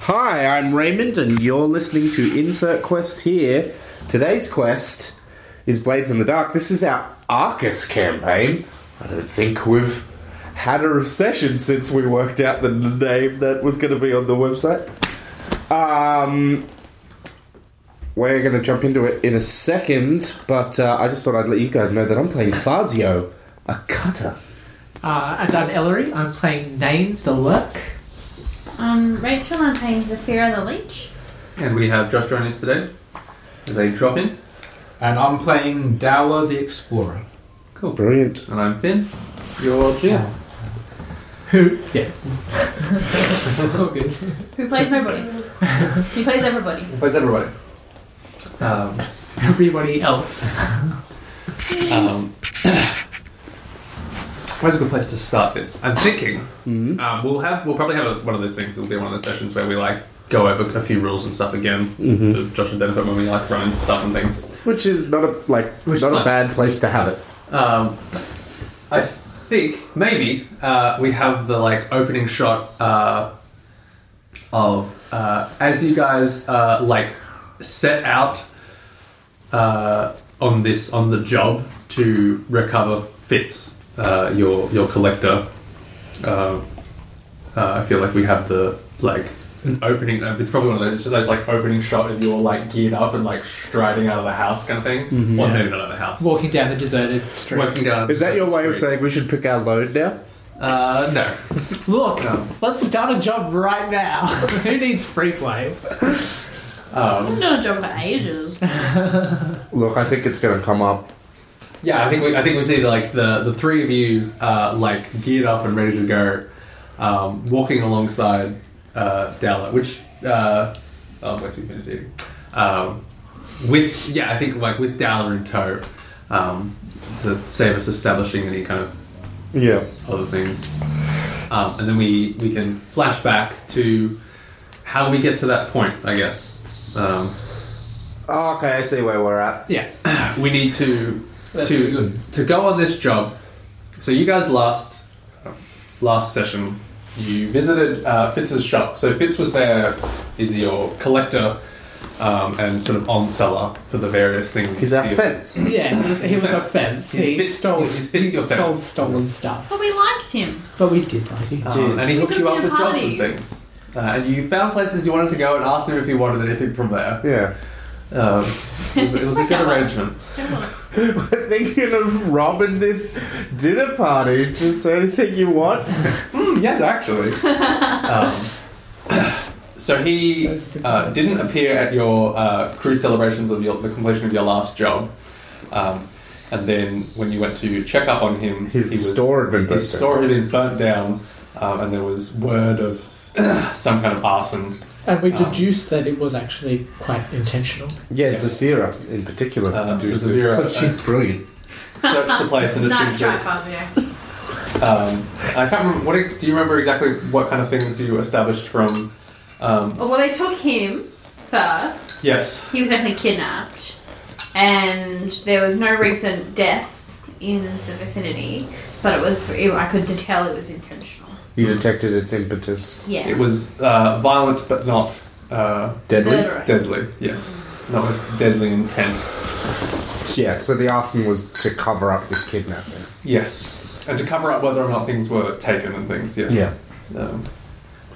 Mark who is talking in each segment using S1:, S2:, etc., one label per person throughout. S1: Hi, I'm Raymond, and you're listening to Insert Quest here. Today's quest is Blades in the Dark. This is our Arcus campaign. I don't think we've had a recession since we worked out the name that was going to be on the website. Um, we're going to jump into it in a second, but uh, I just thought I'd let you guys know that I'm playing Fazio, a cutter.
S2: Uh, and I'm Ellery. I'm playing Nain the Lurk.
S3: Um, Rachel, I'm playing Zafira the Leech.
S4: And we have Josh joining us today. They drop in.
S5: And I'm playing Dowler the Explorer.
S4: Cool.
S1: Brilliant.
S4: And I'm Finn. You're Jim.
S2: Who? Yeah. all good.
S3: Who plays nobody? he plays everybody.
S4: Where's everybody? Um,
S2: Everybody else.
S4: um, where's a good place to start this? I'm thinking um, we'll have we'll probably have a, one of those things. It'll be one of those sessions where we like go over a few rules and stuff again. that Josh identified when we like run into stuff and things.
S1: Which is not a like
S4: Which
S1: not
S4: is
S1: a
S4: not-
S1: bad place to have it.
S4: Um, I think maybe uh, we have the like opening shot uh, of uh, as you guys uh, like set out uh, on this on the job to recover Fitz, uh, your your collector. Uh, uh, I feel like we have the like an opening. uh, It's probably one of those, those like opening shot of you're like geared up and like striding out of the house kind of thing. Or
S2: Yeah.
S4: maybe not out of the house.
S2: Walking down the deserted street.
S4: Working down.
S1: Is that your way of
S4: Street.
S1: saying we should pick our load now?
S4: Uh, no.
S2: Look,
S4: Um.
S2: let's start a job right now. Who needs free play?
S3: I've
S4: Um,
S3: been doing a job for ages.
S1: Look, I think it's going to come up.
S4: yeah, I think we, I think we see like the the three of you uh, like geared up and ready to go, um, walking alongside uh, Dowler, which uh, oh, I'm actually finished eating. Um, with yeah, I think like with Dowler in tow, um, to save us establishing any kind of
S1: Yeah.
S4: other things. Um, and then we, we can flash back to how we get to that point, I guess. Um,
S1: Oh, okay, I see where we're at.
S2: Yeah.
S4: we need to
S5: That's pretty
S4: to
S5: good.
S4: to go on this job. So you guys last last session you visited uh, Fitz's shop. So Fitz was there is your collector um, and sort of on seller for the various things.
S1: He's
S4: you
S1: our
S4: steal.
S1: fence.
S2: Yeah, he was, he was a fence.
S4: He's
S2: He
S4: fit-
S2: stole,
S4: he's fit your
S2: he sold
S4: fence.
S2: stolen stuff.
S3: But we liked him.
S2: But we did like it.
S4: Um, and he
S3: We
S4: hooked
S3: could've
S4: you up
S3: been
S4: with jobs
S3: parties.
S4: and things. Uh, and you found places you wanted to go and asked him if he wanted anything from there.
S1: Yeah.
S4: Um, it was, it was a good arrangement.
S1: We're thinking of robbing this dinner party. Just anything you want.
S4: Mm, yes, actually. um, so he uh, didn't appear at your uh, crew celebrations of your, the completion of your last job. Um, and then when you went to check up on him,
S1: His
S4: he was,
S1: store had been burnt
S4: his store had been burnt down, um, and there was word of some kind of arson.
S2: And we
S4: Um.
S2: deduced that it was actually quite intentional.
S1: Yeah,
S4: Yes.
S1: Zafira in particular.
S4: Uh,
S1: produced it.
S4: Zafira,
S1: 'Cause she's brilliant.
S4: Searched the place and it
S3: Nice
S4: seems
S3: try,
S4: that.
S3: Fabio.
S4: Um, I can't remember. What, do you remember exactly what kind of things you established from? Um,
S3: Well, they took him first.
S4: yes.
S3: He was definitely kidnapped. And there was no recent deaths in the vicinity. But it was, I could tell it was intentional.
S1: You detected its impetus.
S3: Yeah.
S4: It was uh, violent but not uh,
S1: Deadly.
S3: Murderous.
S4: deadly. Yes, not with deadly intent.
S1: Yeah. So the arson was to cover up this kidnapping.
S4: Yes, and to cover up whether or not things were taken and things. Yes. Um,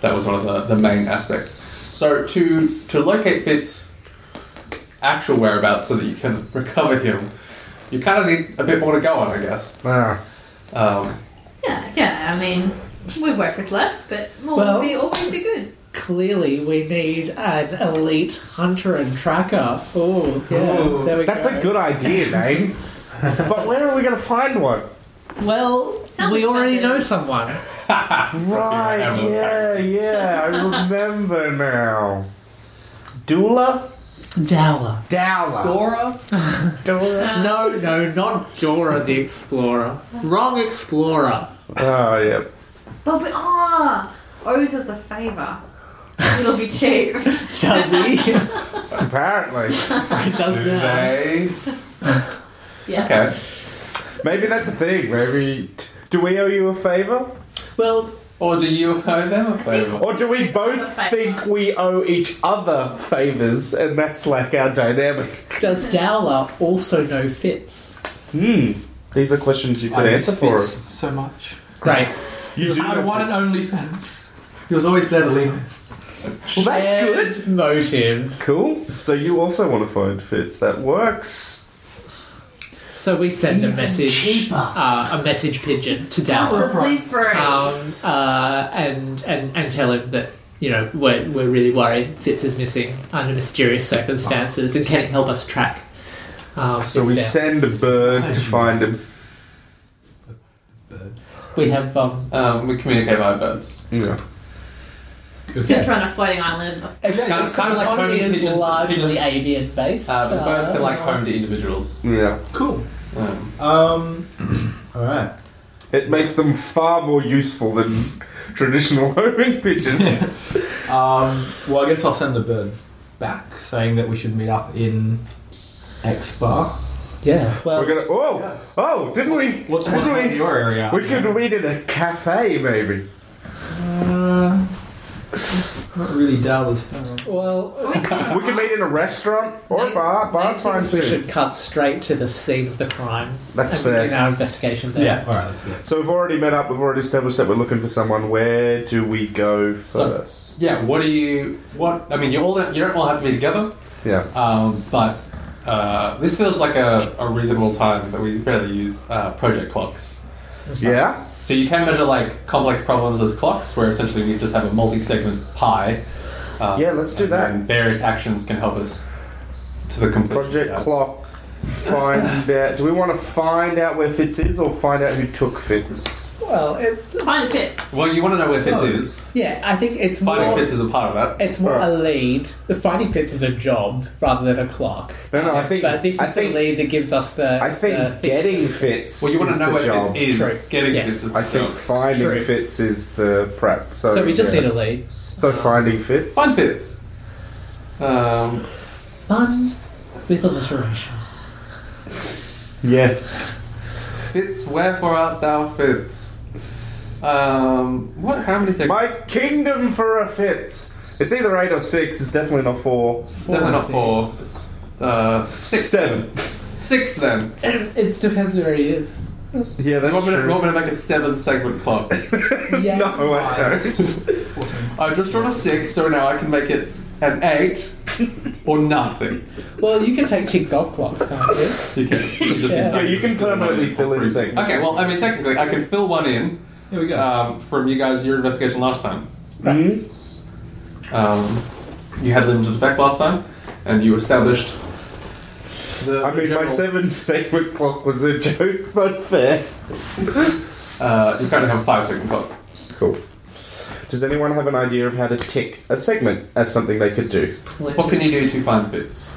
S4: that was one of the, the main aspects. So to to locate Fitz's actual whereabouts so that you can recover him, you kind of need a bit more to go on, I guess.
S1: Ah.
S4: Um,
S3: Yeah, yeah, I mean, we've worked with less, but more
S2: Well-
S3: would be always be good.
S2: Clearly, we need an elite hunter and tracker. Oh, yeah.
S4: Ooh,
S2: there we
S1: That's
S2: go.
S1: a good idea, Dane. but where are we going to find one?
S2: Well,
S3: Sounds
S2: we already know
S3: expensive.
S2: someone.
S1: Right,
S4: Fucking
S1: yeah,
S4: ammo
S1: yeah, I remember now. Doula?
S2: Dowler.
S1: Dowler.
S4: Dora.
S1: Doula?
S2: No, no, not Dora the Explorer. Wrong Explorer.
S1: Oh, yeah.
S3: But we ah owes us a favour. It'll be cheap.
S2: Does he? it
S1: Apparently.
S2: does
S4: Do
S2: now.
S4: they?
S3: Yeah.
S4: Okay.
S1: Maybe that's a thing. Maybe. Do we owe you a favour?
S2: Well,
S4: Or do you owe them a favor?
S1: Or do we both think we owe each other favors and that's like our dynamic?
S2: Does Dowler also know Fitz?
S1: Hmm. These are questions you could answer for
S5: Fitz
S1: us.
S5: so much.
S2: Great.
S1: You do.
S5: I want an OnlyFans. He was always there to lean on.
S1: Well, that's good.
S2: Shared Motive.
S1: Cool. So you also want to find Fitz. That works.
S2: So we send a message, uh, a message pigeon to Dowler,
S3: Possibly free.
S4: Oh.
S2: um, uh, and and and tell him that you know we're we're really worried. Fitz is missing under mysterious circumstances, and can it help us track? Um,
S1: So we
S2: send.
S1: send a bird to find him.
S2: we have um,
S4: Um, we communicate via birds.
S1: Yeah.
S3: Just run a floating island.
S2: It
S4: Yeah,
S2: kind,
S4: yeah, kind of like
S2: economy
S4: homing
S2: is
S4: pigeons-
S2: largely
S4: pigeons.
S2: avian based.
S4: Uh, but birds
S2: uh,
S4: can like home to individuals.
S1: Yeah.
S5: Cool.
S4: Um,
S5: Um, alright.
S1: It makes them far more useful than traditional homing pigeons.
S5: Yes. Um, well, I guess I'll send the bird back saying that we should meet up in X bar.
S2: Um, Yeah, well,
S1: We're gonna. Oh,
S4: Yeah.
S1: oh! Didn't we?
S5: What's,
S1: didn't
S5: what's
S1: we?
S5: in your area?
S1: we could meet in a cafe, maybe.
S5: Uh, not really Dallas style.
S2: well,
S1: We could meet in a restaurant or a bar. Bar's
S2: I
S1: fine
S2: think we
S1: too.
S2: should cut straight to the scene of the crime.
S1: That's
S2: and begin
S1: fair.
S2: our investigation there.
S5: Yeah. All right. Let's do it.
S1: So we've already met up. We've already established that we're looking for someone. Where do we go
S4: So-
S1: first?
S4: yeah. What do you? What I mean, you all don't, you don't all have to be together,
S1: yeah.
S4: um, but uh, this feels like a, a reasonable time that we barely use uh, project clocks.
S1: Yeah.
S4: So you can measure like complex problems as clocks, where essentially we just have a multi-segment pie. Um,
S1: Yeah, let's do
S4: and
S1: that.
S4: then various actions can help us to the completion. of
S1: Project
S4: that.
S1: clock. Find out. Do we want to find out where Fitz is, or find out who took Fitz?
S2: Well, it's,
S3: Find Fitz.
S4: Well, you want to know where Fitz
S1: Oh.
S4: is.
S2: yeah, I think it's
S4: Finding
S2: more.
S4: Fitz is a part of that.
S2: it's more
S1: Right.
S2: a lead. The finding fits is a job rather than a clock.
S1: No, no. I think.
S2: But this is
S1: I
S2: the
S1: think.
S2: lead that gives us the.
S1: I think
S2: the thing.
S1: getting Fitz.
S4: Well, you want
S1: is
S4: to know
S1: the
S4: where
S1: job.
S4: Fitz is.
S2: True.
S4: Getting
S2: Yes.
S4: Fitz is the
S1: I think
S4: job.
S1: finding
S2: True.
S1: Fitz is the prep. So,
S2: So we just
S1: yeah.
S2: need a lead. Um,
S1: So finding Fitz.
S4: Find Fitz. Um,
S2: Fun with alliteration.
S1: Yes.
S4: Fitz, wherefore art thou Fitz? Um, what? How many seconds?
S1: My kingdom for a Fitz. It's either eight or six. It's definitely not four.
S4: Definitely not four. Uh, six.
S1: Seven.
S4: Six then.
S2: It depends where he is.
S1: Yeah,
S4: You
S1: that's
S4: want me to,
S1: true.
S4: you want me to make a seven segment clock?
S2: Yes.
S1: No, I don't.
S4: I've just drawn a six, so now I can make it an eight or nothing.
S2: Well, you can take chicks off clocks, can't you?
S4: You can, you just,
S2: Yeah.
S1: Yeah, you can
S4: fill them
S1: permanently
S4: for
S1: fill in
S4: free.
S1: segments.
S4: Okay, well, I mean, technically, I can fill one in
S5: Here we go.
S4: um, from you guys your investigation last time.
S1: Mhm.
S4: Um, you had limited effect last time, and you established. The,
S1: I
S4: the
S1: mean, my
S4: general-
S1: seven segment clock was a joke, but fair.
S4: Uh, you kind of have a five second clock.
S1: Cool. Does anyone have an idea of how to tick a segment as something they could do?
S4: What can you do to find Fitz?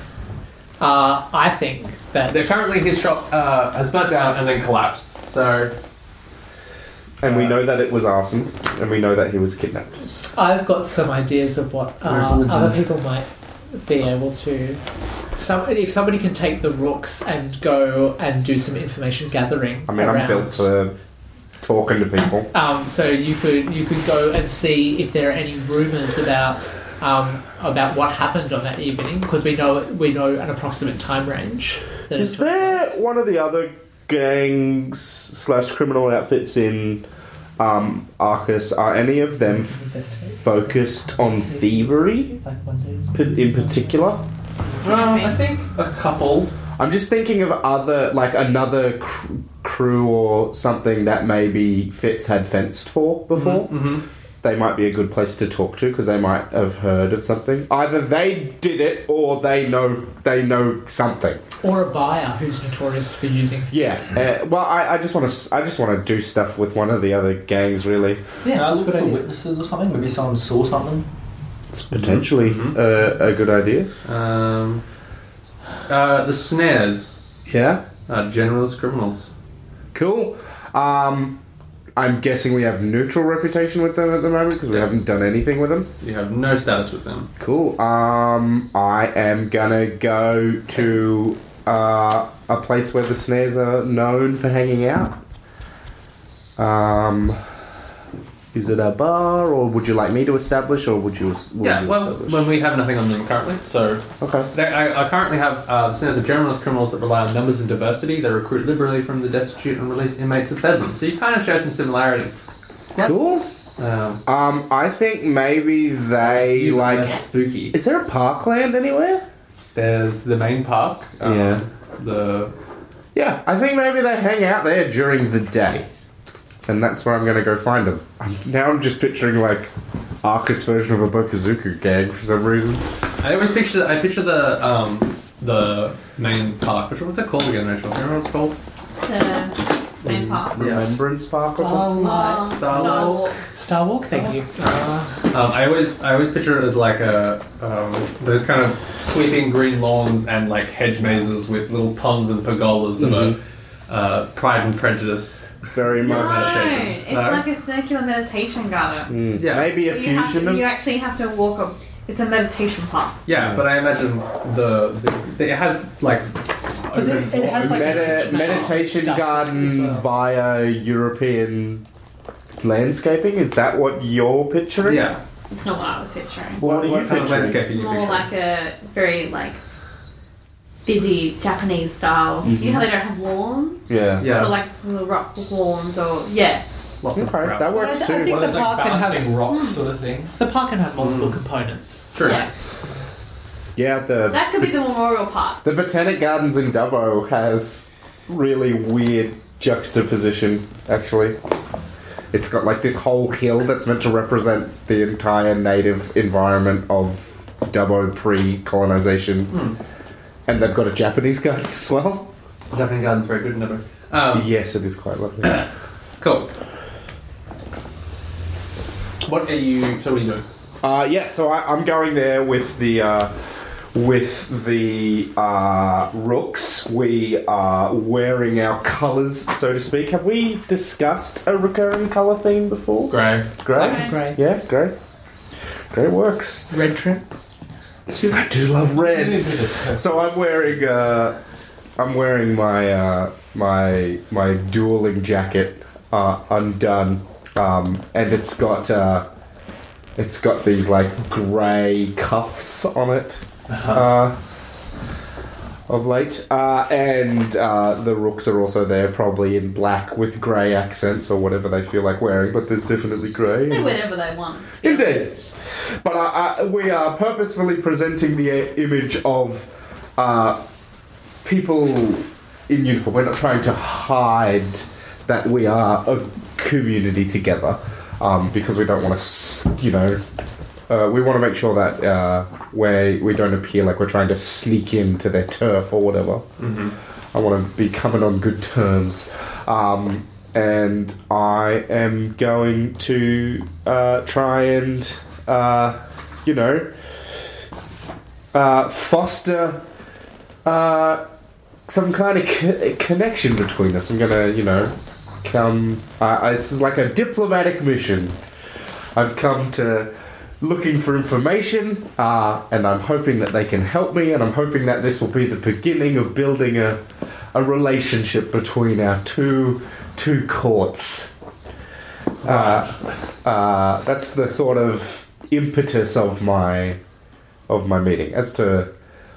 S2: Uh, I think that
S4: They're currently his shop uh, has burnt down and then collapsed. So
S1: And
S2: Uh,
S1: we know that it was arson, and we know that he was kidnapped.
S2: I've got some ideas of what uh,
S4: Where's Linda?
S2: other people might be able to. Some, if somebody can take the rooks and go and do some information gathering.
S1: I mean,
S2: around,
S1: I'm built for talking to people.
S2: Um, so you could you could go and see if there are any rumours about um, about what happened on that evening because we know we know an approximate time range. that
S1: Is
S2: it took
S1: there
S2: place.
S1: one of the other gangs slash criminal outfits in um, Arcus? Are any of them f- focused on thievery
S2: Like one day-
S1: p- in particular?
S4: well, I think a couple.
S1: I'm just thinking of other, like another cr- crew or something that maybe Fitz had fenced for before.
S4: Mm-hmm.
S1: They might be a good place to talk to because they might have heard of something. Either they did it or they know they know something.
S2: Or a buyer who's notorious for using.
S1: Yeah. Uh, well, I, I just want to I just want to do stuff with one of the other gangs. Really,
S2: Yeah, that's
S4: Uh,
S5: Can I
S2: a
S5: Uh, look
S2: good
S5: for
S2: idea.
S5: witnesses or something? Maybe someone saw something.
S1: it's potentially
S4: Mhm.
S1: uh, a good idea.
S4: Um, uh, the snares
S1: Yeah.
S4: are generalist criminals.
S1: Cool. Um, I'm guessing we have neutral reputation with them at the moment because we
S4: Yeah.
S1: haven't done anything with them.
S4: You have no status with them.
S1: Cool. Um, I am gonna go to uh, a place where the snares are known for hanging out. Um, Is it a bar, or would you like me to establish, or would you? es- Would
S4: Yeah,
S1: you
S4: well,
S1: establish?
S4: when we have nothing on them currently, so
S1: okay.
S4: They, I, I currently have uh, the Centers of Generalist Criminals that rely on numbers and diversity. They recruit liberally from the destitute and released inmates of Bedlam. So you kind of share some similarities.
S1: Cool.
S4: Um,
S1: Um, I think maybe they
S4: even
S1: like.
S4: less spooky.
S1: Is there a parkland anywhere?
S4: There's the main park. Um,
S1: Yeah.
S4: The
S1: Yeah, I think maybe they hang out there during the day, and that's where I'm going to go find them. I'm, now I'm just picturing like Arcus version of a Bokazuku gag for some reason.
S4: I always picture I picture the um, the main park. Which, what's it called again, Rachel? Do you remember what it's called?
S3: The Uh, main park.
S4: Yeah.
S1: Remembrance Park or something.
S2: Starwalk.
S3: Um,
S4: Mm, Star
S3: Star
S4: Wars.
S3: Walk.
S2: Star Walk, thank you.
S5: Oh.
S2: Uh,
S4: Um, I always I always picture it as like a um, those kind of sweeping green lawns and like hedge mazes with little ponds and pergolas
S1: Mhm.
S4: of a uh, Pride and Prejudice
S1: Very
S3: No,
S1: much.
S4: meditation.
S3: it's
S4: No?
S3: like a circular meditation garden.
S1: Mm,
S4: Yeah.
S1: Maybe a
S3: you, have
S1: fusion
S3: to, you
S1: of.
S3: actually have to walk a. It's a meditation path.
S4: Yeah,
S1: Yeah.
S4: but I imagine the, the, the it has like
S2: Is it- it has, like,
S1: Medi- meditation
S2: Stuff as
S1: garden
S2: well.
S1: via European landscaping? Is that what you're picturing?
S4: yeah.
S3: It's not what I was picturing.
S1: What, are you
S4: kind of
S1: picturing?
S4: landscape are you
S3: More
S4: picturing?
S3: like a very like busy Japanese style.
S4: Mm-hmm.
S3: You know how they don't have lawns.
S1: Yeah.
S4: yeah,
S3: So like little rock lawns or yeah.
S4: lots of
S1: Okay,
S4: gravel.
S1: that
S2: I,
S1: works
S2: th-
S1: too.
S2: I think
S5: One
S2: the
S5: of those like
S2: park can have
S5: balancing rocks sort of things.
S2: the park can have multiple
S1: Hmm.
S2: components.
S4: True.
S3: Yeah.
S1: yeah, the
S3: That could be the memorial park.
S1: the botanic gardens in Dubbo has really weird juxtaposition. Actually, it's got like this whole hill that's meant to represent the entire native environment of Dubbo pre-colonization, and they've got a Japanese garden as well.
S4: Japanese garden's very good never. Um,
S1: Yes, it is quite lovely.
S4: Cool. What are you? So what are you doing?
S1: Uh, yeah, so I, I'm going there with the uh, with the uh, rooks. We are wearing our colours, so to speak. Have we discussed a recurring colour theme before?
S4: Grey.
S1: Grey,
S3: Okay.
S2: Great.
S1: yeah, grey, grey works.
S2: Red trim.
S1: I do love red. So I'm wearing uh, I'm wearing my uh, my my dueling jacket uh, undone, um, and it's got uh, it's got these like grey cuffs on it. Uh, of late, uh, and uh, the rooks are also there, probably in black with grey accents or whatever they feel like wearing. But there's definitely grey.
S3: They whenever they want. to be
S1: Indeed.
S3: honest.
S1: But I, I, we are purposefully presenting the i- image of uh, people in uniform. We're not trying to hide that we are a community together um, because we don't want to, you know, uh, we want to make sure that uh, we, we don't appear like we're trying to sneak into their turf or whatever.
S4: Mm-hmm.
S1: I want to be coming on good terms. Um, and I am going to uh, try and, uh, you know, uh, foster uh, some kind of co- connection between us. I'm going to, you know, come. I I- this is like a diplomatic mission. I've come to looking for information, uh, and I'm hoping that they can help me, and I'm hoping that this will be the beginning of building a, a relationship between our two two courts. Uh, uh, that's the sort of impetus of my of my meeting. As to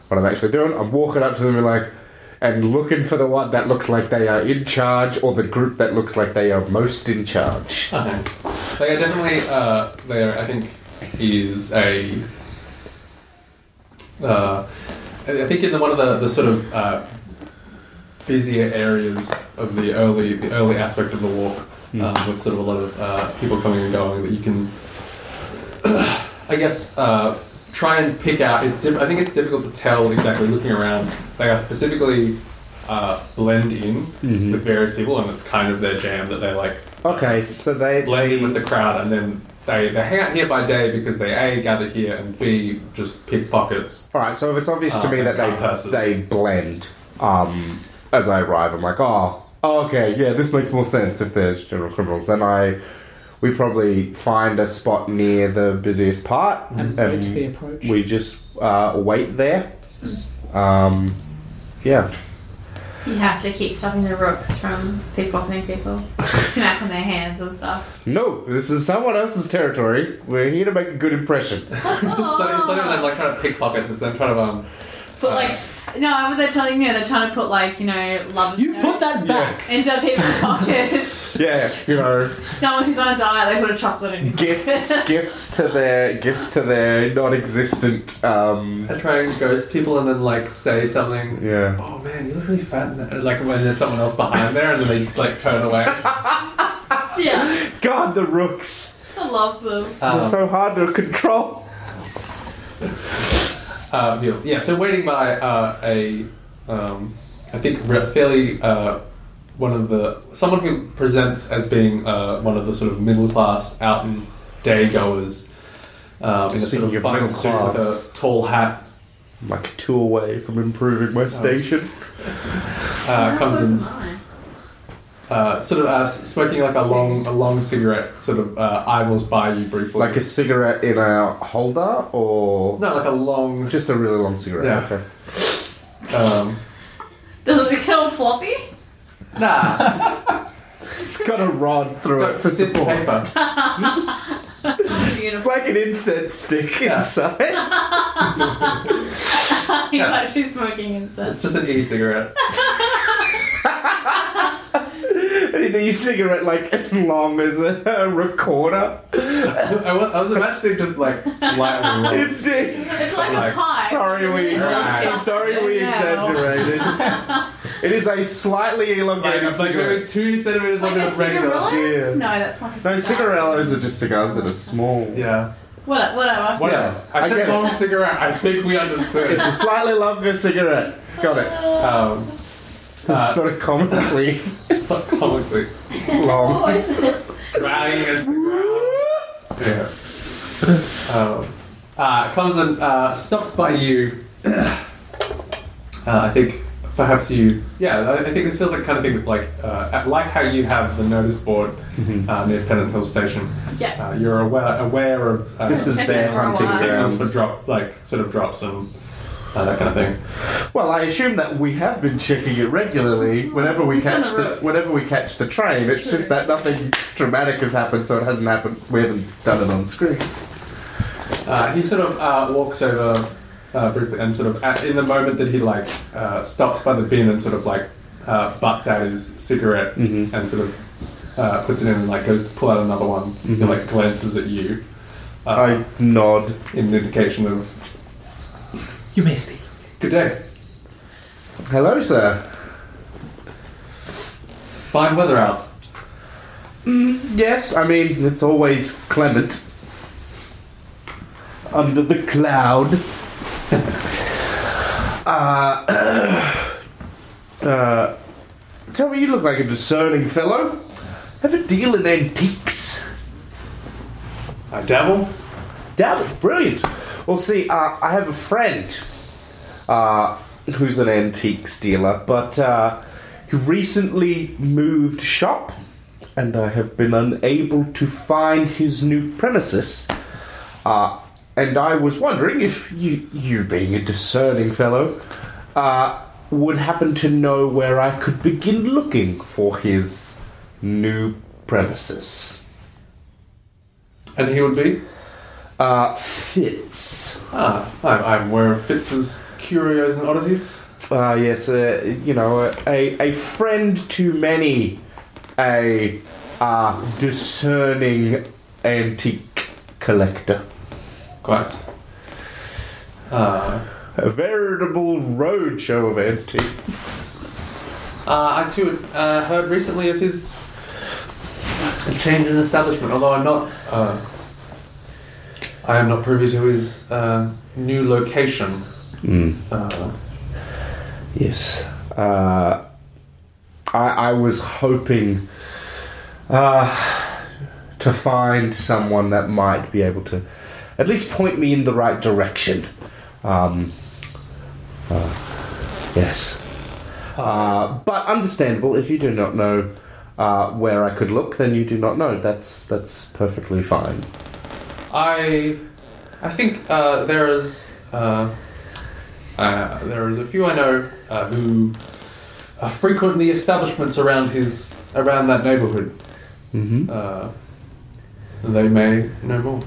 S1: what I'm actually doing, I'm walking up to them and like. And looking for the one that looks like they are in charge, or the group that looks like they are most in charge.
S4: Okay. They are definitely uh, there. I think is a. Uh, I I think in the, one of the, the sort of uh, busier areas of the early the early aspect of the walk, um, with sort of a lot of uh, people coming and going, that you can, I guess, uh, try and pick out. It's diff- I think it's difficult to tell exactly looking around. They are specifically uh, blend in
S1: Mhm.
S4: with various people, and it's kind of their jam that they like
S1: Okay, so they
S4: blend in with the crowd, and then they, they hang out here by day because they a gather here and b just pick pockets.
S1: All right, so if it's obvious to
S4: Uh,
S1: me that
S4: and compases.
S1: they they blend um, as I arrive, I'm like, oh, oh, okay, yeah, this makes more sense if they're general criminals. Then I, we probably find a spot near the busiest part,
S2: And wait to be approached.
S1: we just uh, wait there. Um, yeah,
S3: You have to keep stopping the rooks from pickpocketing people, smacking their hands and stuff.
S1: No, this is someone else's territory. We're here to make a good impression.
S4: It's not, it's not even like, like trying to pickpockets, it's them trying to um.
S3: But like, no, but they're telling you they're trying to put like you know love.
S5: You put that back.
S3: into people's pockets.
S1: Yeah, you know,
S3: Someone who's on a diet, they put a chocolate in. his
S1: gifts,
S3: pocket.
S1: gifts to their, gifts to their non-existent. Um,
S4: I try and ghost people and then like say something.
S1: yeah.
S4: Oh man, you look really fat. In that. Like when there's someone else behind there and then they like turn away.
S3: yeah,
S1: God, the rooks.
S3: I love them.
S1: They're
S4: Um,
S1: so hard to control.
S4: uh, yeah, yeah, so waiting by uh, a, um, I think re- fairly uh, one of the someone who presents as being uh, one of the sort of middle class out and day goers. Um, in a sort
S1: Speaking
S4: of
S1: of
S4: fine
S1: middle
S4: suit with
S1: class.
S4: a tall hat,
S1: I'm like two away from improving my station.
S4: uh,
S3: How
S4: comes
S3: close
S4: in
S3: am I?
S4: uh, sort of uh, smoking like a long, a long cigarette. Sort of uh, eyeballs by you briefly,
S1: Like a cigarette in a holder, or
S4: no, like a long.
S1: just a really long cigarette.
S4: Yeah.
S1: Okay.
S4: Um,
S3: Does it get all floppy?
S4: nah, it's
S1: It's got a rod through
S4: got
S1: it for
S4: thin
S1: support.
S4: paper.
S1: It's
S3: Beautiful.
S1: like an incense stick
S4: Yeah.
S1: inside.
S3: You're
S4: Yeah.
S3: actually smoking
S4: It's
S3: incense.
S4: just an e-cigarette.
S1: an e-cigarette like as long as a, a recorder.
S4: I was, I was imagining just like slightly long.
S1: Indeed.
S3: It's like a
S4: Like,
S3: pie.
S1: Sorry we
S4: Right.
S1: sorry we
S3: No.
S1: exaggerated. it is a slightly elongated
S4: It's like maybe
S1: cigarette.
S4: two centimeters
S3: Like
S4: longer
S3: a
S4: than regular.
S3: cigarillo?
S1: Yeah.
S3: No, that's not a
S1: No,
S3: cigarette.
S1: cigarillos are just cigars that are small.
S4: Yeah.
S3: What, whatever.
S4: Whatever.
S1: I
S4: I
S1: get
S4: said
S1: it.
S4: long cigarette. I think we understood.
S1: It's a slightly longer cigarette. Got
S3: Uh,
S1: it.
S4: um,
S1: It's not a comically
S4: so comically
S1: long.
S3: Oh, What is it?
S4: dragging against the ground. Yeah. Um, uh, comes and uh, stops by you. uh, I think perhaps you. Yeah, I, I think this feels like kind of thing like uh, like how you have the notice board
S1: Mm-hmm.
S4: uh, near Pennant Hill Station.
S3: Yeah.
S4: Uh, you're aware aware of uh,
S1: This is
S3: their hunting
S4: signals
S1: grounds.
S4: for drop like sort of drops and uh, that kind of thing.
S1: Well, I assume that we have been checking it regularly whenever we
S3: It's on
S1: catch
S3: the
S1: the
S3: ropes.
S1: whenever we catch the train. It's just that nothing dramatic has happened, so it hasn't happened. We haven't done it on screen.
S4: Uh, he sort of uh, walks over uh, briefly and sort of at, in the moment that he like uh, stops by the bin and sort of like uh, butts out his cigarette
S1: Mhm.
S4: and sort of uh, puts it in and like goes to pull out another one He
S1: Mhm.
S4: like glances at you uh,
S1: I nod.
S4: in an indication of
S2: You may speak.
S4: good day,
S1: Hello, sir.
S4: fine weather out.
S1: Yes, I mean it's always clement under the cloud. uh, uh, tell me, you look like a discerning fellow. Have a deal in antiques.
S4: I dabble.
S1: Damn it, brilliant. Well, see, uh, I have a friend uh, who's an antiques dealer, but uh, he recently moved shop, and I have been unable to find his new premises. Uh, and I was wondering if you, you being a discerning fellow, uh, would happen to know where I could begin looking for his new premises.
S4: And he would be.
S1: Uh, Fitz.
S4: Ah, I'm, I'm aware of Fitz's curios and oddities.
S1: Ah, yes, uh, you know, a, a friend to many, a uh, discerning antique collector.
S4: Quite. Uh,
S1: A veritable roadshow of antiques.
S4: Uh, I too had, uh, heard recently of his change in establishment, although I'm not. Uh, I am not privy to his uh, new location. Uh,
S1: Yes. Uh, I, I was hoping uh, to find someone that might be able to at least point me in the right direction. Um, uh, yes. Uh, but understandable. If you do not know uh, where I could look, then you do not know. That's that's perfectly fine.
S4: I, I think uh, there is uh, uh, there is a few I know uh, who uh, frequently establishments around his around that neighborhood.
S1: Mm-hmm.
S4: Uh, they may know more.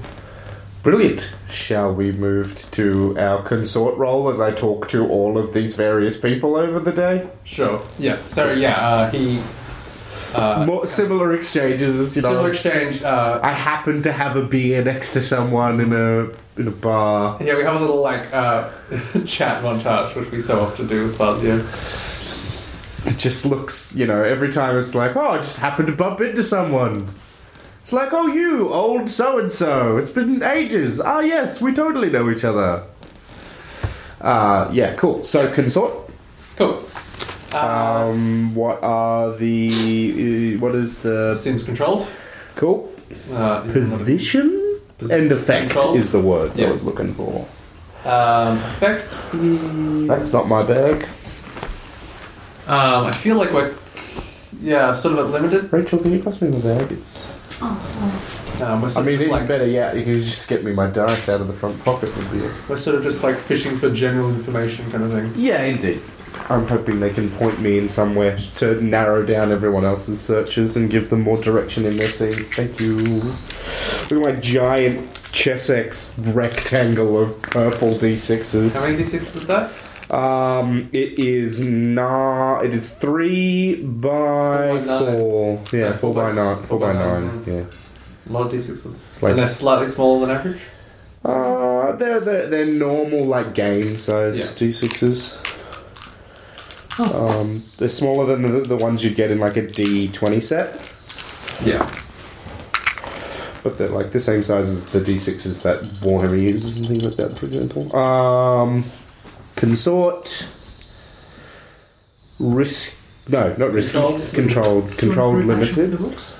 S1: Brilliant. Shall we move to our consort role as I talk to all of these various people over the day?
S4: Sure. Yes. So yeah, uh, he. Uh,
S1: More similar exchanges, as you know.
S4: Silver Exchange. Uh,
S1: I happen to have a beer next to someone in a in a bar.
S4: yeah, we have a little like uh, chat montage, which we so often do with Buzz. Yeah.
S1: It just looks, you know, every time it's like, oh, I just happened to bump into someone. It's like, oh, you old so and so. It's been ages. Ah, yes, we totally know each other. Uh, yeah, cool. So consort.
S4: Cool. Uh,
S1: Um, what are the? Uh, what is the
S4: seems controlled.
S1: cool
S4: Uh, you wanna-
S1: position and effect
S4: Control?
S1: is the words I was
S4: Yes.
S1: looking for.
S4: Um, effect. is-
S1: That's not my bag.
S4: Um, I feel like we're yeah, sort of at limited.
S1: Rachel, can you pass me my bag? It's.
S3: Oh,
S4: Um, we're
S1: I
S4: sort
S1: mean,
S4: of just
S1: even
S4: like
S1: better yet, you could just get me my dice out of the front pocket would be it.
S4: we're sort of just like fishing for general information kind of thing.
S1: Yeah, indeed. I'm hoping they can point me in somewhere to narrow down everyone else's searches and give them more direction in their scenes. Thank you. Look at my giant Chessex rectangle of purple
S4: How
S1: d6s.
S4: many d6s is that?
S1: Um, it is na. It is three by
S4: Four by nine.
S1: four. Yeah,
S4: Yeah,
S1: four, by nine. Four by nine. Yeah.
S4: A lot of d6s.
S1: It's like-
S4: and they're slightly smaller than average.
S1: Uh, they're, they're, they're normal, like game size
S4: Yeah.
S1: D6s. Um, they're smaller than the, the ones you'd get in like a D20 set,
S4: Yeah.
S1: but they're like the same size as the D6s that Warhammer uses and things like that, for example. Um, consort. Risk. No, not risky.
S4: Controlled.
S1: Controlled. Controlled,
S2: Group action with
S1: limited.
S2: The rooks?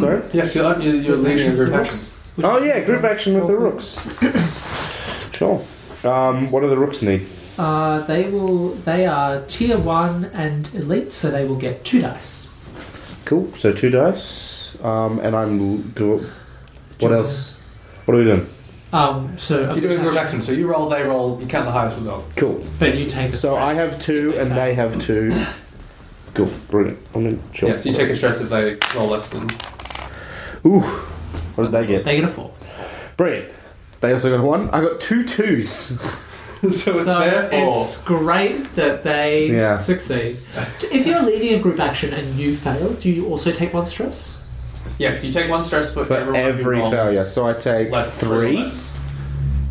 S1: Sorry?
S4: Yes, you're, you're, you're
S2: Group
S4: leading
S2: action
S4: a group
S2: with the
S4: action.
S2: rooks? Would
S1: Oh,
S2: you
S1: yeah,
S2: like
S1: group
S2: to-
S1: action with the rooks. Sure. Um, what do the rooks need?
S2: Uh, they will. They are tier one and elite, so they will get two dice.
S1: Cool. So two dice, um, and I'm do. What
S2: Two.
S1: else? What are we doing?
S2: Um, so
S4: You're doing group action, so you roll, they roll, you count the highest results.
S1: Cool.
S2: but you take. a
S1: So I
S2: stress
S1: have two,
S2: if
S1: and
S2: fail.
S1: they have two. Cool. Brilliant. I'm in. Sure.
S4: Yes, you take a stress if they roll less than.
S1: Ooh. What did they get?
S2: They get a four.
S1: Brilliant. They also got one. I got two twos.
S4: so it's
S2: so
S4: therefore.
S2: it's great that they
S1: Yeah.
S2: succeed. If you're leading a group action and you fail, do you also take one stress?
S4: Yes, you take one stress for,
S1: For
S4: everyone who
S1: every
S4: rolls
S1: failure, so I take
S4: Less than three. or
S1: three.
S4: less.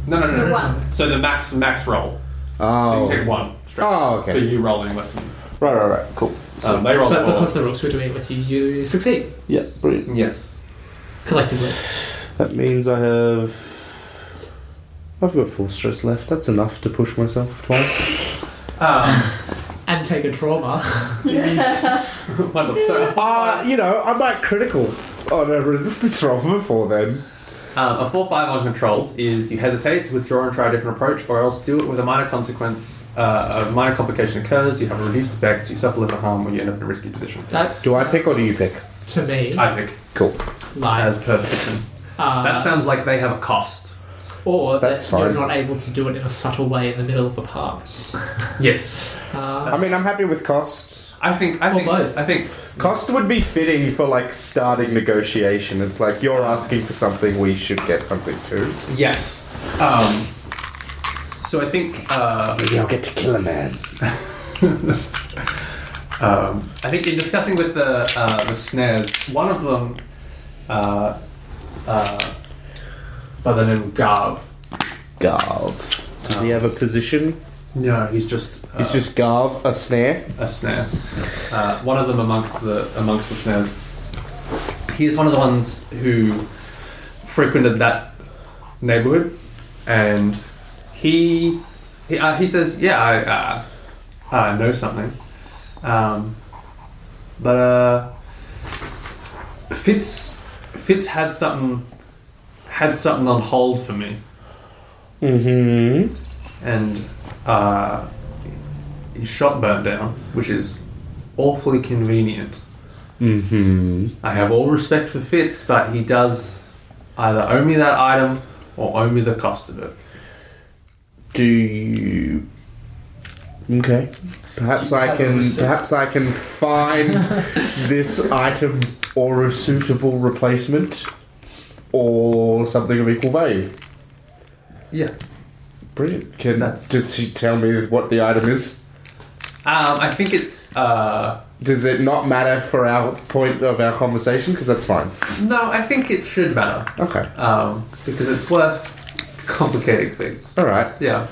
S4: No, no, no, no.
S3: so one.
S4: So the max max roll. So you
S1: Oh.
S4: take one stress.
S1: Oh,
S4: For
S1: okay.
S4: you rolling less than.
S1: Right, right, right. Cool.
S4: Um, they roll
S2: But because
S4: four.
S2: the rooks were doing it with you, you succeed
S1: Yeah, brilliant.
S4: Yes.
S2: collectively.
S1: That means I have. I've got four stress left. That's enough to push myself twice.
S4: Um,
S2: And take a trauma.
S4: wonderful. So a
S1: Ah,
S4: 4-5
S1: you know, I'm like critical on a resistance roll before then.
S4: Um, a 4 5 on controlled is you hesitate, withdraw and try a different approach, or else do it with a minor consequence. Uh, a minor complication occurs, you have a reduced effect, you suffer less harm when you end up in a risky position.
S2: That
S1: Do I pick or do you
S2: sounds
S1: pick?
S2: To me,
S4: I pick
S1: Cool.
S2: like
S4: as perfection.
S2: uh,
S4: That sounds like they have a cost.
S2: or
S1: That's
S2: that you're
S1: fine.
S2: not able to do it in a subtle way in the middle of a park.
S4: Yes.
S2: Uh,
S1: I mean, I'm happy with cost.
S4: I think. I
S2: Or
S4: think.
S2: both.
S4: I think.
S1: Cost would be fitting for like starting negotiation. It's like you're asking for something, we should get something too.
S4: Yes. Um, so I think. Uh,
S1: Maybe I'll get to kill a man.
S4: Um, I think in discussing with the uh, the snares, one of them, uh, uh, by the name of Garv.
S1: Garv. Does he have a position?
S4: No, he's just uh,
S1: It's just Garv, a snare.
S4: a snare. Uh, one of them amongst the amongst the snares. He is one of the ones who frequented that neighborhood, and he he, uh, he says, "Yeah, I uh, uh, know something, um, but uh, Fitz Fitz had something had something on hold for me."
S1: Mm-hmm.
S4: and uh, his shop burned down, which is awfully convenient.
S1: Mm-hmm.
S4: I have all respect for Fitz, but he does either owe me that item or owe me the cost of it.
S1: Do you Okay. Perhaps I
S5: have a
S1: can
S5: receipt?
S1: perhaps I can find this item or a suitable replacement or something of equal value.
S4: Yeah.
S1: Brilliant. Can
S4: That's-
S1: does she tell me what the item is?
S4: Um, I think it's. Uh,
S1: Does it not matter for our point of our conversation? Because that's fine.
S4: no, I think it should matter
S1: Okay.
S4: um, because it's worth complicating things.
S1: All right.
S4: Yeah.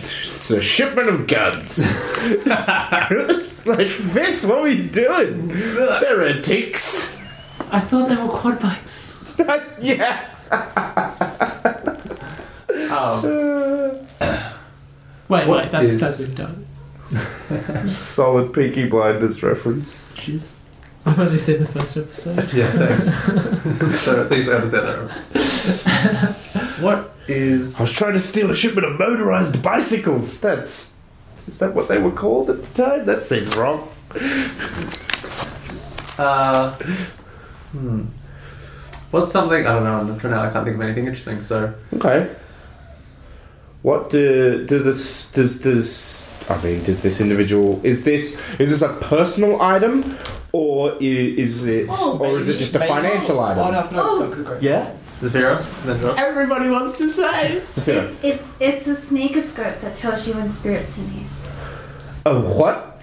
S1: It's a shipment of guns. it's like Vince, what are we doing? They're antiques.
S2: I thought they were quad bikes.
S1: yeah.
S4: Um,
S2: Wait,
S4: What
S2: wait, that's
S4: is-
S2: that's been done.
S1: Solid Peaky Blinders reference.
S2: Jeez. I've only seen the first episode.
S4: yeah. So, so at least I understand that. reference. what is?
S1: I was trying to steal a shipment of motorized bicycles. That's. Is that what they were called at the time? That seems wrong.
S4: Uh, hmm. What's something I don't know? I'm trying to. I can't think of anything interesting. So
S1: Okay. What do do this does does I mean does this individual is this is this a personal item or i- is it
S2: Oh,
S1: or is it
S2: baby,
S1: just a
S2: baby.
S1: financial
S5: Oh,
S1: item?
S5: no, no, no, no, no.
S1: Yeah.
S4: Zafira, then drop.
S2: Everybody wants to say.
S1: Sophia.
S3: It, it's a sneaker scope that tells you when spirits in here.
S1: A what?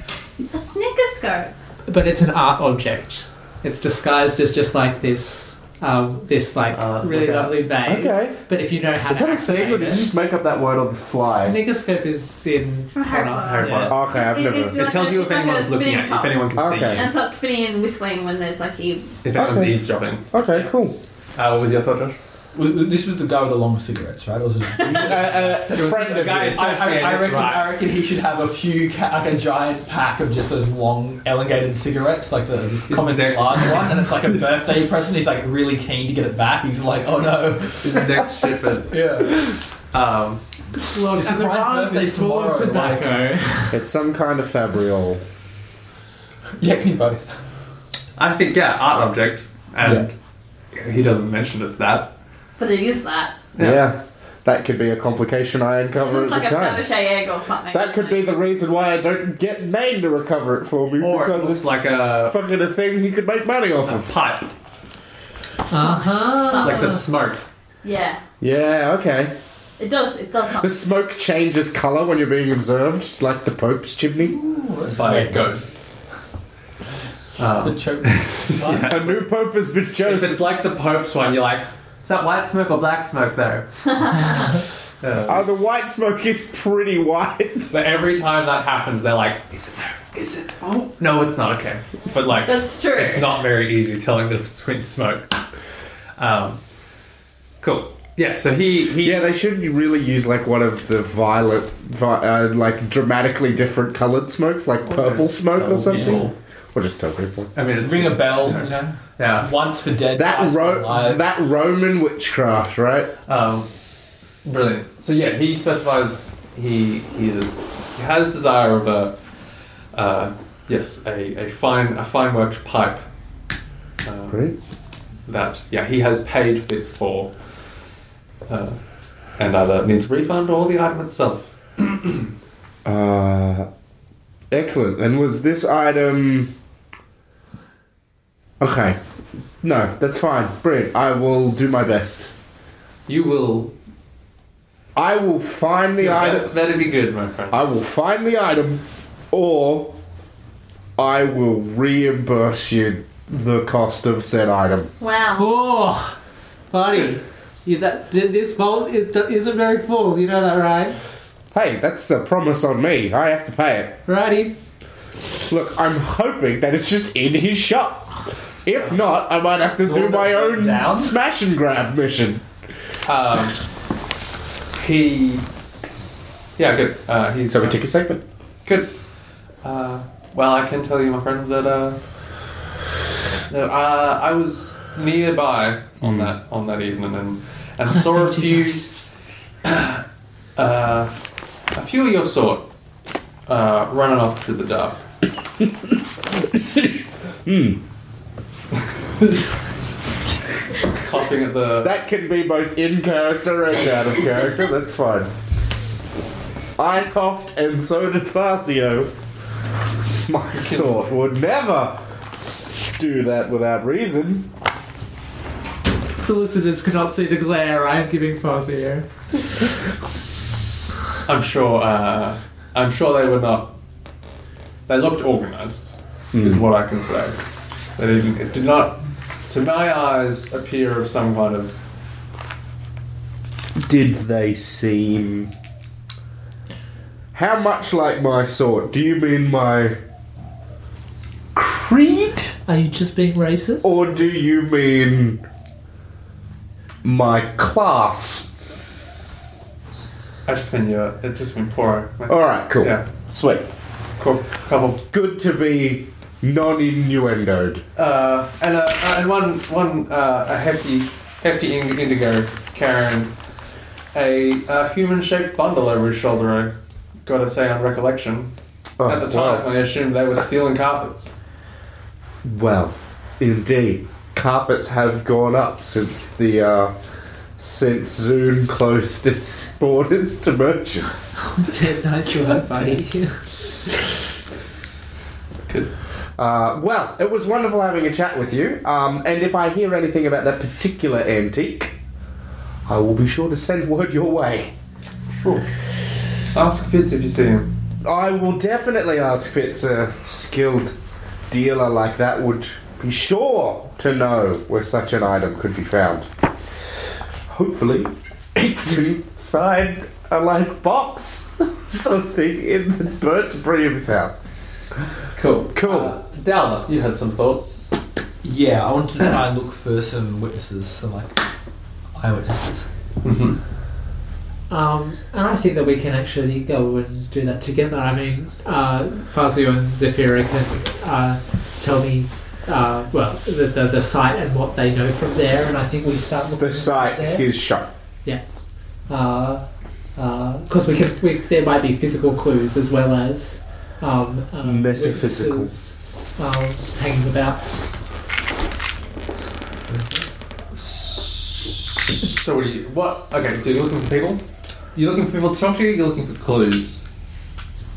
S3: A sneaker scope.
S2: But it's an art object. It's disguised as just like this, um, this like
S4: Uh,
S2: really
S4: okay.
S2: lovely vase.
S1: Okay.
S2: But if you know how
S1: Is
S2: to
S1: that a thing or
S2: activate
S1: did you
S2: it-
S1: just make up that word on the fly?
S2: Sneakerscope is in
S3: from Harry
S2: Potter,
S3: Potter.
S4: Harry
S2: yeah.
S4: Potter.
S1: Okay, I've
S3: It-
S1: never.
S3: it's-
S4: It tells you if
S3: It's like
S4: anyone's
S3: a
S4: looking
S3: spinning
S4: at you,
S3: top.
S4: if anyone can see
S1: Okay.
S4: you,
S3: And start spinning and whistling when there's like you.
S4: if anyone's
S1: Okay.
S4: eavesdropping.
S1: Okay, cool.
S4: Uh, what was your thought, Josh?
S5: Was- was- This was the guy with the long cigarettes, right? It was his-
S1: Uh, a, a friend of
S5: Guys,
S1: yours.
S5: I, I, I, reckon,
S4: Right.
S5: I reckon he should have a few, ca- like a giant pack of just those long, elongated cigarettes, like the just
S4: Is
S5: common
S4: there-
S5: large one, and it's like a birthday present. He's like really keen to get it back. He's like, oh no,
S4: This is Nick Shiffer.
S5: yeah.
S4: Um,
S2: Look,
S5: It's
S2: and the
S5: surprise
S2: vase
S5: birthday
S2: is full of
S5: tomorrow, like-
S2: tobacco.
S1: It's some kind of Fabriol.
S5: Yeah, can you both?
S4: I think yeah, art object, and he doesn't mention it's that.
S3: But it is that.
S1: Yeah.
S4: Yeah.
S1: That could be a complication I
S3: It
S1: uncover at
S3: looks
S1: the
S3: like a
S1: time.
S3: trebuchet egg or something.
S1: That could be the reason why I don't get Maine to recover it for me
S4: Or it
S1: because
S4: looks
S1: it's
S4: like a,
S1: fucking a uh, thing he could make money off
S4: a
S1: of.
S4: pipe,
S2: Uh huh.
S4: like the
S3: Uh-huh.
S4: smoke.
S3: Yeah.
S1: Yeah, okay.
S3: It does. It does
S1: The
S3: something.
S1: smoke changes colour when you're being observed, like the Pope's chimney.
S4: by
S5: Wait,
S4: ghosts. Um,
S5: The choke.
S1: A new Pope has been
S4: if it's
S1: chosen.
S4: like the Pope's one, you're like, is that white smoke or black smoke though? Uh,
S1: Uh, the white smoke is pretty white.
S4: but every time that happens, they're like, is it there? Is it? Oh, no, it's not okay. But like,
S3: That's true.
S4: it's not very easy telling the difference between smokes. Um, cool. Yeah. So he he
S1: Yeah, they should really use like one of the violet, vi- uh, like dramatically different coloured smokes, like purple
S4: just
S1: smoke or
S4: tell
S1: something.
S5: people.
S1: Or just tell people.
S4: I mean, it's
S5: Ring a bell,
S4: Yeah.
S5: you know.
S4: Yeah.
S5: Once for dead,
S1: That
S5: twice for
S1: Ro-
S5: alive.
S1: that Roman witchcraft, right?
S4: Um, brilliant. So yeah, he specifies he he is he has desire of a uh, yes a, a fine a fine worked pipe. Uh,
S1: Great.
S4: that yeah he has paid this for, uh, and either needs refund or the item itself.
S1: Uh, excellent. And was this item? Okay. No, that's fine. Brilliant. I will do my best.
S4: You will.
S1: I will find the
S4: your
S1: item.
S4: best better be good, my friend.
S1: I will find the item, or I will reimburse you the cost of said item.
S3: Wow.
S2: Oh, buddy, you, that th- this bowl is isn't very full. You know that, right?
S1: Hey, that's a promise on me. I have to pay it.
S2: Righty.
S1: Look, I'm hoping that it's just in his shop. If not, I might have to do
S5: one that
S1: my
S5: went
S1: own
S5: down?
S1: smash and grab mission.
S4: Um, he. Yeah, good. Uh, he's
S1: So we take a segment.
S4: Good. Uh, well, I can tell you, my friend, that uh, that uh, I was nearby on that on that evening and and saw a
S2: Hmm. Thank you.
S4: few uh, a few of your sort uh, running off to the dark.
S2: Hmm.
S4: Coughing at the
S1: That can be both in character and out of character. That's fine. I coughed, and so did Facio. My sort would never do that without reason.
S2: The listeners cannot see the glare I am giving Fazio.
S4: I'm sure. Uh, I'm sure they were not. They looked organised, is what I can say. They didn't. It did not, to my eyes, appear of some kind of.
S1: Did they seem. How much like my sort? Do you mean my. creed?
S2: Are you just being racist?
S1: Or do you mean. my class?
S4: I just been yeah. It just been pouring. Like,
S1: Alright, cool.
S4: Yeah.
S1: Sweet.
S4: Cool. Couple.
S1: Good to be non innuendoed.
S4: Uh, and uh, uh, and one one uh, a hefty hefty ind- indigo carrying a, uh human shaped bundle over his shoulder. I gotta say on recollection.
S1: Oh,
S4: At the time,
S1: well.
S4: I assumed they were stealing carpets.
S1: Well, indeed, carpets have gone up since the uh, since Zoom closed its borders to merchants.
S2: Dead nice work, buddy.
S4: Could-
S1: Uh, well, it was wonderful having a chat with you. Um, and if I hear anything about that particular antique, I will be sure to send word your way.
S4: Sure. Ask Fitz if you see him.
S1: I will definitely ask Fitz a skilled dealer like that would be sure to know where such an item could be found. Hopefully, it's inside a like box, something in the Bert Bream's house.
S4: Cool.
S1: Cool.
S4: Uh, Dowler, you had some thoughts.
S5: Yeah, I wanted to try and look for some witnesses, some like eyewitnesses.
S2: Um, and I think that we can actually go and do that together. I mean, uh, Fazio and Zephyra can uh, tell me, uh, well, the, the, the site and what they know from there, and I think we start looking
S1: The site
S2: there.
S1: is shut.
S2: because uh, we can, we, there might be physical clues as well as um, um,
S1: Metaphysical.
S2: witnesses, um, hanging about.
S4: So what are you? What? Okay. So you're looking for people. You're looking for people to talk to you. You're looking for clues.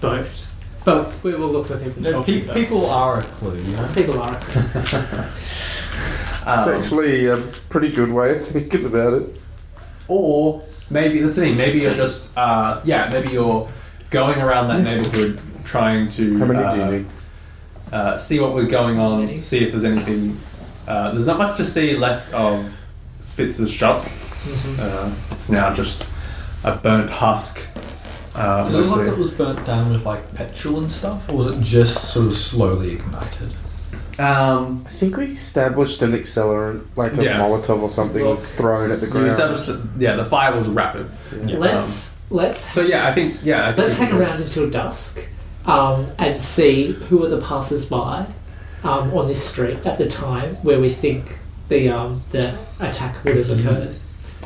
S5: Both.
S2: But we will look for people. to
S5: No,
S2: talk
S5: pe-
S2: to first.
S5: people are a clue, you know?
S2: people are.
S1: It's
S4: Um,
S1: actually a pretty good way of thinking about it.
S4: or maybe that's the thing. Maybe you're just uh, yeah. Maybe you're going around that neighborhood trying to
S1: How many
S4: uh,
S1: do you need?
S4: uh, see what was going on, see if there's anything. Uh, there's not much to see left of Fitz's shop. Uh, it's now just a burnt husk. Uh,
S5: Did it look like it
S4: mostly.
S5: was burnt down with like petrol and stuff, or was it just sort of slowly ignited?
S4: Um,
S1: I think we established an accelerant, like a
S4: Yeah.
S1: Molotov or something,
S4: Well,
S1: that's thrown at the
S4: you
S1: ground.
S4: established that yeah, the fire was rapid. Um,
S5: Yeah. um,
S2: Let's let's
S4: So yeah, I think yeah, I think
S2: let's
S4: it
S2: hang
S4: was-
S2: around until dusk um, and see who are the passers-by um, on this street at the time where we think the um, the attack would have occurred.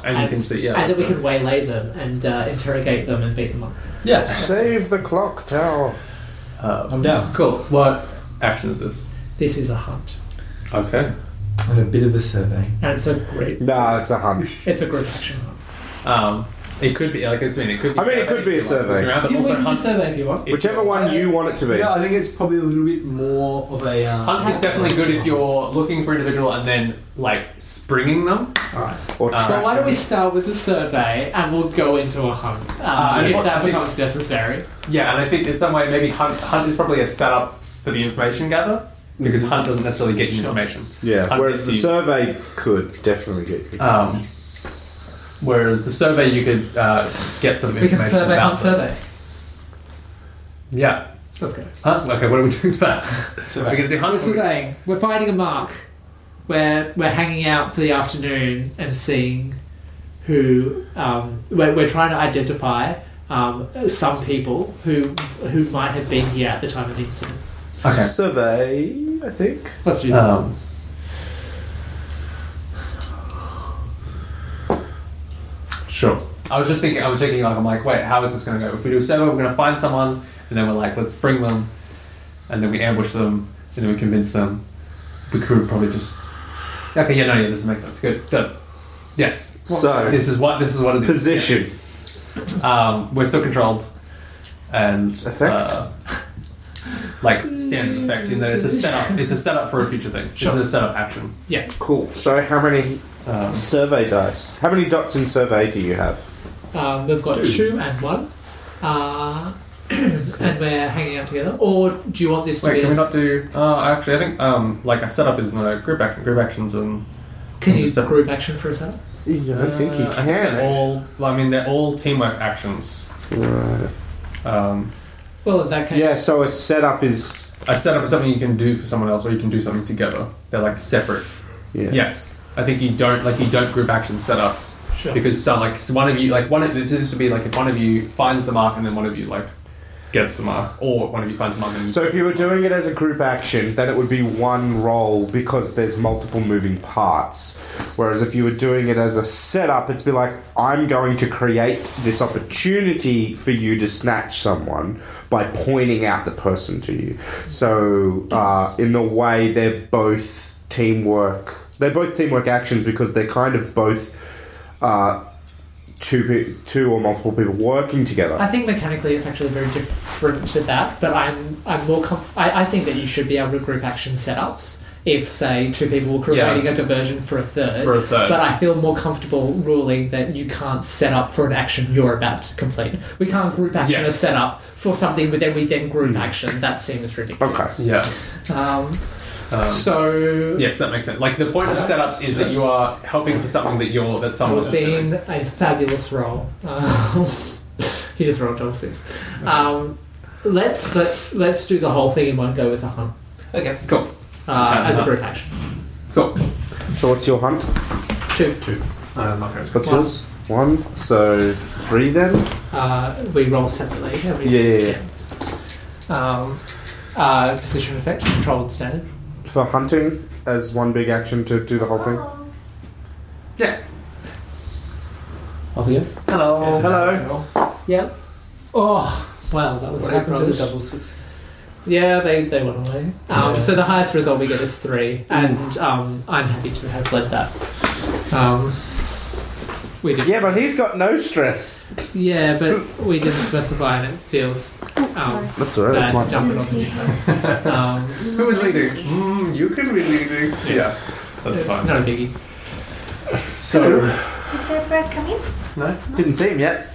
S4: and you can see Mm-hmm. yeah.
S2: and then we can waylay them and uh, interrogate them and beat them up.
S5: Yeah,
S1: Save the clock tower.
S4: Uh,
S5: I'm down.
S4: Cool. What action is this?
S2: This is a hunt,
S4: Okay.
S5: And a bit of a survey.
S2: and it's a group.
S1: Nah, it's a hunt.
S2: It's a group action hunt.
S4: Um, it could be like it's mean it could. Be
S1: I mean, it could be a
S4: like,
S1: survey.
S4: around, but
S2: You
S4: also
S2: can do
S4: hunt,
S2: survey if you want.
S4: if
S1: Whichever
S4: you're-
S1: one you want it to be.
S5: Yeah, I think it's probably a little bit more of a. Uh,
S4: Hunt is definitely good if you're looking for an individual and then like springing them.
S2: All right.
S1: Or
S4: Uh,
S2: So
S1: track.
S2: why don't we start with the survey and we'll go into a hunt um,
S4: Uh,
S2: if
S4: what-
S2: that
S4: I think-
S2: becomes necessary.
S4: Yeah, and I think in some way maybe hunt, hunt is probably a setup for the information gather because hunt doesn't necessarily get you
S2: Sure.
S4: information.
S1: Mm-hmm. Yeah,
S4: Hunt
S1: whereas
S4: gets
S1: the
S4: you-
S1: survey could definitely get you.
S4: Um, whereas the survey you could uh, get some
S2: We
S4: information
S2: can survey
S4: about.
S2: hunt
S4: them.
S2: survey.
S4: Yeah.
S2: Let's go.
S4: Huh? Okay, what are we doing first?
S5: Survey.
S4: We're gonna do
S2: We're
S4: hunt.
S2: surveying. We're finding a mark. We're we're hanging out for the afternoon and seeing who. Um, we're, we're trying to identify um, some people who who might have been here at the time of the incident.
S4: Okay.
S1: Survey, I think.
S2: Let's do that.
S4: Um, sure. I was just thinking. I was thinking. Like, I'm like, wait, how is this going to go? If we do a survey, we're going to find someone, and then we're like, let's bring them, and then we ambush them, and then we convince them. We could probably just. Okay. Yeah. No. Yeah. This makes sense. Good. Done. Yes.
S1: So-
S4: this is what this is what it is.
S1: Position.
S4: Yes. Um, we're still controlled. and
S1: Effect?
S4: uh, like standard effect in that it's a setup. It's a setup for a future thing.
S2: Sure.
S4: It's a setup action.
S2: Yeah.
S1: Cool. So how many
S4: Um,
S1: survey dice? How many dots in survey do you have?
S2: Um, we've got two and one. Uh, and we're hanging out together. Or do you want this to
S4: wait,
S2: be
S4: can
S2: a
S4: we not do? Uh, actually, I think um, like a setup is not a group action. Group actions and
S2: Can
S4: Can
S2: you
S4: we separate-
S2: group action for a second?
S1: I don't think you
S4: Uh, I
S1: can.
S4: they're all. well, I mean, they're all teamwork actions.
S1: Right.
S4: Um,
S2: Well, in that case,
S1: Yeah. So a setup is.
S4: a setup is something you can do for someone else, or you can do something together. They're like separate.
S1: Yeah.
S4: Yes, I think you don't like you don't group action setups
S2: sure.
S4: because some like s- one of you like one of this is to be like if one of you finds the mark and then one of you like gets the mark, or one of you finds the mark and you.
S1: So if you were doing it as a group action, then it would be one roll because there's multiple moving parts. Whereas if you were doing it as a setup, it'd be like, I'm going to create this opportunity for you to snatch someone by pointing out the person to you. So uh, in a way, they're both teamwork. They're both teamwork actions because they're kind of both uh, two, pe- two or multiple people working together.
S2: I think mechanically it's actually very different to that, but I'm I'm more comf- I, I think that you should be able to group action setups if, say, two people were creating
S4: Yeah.
S2: a diversion for a third.
S4: For a third.
S2: But I feel more comfortable ruling that you can't set up for an action you're about to complete. We can't group action
S4: Yes. Hmm.
S2: a setup for something, but then we then group action. That seems
S1: Okay.
S2: ridiculous.
S4: yeah.
S2: Um,
S4: Um,
S2: so
S4: yes, that makes sense. Like the point of setups is that you are helping for something that you're that
S2: That
S4: someone
S2: would
S4: is
S2: have been
S4: doing.
S2: a fabulous roll. Um, he just rolled double six. Um, let's let's let's do the whole thing in one go with a hunt
S5: Okay.
S4: Cool.
S2: uh,
S4: Okay,
S2: as a
S4: hunt.
S2: group action.
S4: Cool.
S1: So what's your hunt?
S2: Two.
S4: Um, okay.
S1: What's
S2: One.
S1: yours? One, so three then?
S2: Uh, we roll separately. and we-
S1: Yeah, yeah,
S2: Um, uh, position effect controlled standard.
S1: For hunting as one big action to do the whole thing?
S4: Yeah.
S2: Off you go.
S4: Hello.
S5: Yes,
S4: Hello.
S2: Yep. Oh. Wow, that was
S5: What
S2: a good
S5: happened to
S2: roll.
S5: the double six?
S2: Yeah, they, they went away. Um,
S5: Yeah.
S2: So the highest result we get is three, and um, I'm happy to have led that. Um, we did
S1: Yeah, but he's got no stress.
S2: Yeah, but we didn't specify, and it feels um,
S1: That's alright,
S2: bad
S1: that's
S2: to
S1: my
S2: dump it on you. Um,
S4: Who is leading? Mm, you could be leading. Yeah. That's
S2: it's
S4: fine.
S2: not a biggie.
S4: So.
S3: Did Brad come in?
S4: No.
S1: Didn't see him yet.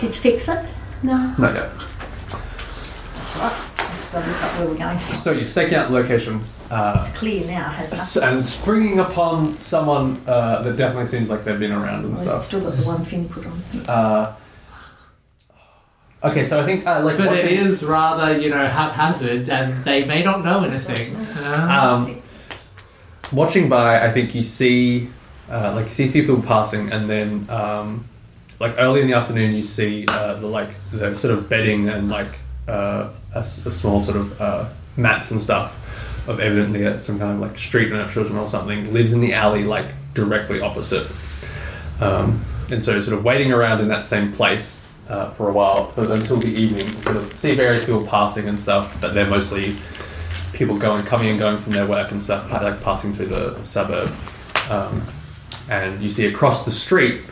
S6: Did you fix it?
S3: No.
S4: Not yet.
S6: That's all right. I just gotta look up where we're going to. It's
S4: So you stake out location, uh,
S6: clear now, has
S4: s-
S6: nothing.
S4: and springing upon someone uh, that definitely seems like they've been around and
S6: Or has it
S4: stuff.
S6: still got the one thing put on?
S4: Uh, okay, so I think uh, like
S2: But it
S4: watching-
S2: is rather, you know, haphazard, and they may not know anything. Uh,
S4: Um, watching by, I think you see, uh, like you see a few people passing, and then um, like early in the afternoon, you see uh, the like the sort of bedding and like uh, a, s- a small sort of uh, mats and stuff of evidently uh, some kind of like street children or something lives in the alley like directly opposite. Um, and so, sort of waiting around in that same place uh, for a while for, until the evening, sort of see various people passing and stuff, but they're mostly people going, coming and going from their work and stuff, pa- like passing through the suburb. Um, and you see across the street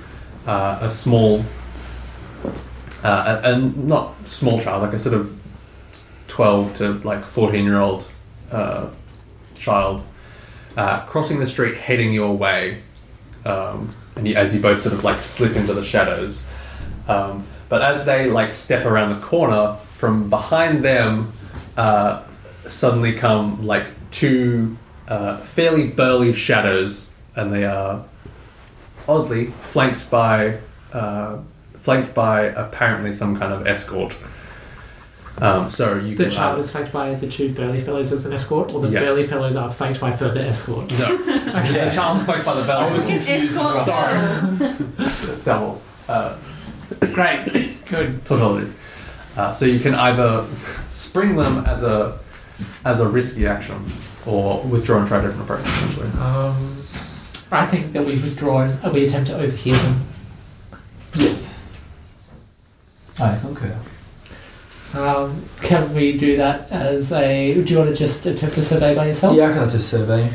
S4: uh, a small, uh, a, a not small child, like a sort of 12 to like 14 year old uh, child uh, crossing the street heading your way. Um, and you, as you both sort of like slip into the shadows. Um, but as they like step around the corner, from behind them uh, suddenly come like two uh, fairly burly shadows, and they are oddly flanked by uh, flanked by apparently some kind of escort. Um, so you
S2: the
S4: can
S2: child is flanked by the two burly fellows as an escort, or the
S4: Yes.
S2: burly fellows are flanked by further escort.
S4: no, the child is flanked by the bell.
S3: It's called
S4: Sorry. double. Uh,
S2: Great. Good.
S4: Totally. Uh, so you can either spring them as a as a risky action, or withdraw and try a different approach. Essentially,
S2: Um, I think that we withdraw and we attempt to overhear them.
S5: Yes. I concur.
S2: Um, can we do that as a? Do you want to just attempt to survey by yourself?
S5: Oh, Yeah, I can just survey.
S4: Yep.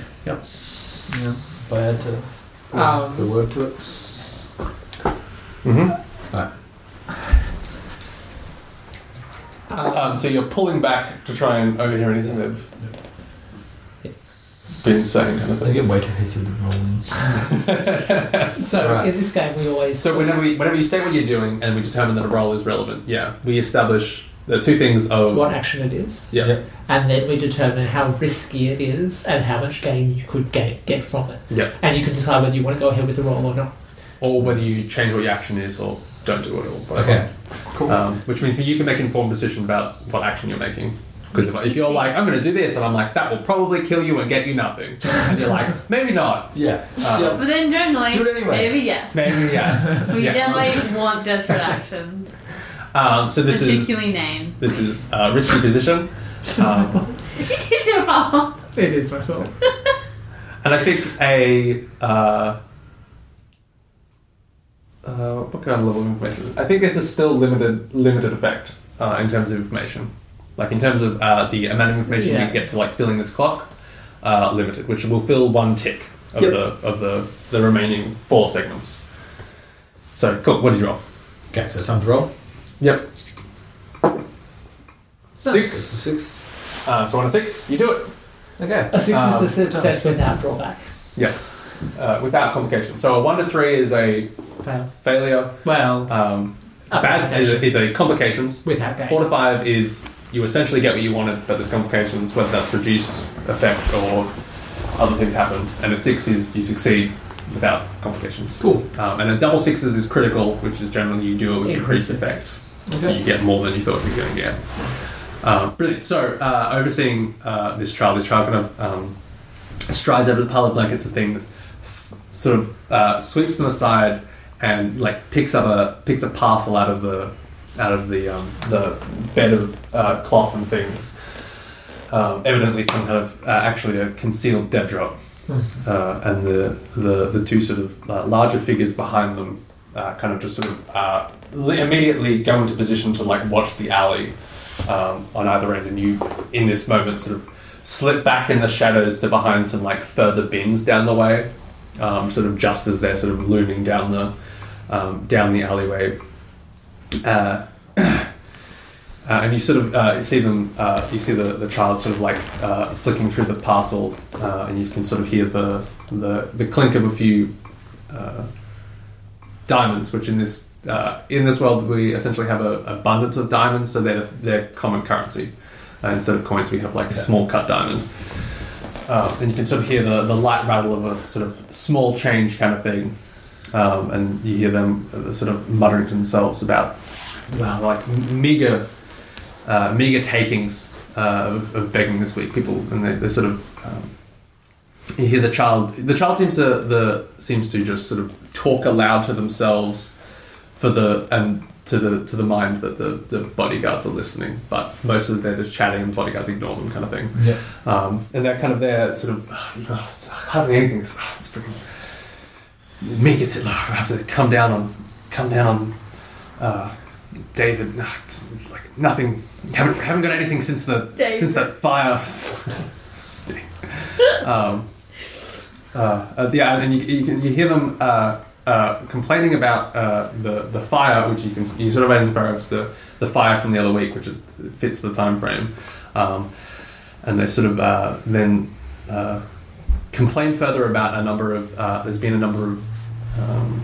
S5: Yeah. If I add to
S2: Um,
S5: the word to it.
S4: mm-hmm.
S5: Right.
S4: Um, so you're pulling back to try and overhear anything they've been saying, kind of
S5: They
S4: thing.
S5: get way too hasty to roll in.
S2: So
S5: Right.
S2: in this game, we always
S4: So whenever we, whenever you state what you're doing and we determine that a role is relevant, yeah, we establish the two things of
S2: what action it is,
S4: yeah,
S5: Yep.
S2: and then we determine how risky it is and how much gain you could get get from it.
S4: yeah,
S2: And you can decide whether you want to go ahead with the roll or not.
S4: or whether you change what your action is or don't do it or whatever.
S5: Okay. Cool.
S4: Um, which means you can make informed decision about what action you're making. Because if, if you're like, I'm going to do this, and I'm like, that will probably kill you and get you nothing, and you're like, maybe not,
S5: yeah.
S4: uh,
S3: But then generally,
S5: Do it anyway.
S3: maybe yes.
S4: maybe yes.
S3: We
S4: yes.
S3: generally want desperate actions,
S4: Um, so this is
S3: particularly named.
S4: this is uh, risky position, um,
S3: It is wrong.
S2: It is my fault.
S4: and I think a uh, uh, what kind of level of information? I think this is still limited limited effect uh, in terms of information, like in terms of uh, the amount of information you
S2: Yeah.
S4: can get to like filling this clock, uh, limited, which will fill one tick of
S5: Yep.
S4: the of the the remaining four segments. So cool. What did you roll?
S5: Okay, so it's time to roll.
S4: Yep.
S5: It's
S4: Six.
S5: a six.
S4: Uh, so on a six, you do it.
S5: Okay.
S2: A six
S4: Um,
S2: is a success without drawback.
S4: Yes, uh, without complication. So a one to three is a
S2: Fail.
S4: failure.
S2: Well,
S4: Um,
S2: A
S4: bad is a,
S2: complication.
S4: is a complications.
S2: without gain.
S4: Four to five is you essentially get what you wanted, but there's complications, whether that's reduced effect or other things happen. And a six is you succeed without complications.
S5: Cool.
S4: Um, and a double sixes is critical, which is generally you do it with increased
S2: Increased
S4: effect. So
S5: Okay.
S4: you get more than you thought you were going to get. Um, brilliant. So, uh, overseeing uh, this child, this child kind of um, strides over the pile of blankets and things, s- sort of uh, sweeps them aside, and like picks up a picks a parcel out of the out of the um, the bed of uh, cloth and things. Um, evidently, some kind of uh, actually a concealed dead drop, uh, and the, the the two sort of uh, larger figures behind them uh, kind of just sort of uh, li- immediately go into position to like watch the alley um, on either end, and you in this moment sort of slip back in the shadows to behind some like further bins down the way, um, sort of just as they're sort of looming down the um, down the alleyway. Uh, Uh, and you sort of uh, see them, uh, you see the, the child sort of like uh, flicking through the parcel, uh, and you can sort of hear the, the, the clink of a few uh, diamonds, which in this uh, in this world we essentially have a abundance of diamonds, so they're they're common currency. Uh, instead of coins, we have like a small cut diamond. Uh, and you can sort of hear the, the light rattle of a sort of small change kind of thing, um, and you hear them uh, sort of muttering to themselves about uh, like meager uh, meager takings uh, of, of begging this week. People and they, they sort of um, you hear the child. The child seems to the seems to just sort of talk aloud to themselves for the and to the to the mind that the, the bodyguards are listening. But most of the day they're just chatting and the bodyguards ignore them, kind of thing.
S5: Yeah.
S4: Um, and they're kind of there, sort of hardly anything. It's, ah, it's freaking me gets it. ah, I have to come down on come down on uh, David. Ah, It's, it's like nothing. Haven't haven't got anything since the
S3: David.
S4: since that fire. Stink. um, uh, uh, yeah, and you, you, can, you hear them uh, uh, complaining about uh, the the fire, which you can you sort of identify as the the fire from the other week, which is fits the time frame. Um, and they sort of uh, then uh, complain further about a number of uh, there's been a number of um,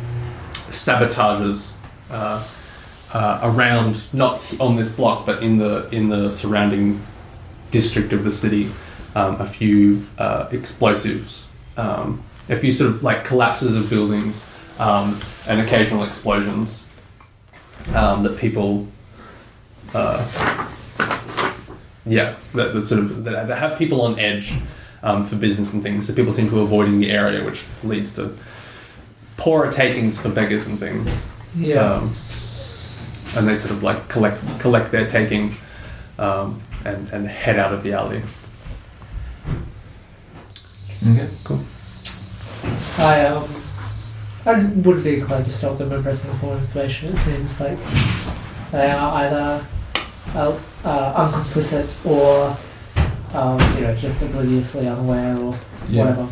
S4: sabotages uh, uh, around not on this block but in the in the surrounding district of the city um, a few uh, explosives um, a few sort of like collapses of buildings um, and occasional explosions um, that people uh, yeah, that, that sort of that, that have people on edge um, for business and things. So people seem to avoid in the area, which leads to poorer takings for beggars and things.
S2: yeah.
S4: Um, and they sort of like collect collect their taking um, and and head out of the alley.
S5: Okay.
S2: I um, I wouldn't be inclined to stop them and press them for information. It seems like they are either uh, uh, uncomplicit or um, you know just obliviously unaware or
S5: Yeah.
S2: whatever.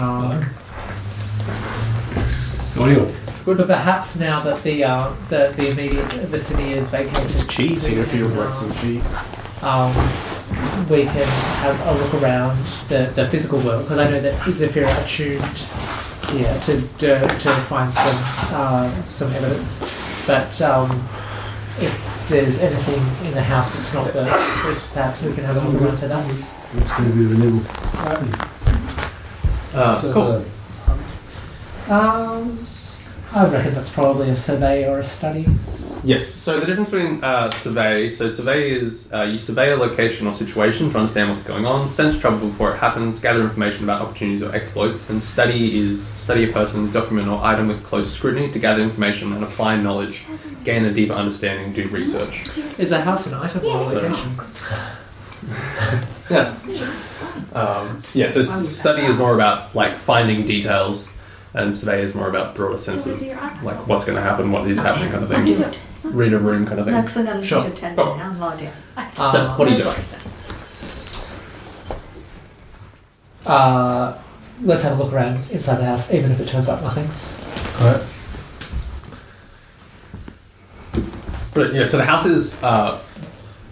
S2: Um,
S5: What do you?
S2: But perhaps now that the uh, the, the immediate vicinity is vacated,
S1: There's cheese here if you would like some cheese.
S2: um, we can have a look around the, the physical world because I know that Zephyr are tuned here to to, to find some uh, some evidence. But um, if there's anything in the house that's not the crisp, perhaps we can have a look around for that.
S7: It's going to be renewable.
S4: Uh,
S5: So,
S4: cool.
S5: uh,
S2: Um, I reckon that's probably a survey or a study.
S4: Yes. So the difference between uh, survey, so survey is uh, you survey a location or situation to understand what's going on, sense trouble before it happens, gather information about opportunities or exploits, and study is study a person, document or item with close scrutiny to gather information and apply knowledge, gain a deeper understanding, do research.
S2: Is a house an item or a
S4: So-
S2: location?
S4: Yes. Um, yeah. So s- study is more about like finding details, and survey is more about broader sense of like what's going to happen, what is happening, kind of thing. Read a room, kind of
S6: No,
S4: thing.
S6: because I know
S2: Sure.
S6: you should tell
S4: Go.
S6: me now and lie down.
S4: So
S2: Um,
S4: what do you do?
S2: Uh, let's have a look around inside the house, even if it turns up nothing.
S4: But yeah, so the house is uh,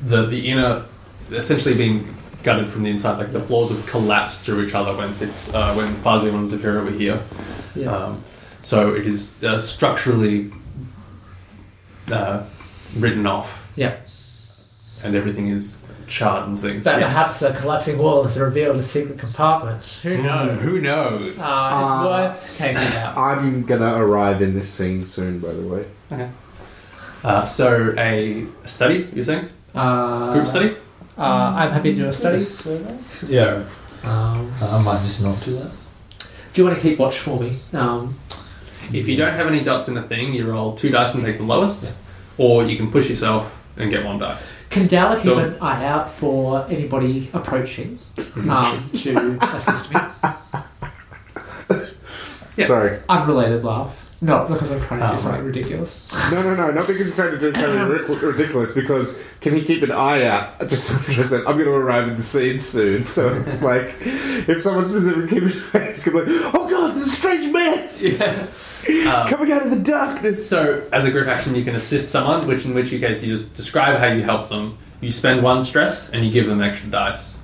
S4: the the inner essentially being gutted from the inside. Like the floors have collapsed through each other when it's uh, when Fazio and Zafira were here.
S2: Yeah.
S4: Um, so it is uh, structurally uh, written off,
S2: yeah.
S4: and everything is charred and things.
S2: But
S4: Yes.
S2: perhaps a collapsing wall has revealed a secret compartment. Who knows?
S4: Hmm, Who knows?
S2: Uh, it's
S1: Uh,
S2: worth casing out.
S1: I'm gonna arrive in this scene soon, by the way.
S4: Uh, so a study you're saying
S2: Uh,
S4: group study?
S2: Uh, I'm happy to do a study.
S5: yeah,
S2: Um,
S5: I might just not do that.
S2: do you want to keep watch for me? Um,
S4: If you don't have any dots in a thing, you roll two dice and take the lowest, or you can push yourself and get one dice.
S2: can Dala keep
S4: So-
S2: an eye out for anybody approaching
S4: Mm-hmm.
S2: um, to assist me?
S4: Yes.
S1: Sorry.
S2: Unrelated laugh. Not because I'm trying to
S4: Oh,
S2: do something
S4: right.
S2: ridiculous.
S1: No, no, no. Not because he's trying to do something ridic- ridiculous. Because can he keep an eye out? I Just, just said, I'm going to arrive in the scene soon. So it's like, if someone specifically keeps an eye out, it's going to be like, oh god, there's a strange man
S4: Um,
S1: coming out of the darkness.
S4: so, as a group action, you can assist someone, which in which you case you just describe how you help them. You spend one stress and you give them extra dice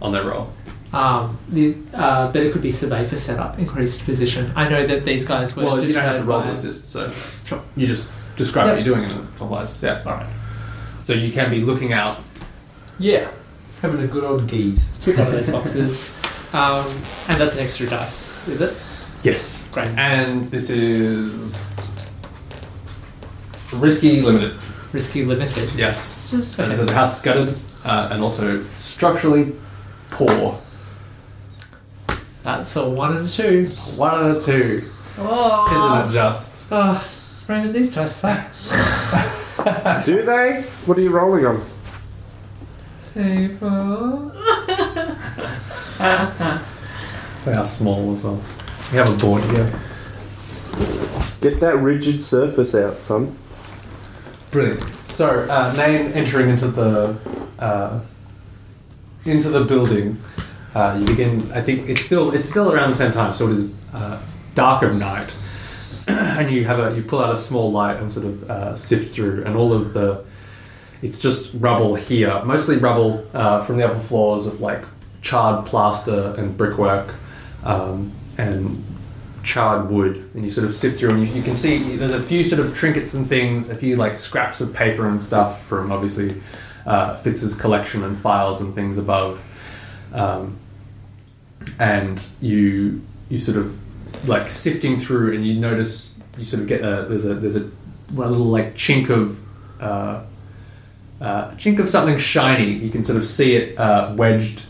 S4: on their roll.
S2: Um, the, uh, but it could be survey for setup, increased position. I know that these guys were.
S4: Well, you don't have to
S2: deterred
S4: roll
S2: by-
S4: to assist, so
S2: Sure.
S4: you just describe
S2: Yep.
S4: what you're doing and it applies. Yeah, all right. So you can be looking out.
S5: Yeah, having a good old geese.
S2: Tick one of those boxes, um, and that's an extra dice, is it?
S4: Yes.
S2: Great.
S4: And this is risky limited.
S2: Risky limited.
S4: Yes. And so the house is gutted uh, and also structurally poor.
S2: That's a one and a two.
S4: One out of two. Isn't it
S3: Oh.
S4: just?
S2: Oh, Raymond, these dice suck.
S1: Do they? What are you rolling on?
S2: Three, four.
S4: They are small as well. We have a board here.
S1: Get that rigid surface out, son.
S4: Brilliant. So, uh, Nain entering into the uh, into the building, uh, you begin. I think it's still it's still around the same time, so it is uh, dark of night, and you have a you pull out a small light and sort of uh, sift through, and all of the it's just rubble here, mostly rubble uh, from the upper floors of like charred plaster and brickwork um, and charred wood. And you sort of sift through, and you, you can see there's a few sort of trinkets and things, a few like scraps of paper and stuff from obviously uh, Fitz's collection and files and things above. Um, and you you sort of like sifting through, and you notice you sort of get a there's a there's a one little like chink of. Uh, uh, a chink of something shiny. You can sort of see it uh, wedged,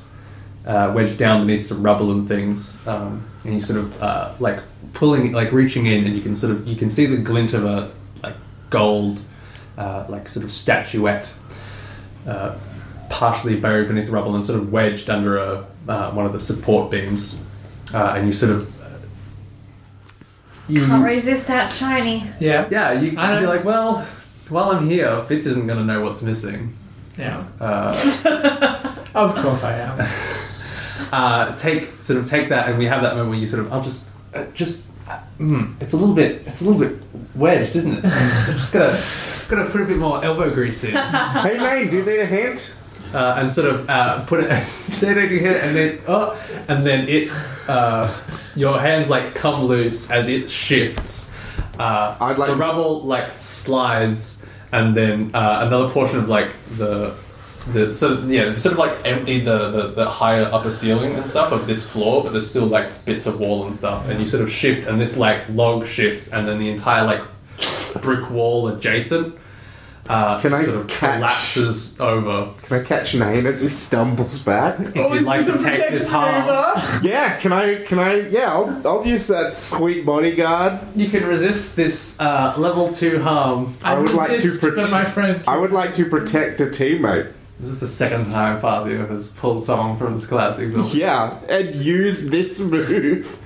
S4: uh, wedged down beneath some rubble and things. Um, and you sort of uh, like pulling, like reaching in, and you can sort of you can see the glint of a like gold, uh, like sort of statuette, uh, partially buried beneath the rubble and sort of wedged under a uh, one of the support beams. Uh, and you sort of uh, you
S3: Can't resist that shiny.
S2: Yeah.
S4: yeah you,
S2: I don't-
S4: you're like well while I'm here Fitz isn't gonna know what's missing.
S2: Yeah.
S4: Uh,
S2: Of course I am.
S4: uh, take sort of take that, and we have that moment where you sort of, I'll just, uh, just Mm, it's a little bit, it's a little bit wedged, isn't it? I'm just gonna, gonna put a bit more elbow grease in, uh,
S1: Hey, mate, do you need a hand?
S4: and sort of uh, put it. there, there, here, and then, oh, and then it, uh, your hands like come loose as it shifts. Uh,
S1: I'd like
S4: the
S1: to-
S4: rubble like slides, and then uh, another portion of like the. The, sort of yeah, sort of like emptied the, the, the higher upper ceiling and stuff of this floor, but there's still like bits of wall and stuff. And you sort of shift, and this like log shifts, and then the entire like brick wall adjacent uh,
S1: Can I
S4: sort of
S1: catch-
S4: collapses over.
S1: Can I catch Nain as he stumbles back?
S4: If you'd like to take this harm,
S1: Yeah, can I? Can I? Yeah, I'll, I'll use that sweet bodyguard.
S4: you can resist this uh, level two harm.
S1: I would like to
S2: resist, but
S1: protect-
S2: my friend.
S1: I would like to protect a teammate.
S4: This is the second time Fazio has pulled someone from this collapsing building.
S1: Yeah, and use this move.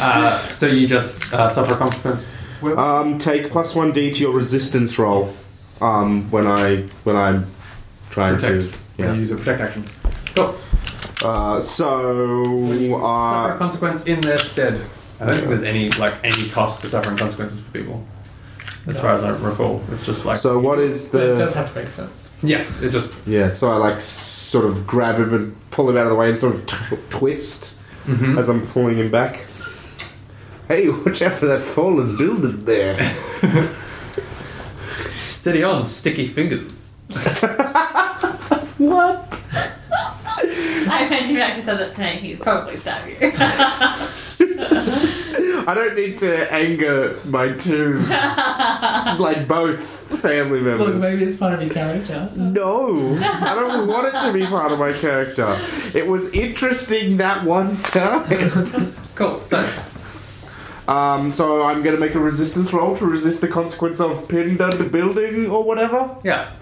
S4: Uh, so you just uh, suffer consequence.
S1: Um, take plus one d to your resistance roll. Um, when I when I'm trying
S4: Protect.
S1: to.
S4: When you
S1: Yeah.
S4: use a protect action. Cool.
S1: Uh,
S4: When you
S1: so
S4: suffer a
S1: uh,
S4: consequence in their stead. I don't think there's any like any cost to suffering consequences for people. As far as I recall, it's just like
S1: so what is
S2: But it does
S1: the?
S2: have to make sense.
S4: yes, it just
S1: Yeah, so I like sort of grab him and pull him out of the way and sort of tw- twist
S4: Mhm.
S1: as I'm pulling him back. Hmm? Hey, watch out for that fallen building there.
S4: steady on, sticky fingers.
S1: what?
S3: I imagine you actually said that to me. He'd probably stab you.
S1: I don't need to anger my two, like both family
S2: Look,
S1: members.
S2: maybe it's part of your character.
S1: No, I don't want it to be part of my character. It was interesting that one time.
S4: Cool. So
S1: Um, so I'm gonna make a resistance roll to resist the consequence of pinned under building or whatever.
S4: yeah,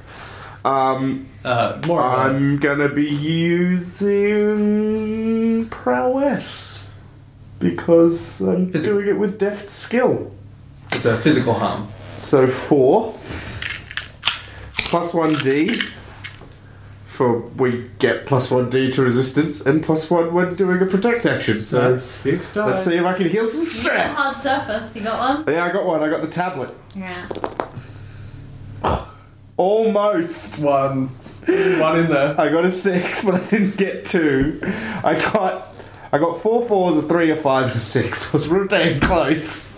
S1: Um,
S4: uh, more. about it.
S1: I'm gonna be using prowess because I'm
S4: Physical.
S1: doing it with deft skill.
S4: it's a physical harm.
S1: So four plus one D for we get plus one D to resistance and plus one when doing a protect action. So
S5: six
S1: let's see if I can heal some
S3: Hard
S1: stress.
S3: surface. You got one?
S1: Yeah, I got one. I got the tablet.
S3: Yeah.
S1: Almost.
S4: One, one in there.
S1: I got a six, but I didn't get two. I got I got four fours, a three, a five, and a six. was real dang close.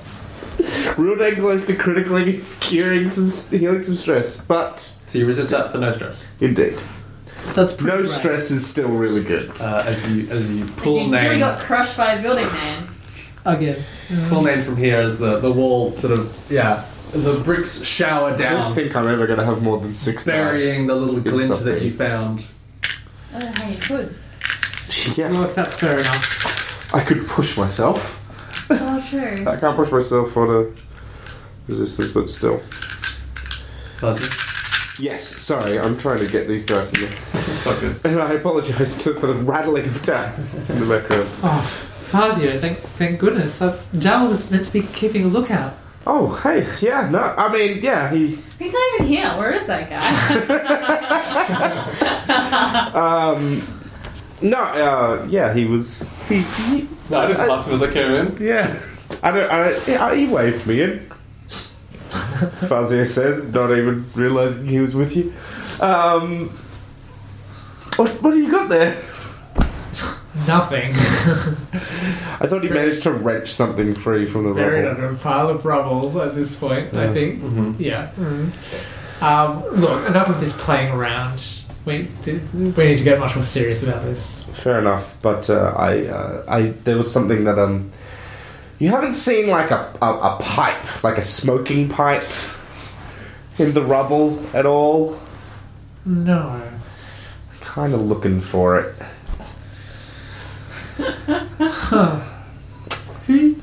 S1: Real dang close to critically curing some healing some stress, but
S4: So you resist that for no stress.
S1: indeed.
S2: That's pretty
S1: No
S2: great.
S1: stress is still really good.
S4: Uh, as you as you
S3: Like,
S4: pull
S3: you really
S4: name
S3: got crushed by a building man.
S2: Again.
S4: pull name from here as the the wall sort of yeah the bricks shower
S1: I don't
S4: down,
S1: think I'm ever going to have more than six
S4: burying the little
S1: It's
S4: glint that
S1: something.
S4: you found.
S3: Oh, hey, good.
S1: knives. Yeah,
S2: Look, that's fair enough.
S1: I could push myself.
S3: Oh, true.
S1: I can't push myself on a resistance, but still.
S4: Pleasant.
S1: Yes, sorry, I'm trying to get these dice in there.
S4: It's not good.
S1: And I apologise to- for the rattling of dice in the background.
S2: Oh, Fazio, thank, thank goodness. Uh, Dal was meant to be keeping a lookout.
S1: Oh, hey, yeah, no, I mean, yeah, he.
S3: He's not even here. Where is that guy?
S1: Um. No, uh, yeah, he was. He. he
S4: No, I just passed him as I came in.
S1: yeah. I don't. I, don't- yeah, he waved me in. Fazio says, not even realizing he was with you. Um, what, what do you got there?
S2: Nothing.
S1: I thought he managed to wrench something free from the
S2: Buried
S1: rubble.
S2: under a pile of rubble at this point, I
S1: Yeah. Mm-hmm.
S2: think. Yeah. Um, look, enough of this playing around. We, th- we need to get much more serious about this.
S1: Fair enough, but uh, I, uh, I, there was something that um, you haven't seen like a, a a pipe, like a smoking pipe, in the rubble at all.
S2: No.
S1: Kind of looking for it.
S2: Huh. Who?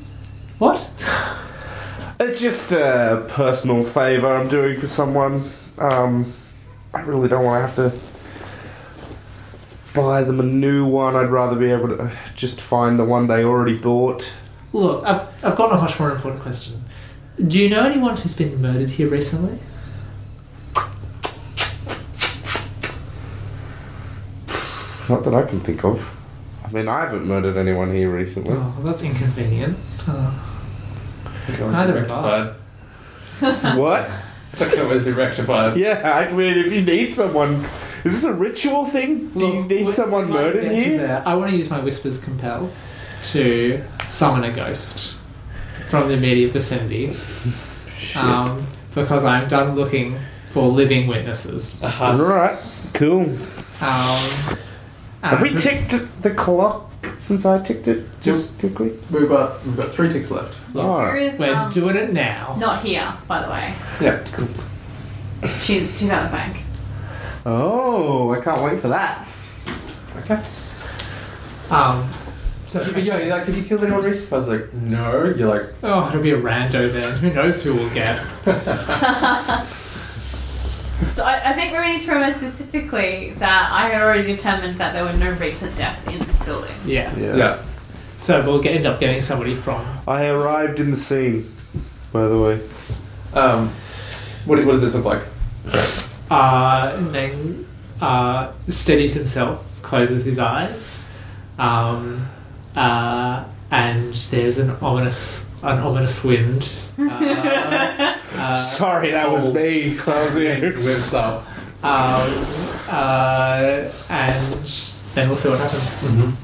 S2: What?
S1: It's just a personal favour I'm doing for someone. Um, I really don't want to have to buy them a new one. I'd rather be able to uh, just find the one they already bought.
S2: Look, I've, I've got a much more important question. Do you know anyone who's been murdered here recently?
S1: Not that I can think of. I mean, I haven't murdered anyone here recently.
S2: Oh, that's inconvenient. Oh.
S4: That can always
S2: Neither
S4: be
S2: have I.
S4: rectified.
S1: what?
S4: That can always be rectified.
S1: Yeah, I mean, if you need someone, is this a ritual thing? Do you
S2: Look,
S1: need
S2: we-
S1: someone
S2: we might
S1: murdered
S2: get to
S1: here?
S2: that. I want to use my whispers compel to summon a ghost from the immediate vicinity um, because I'm done looking for living witnesses.
S1: All right, cool.
S2: Um,
S1: Have we
S2: and-
S1: ticked the clock since I ticked it? Just quickly.
S4: We've got we've got three ticks left.
S1: All
S3: There
S1: right.
S3: is,
S2: We're
S3: um,
S2: doing it now.
S3: not here, by the way.
S4: Yeah.
S3: She, she's at the bank.
S1: Oh, I can't wait for that.
S2: Um, so,
S4: But yeah, you're like, have you killed anyone recently? I was like, no. You're like,
S2: oh, it'll be a rando then. Who knows who we'll get?
S3: So I, I think we need to remember specifically that I had already determined that there were no recent deaths in this building.
S2: Yeah.
S1: Yeah.
S4: yeah.
S2: So we'll get, end up getting somebody from.
S1: I arrived in the scene, by the way.
S4: Um, what, what does this look like?
S2: Uh, Nang uh, steadies himself, closes his eyes, um, uh, and there's an ominous, an ominous wind. Uh, uh,
S1: Sorry, that was
S4: oh.
S1: me. That was
S4: It
S1: you.
S4: whips up.
S2: um, uh, and then we'll see what happens.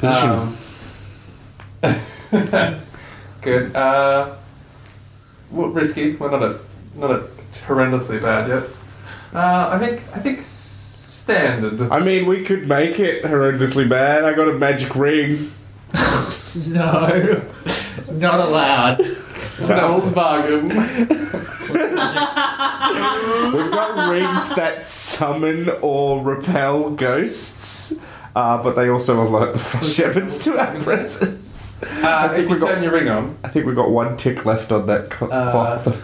S1: Position.
S4: Um, good. Uh, well, risky. We're not at not at horrendously bad yet. Uh, I think I think standard.
S1: I mean, we could make it horrendously bad. I got a magic ring.
S2: No, not allowed.
S4: Devil's bargain.
S1: We've got rings that summon or repel ghosts, uh, but they also alert the fresh shepherds to our presence.
S4: Uh,
S1: think
S4: if
S1: we
S4: you
S1: got-
S4: turn your ring on,
S1: I think we got one tick left on that cl-
S4: Uh,
S1: cloth.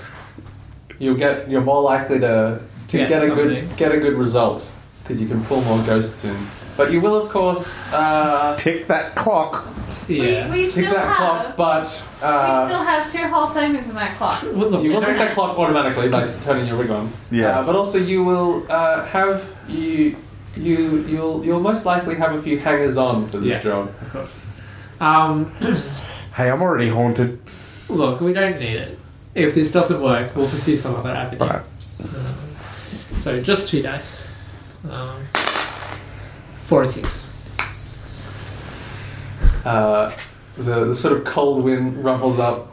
S4: you'll get you're more likely to to
S2: Get
S4: get, a
S2: something.
S4: good get a good result because you can pull more ghosts in. But you will of course uh,
S1: Tick that clock.
S2: Yeah.
S3: We, we,
S4: tick
S3: still
S4: that
S3: have,
S4: clock, but. Uh,
S3: we still have two whole segments in that clock.
S2: Well, look,
S4: You will
S2: we
S4: take
S2: don't-
S4: that clock automatically, like turning your rig on.
S1: Yeah.
S4: Uh, but also, you will uh, have you you you'll you'll most likely have a few hangers on for this
S2: Yeah.
S4: job.
S2: Of course. Um,
S1: Hey, I'm already haunted.
S2: look, we don't need it. If this doesn't work, we'll pursue some other avenue.
S1: Right.
S2: So just two dice. Um, four and six.
S4: Uh, the, the sort of cold wind ruffles up.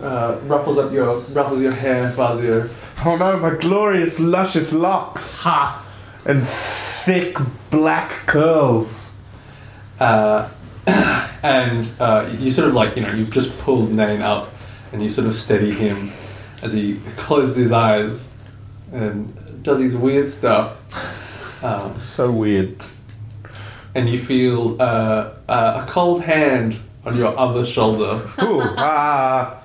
S4: Uh, ruffles up your ruffles your hair, Fazio.
S1: Oh no, my glorious, luscious locks
S2: Ha!
S1: and thick black curls.
S4: Uh, and uh, you sort of like you know you've just pulled Nain up, and you sort of steady him as he closes his eyes and does his weird stuff. Um,
S1: So weird.
S4: and you feel uh, uh, a cold hand on your other shoulder.
S1: Ooh, ah.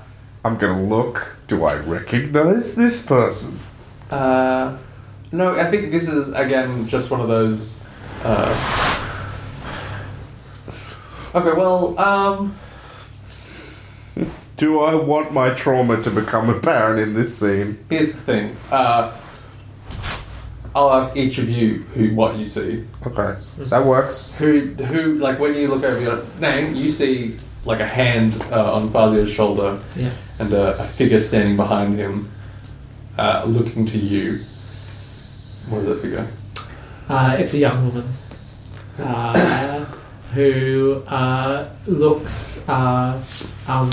S1: I'm gonna look. Do I recognize this person?
S4: Uh, no, I think this is again just one of those. Uh... Okay, well, um,
S1: Do I want my trauma to become apparent in this scene?
S4: here's the thing. Uh, I'll ask each of you who what you see.
S1: Okay, that works.
S4: Who who like when you look over your name, you see like a hand uh, on Fazio's shoulder
S2: Yeah.
S4: and a, a figure standing behind him, uh, looking to you. What is that figure?
S2: Uh, it's a young woman uh, who uh, looks uh, um,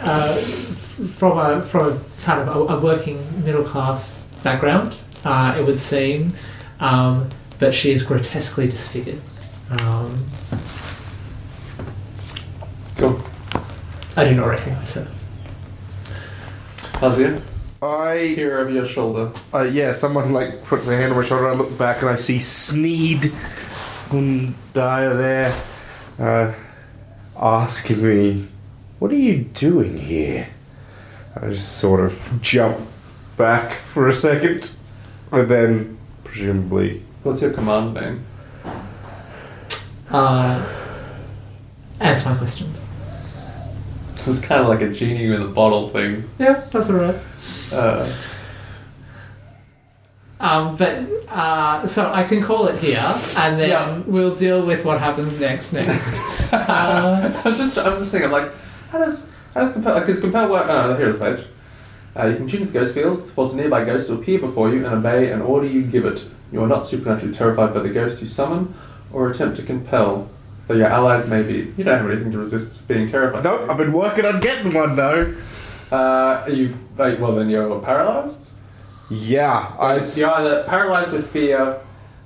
S2: uh, from a from a kind of a, a working middle class background. Uh, it would seem, um, but she is grotesquely disfigured. Um,
S4: Cool.
S2: I do not recognise her.
S4: Fazio,
S1: I,
S4: here over your shoulder.
S1: uh, yeah, someone like puts their hand on my shoulder. I look back and I see Sneed Gundaya there, uh, asking me, "What are you doing here?" I just sort of jump back for a second, and then presumably,
S4: What's your command name?
S2: Uh, answer my questions.
S4: This is kind of like a genie with a bottle thing.
S2: Yeah, that's alright.
S4: Uh,
S2: Um, but uh, so I can call it here, and then
S4: Yeah.
S2: we'll deal with what happens next. Next, uh,
S4: I'm just, I'm just thinking, like, how does As compel, because compel work. Oh, here's the page. Uh, you can tune into ghost fields, force a nearby ghost to appear before you and obey an order you give it. You are not supernaturally terrified by the ghost you summon or attempt to compel, though your allies may be. You don't have anything to resist being terrified.
S1: Nope, I've been working on getting one though.
S4: Uh, are you like, well, then you're paralyzed.
S1: Yeah, I.
S4: You're either paralyzed with fear,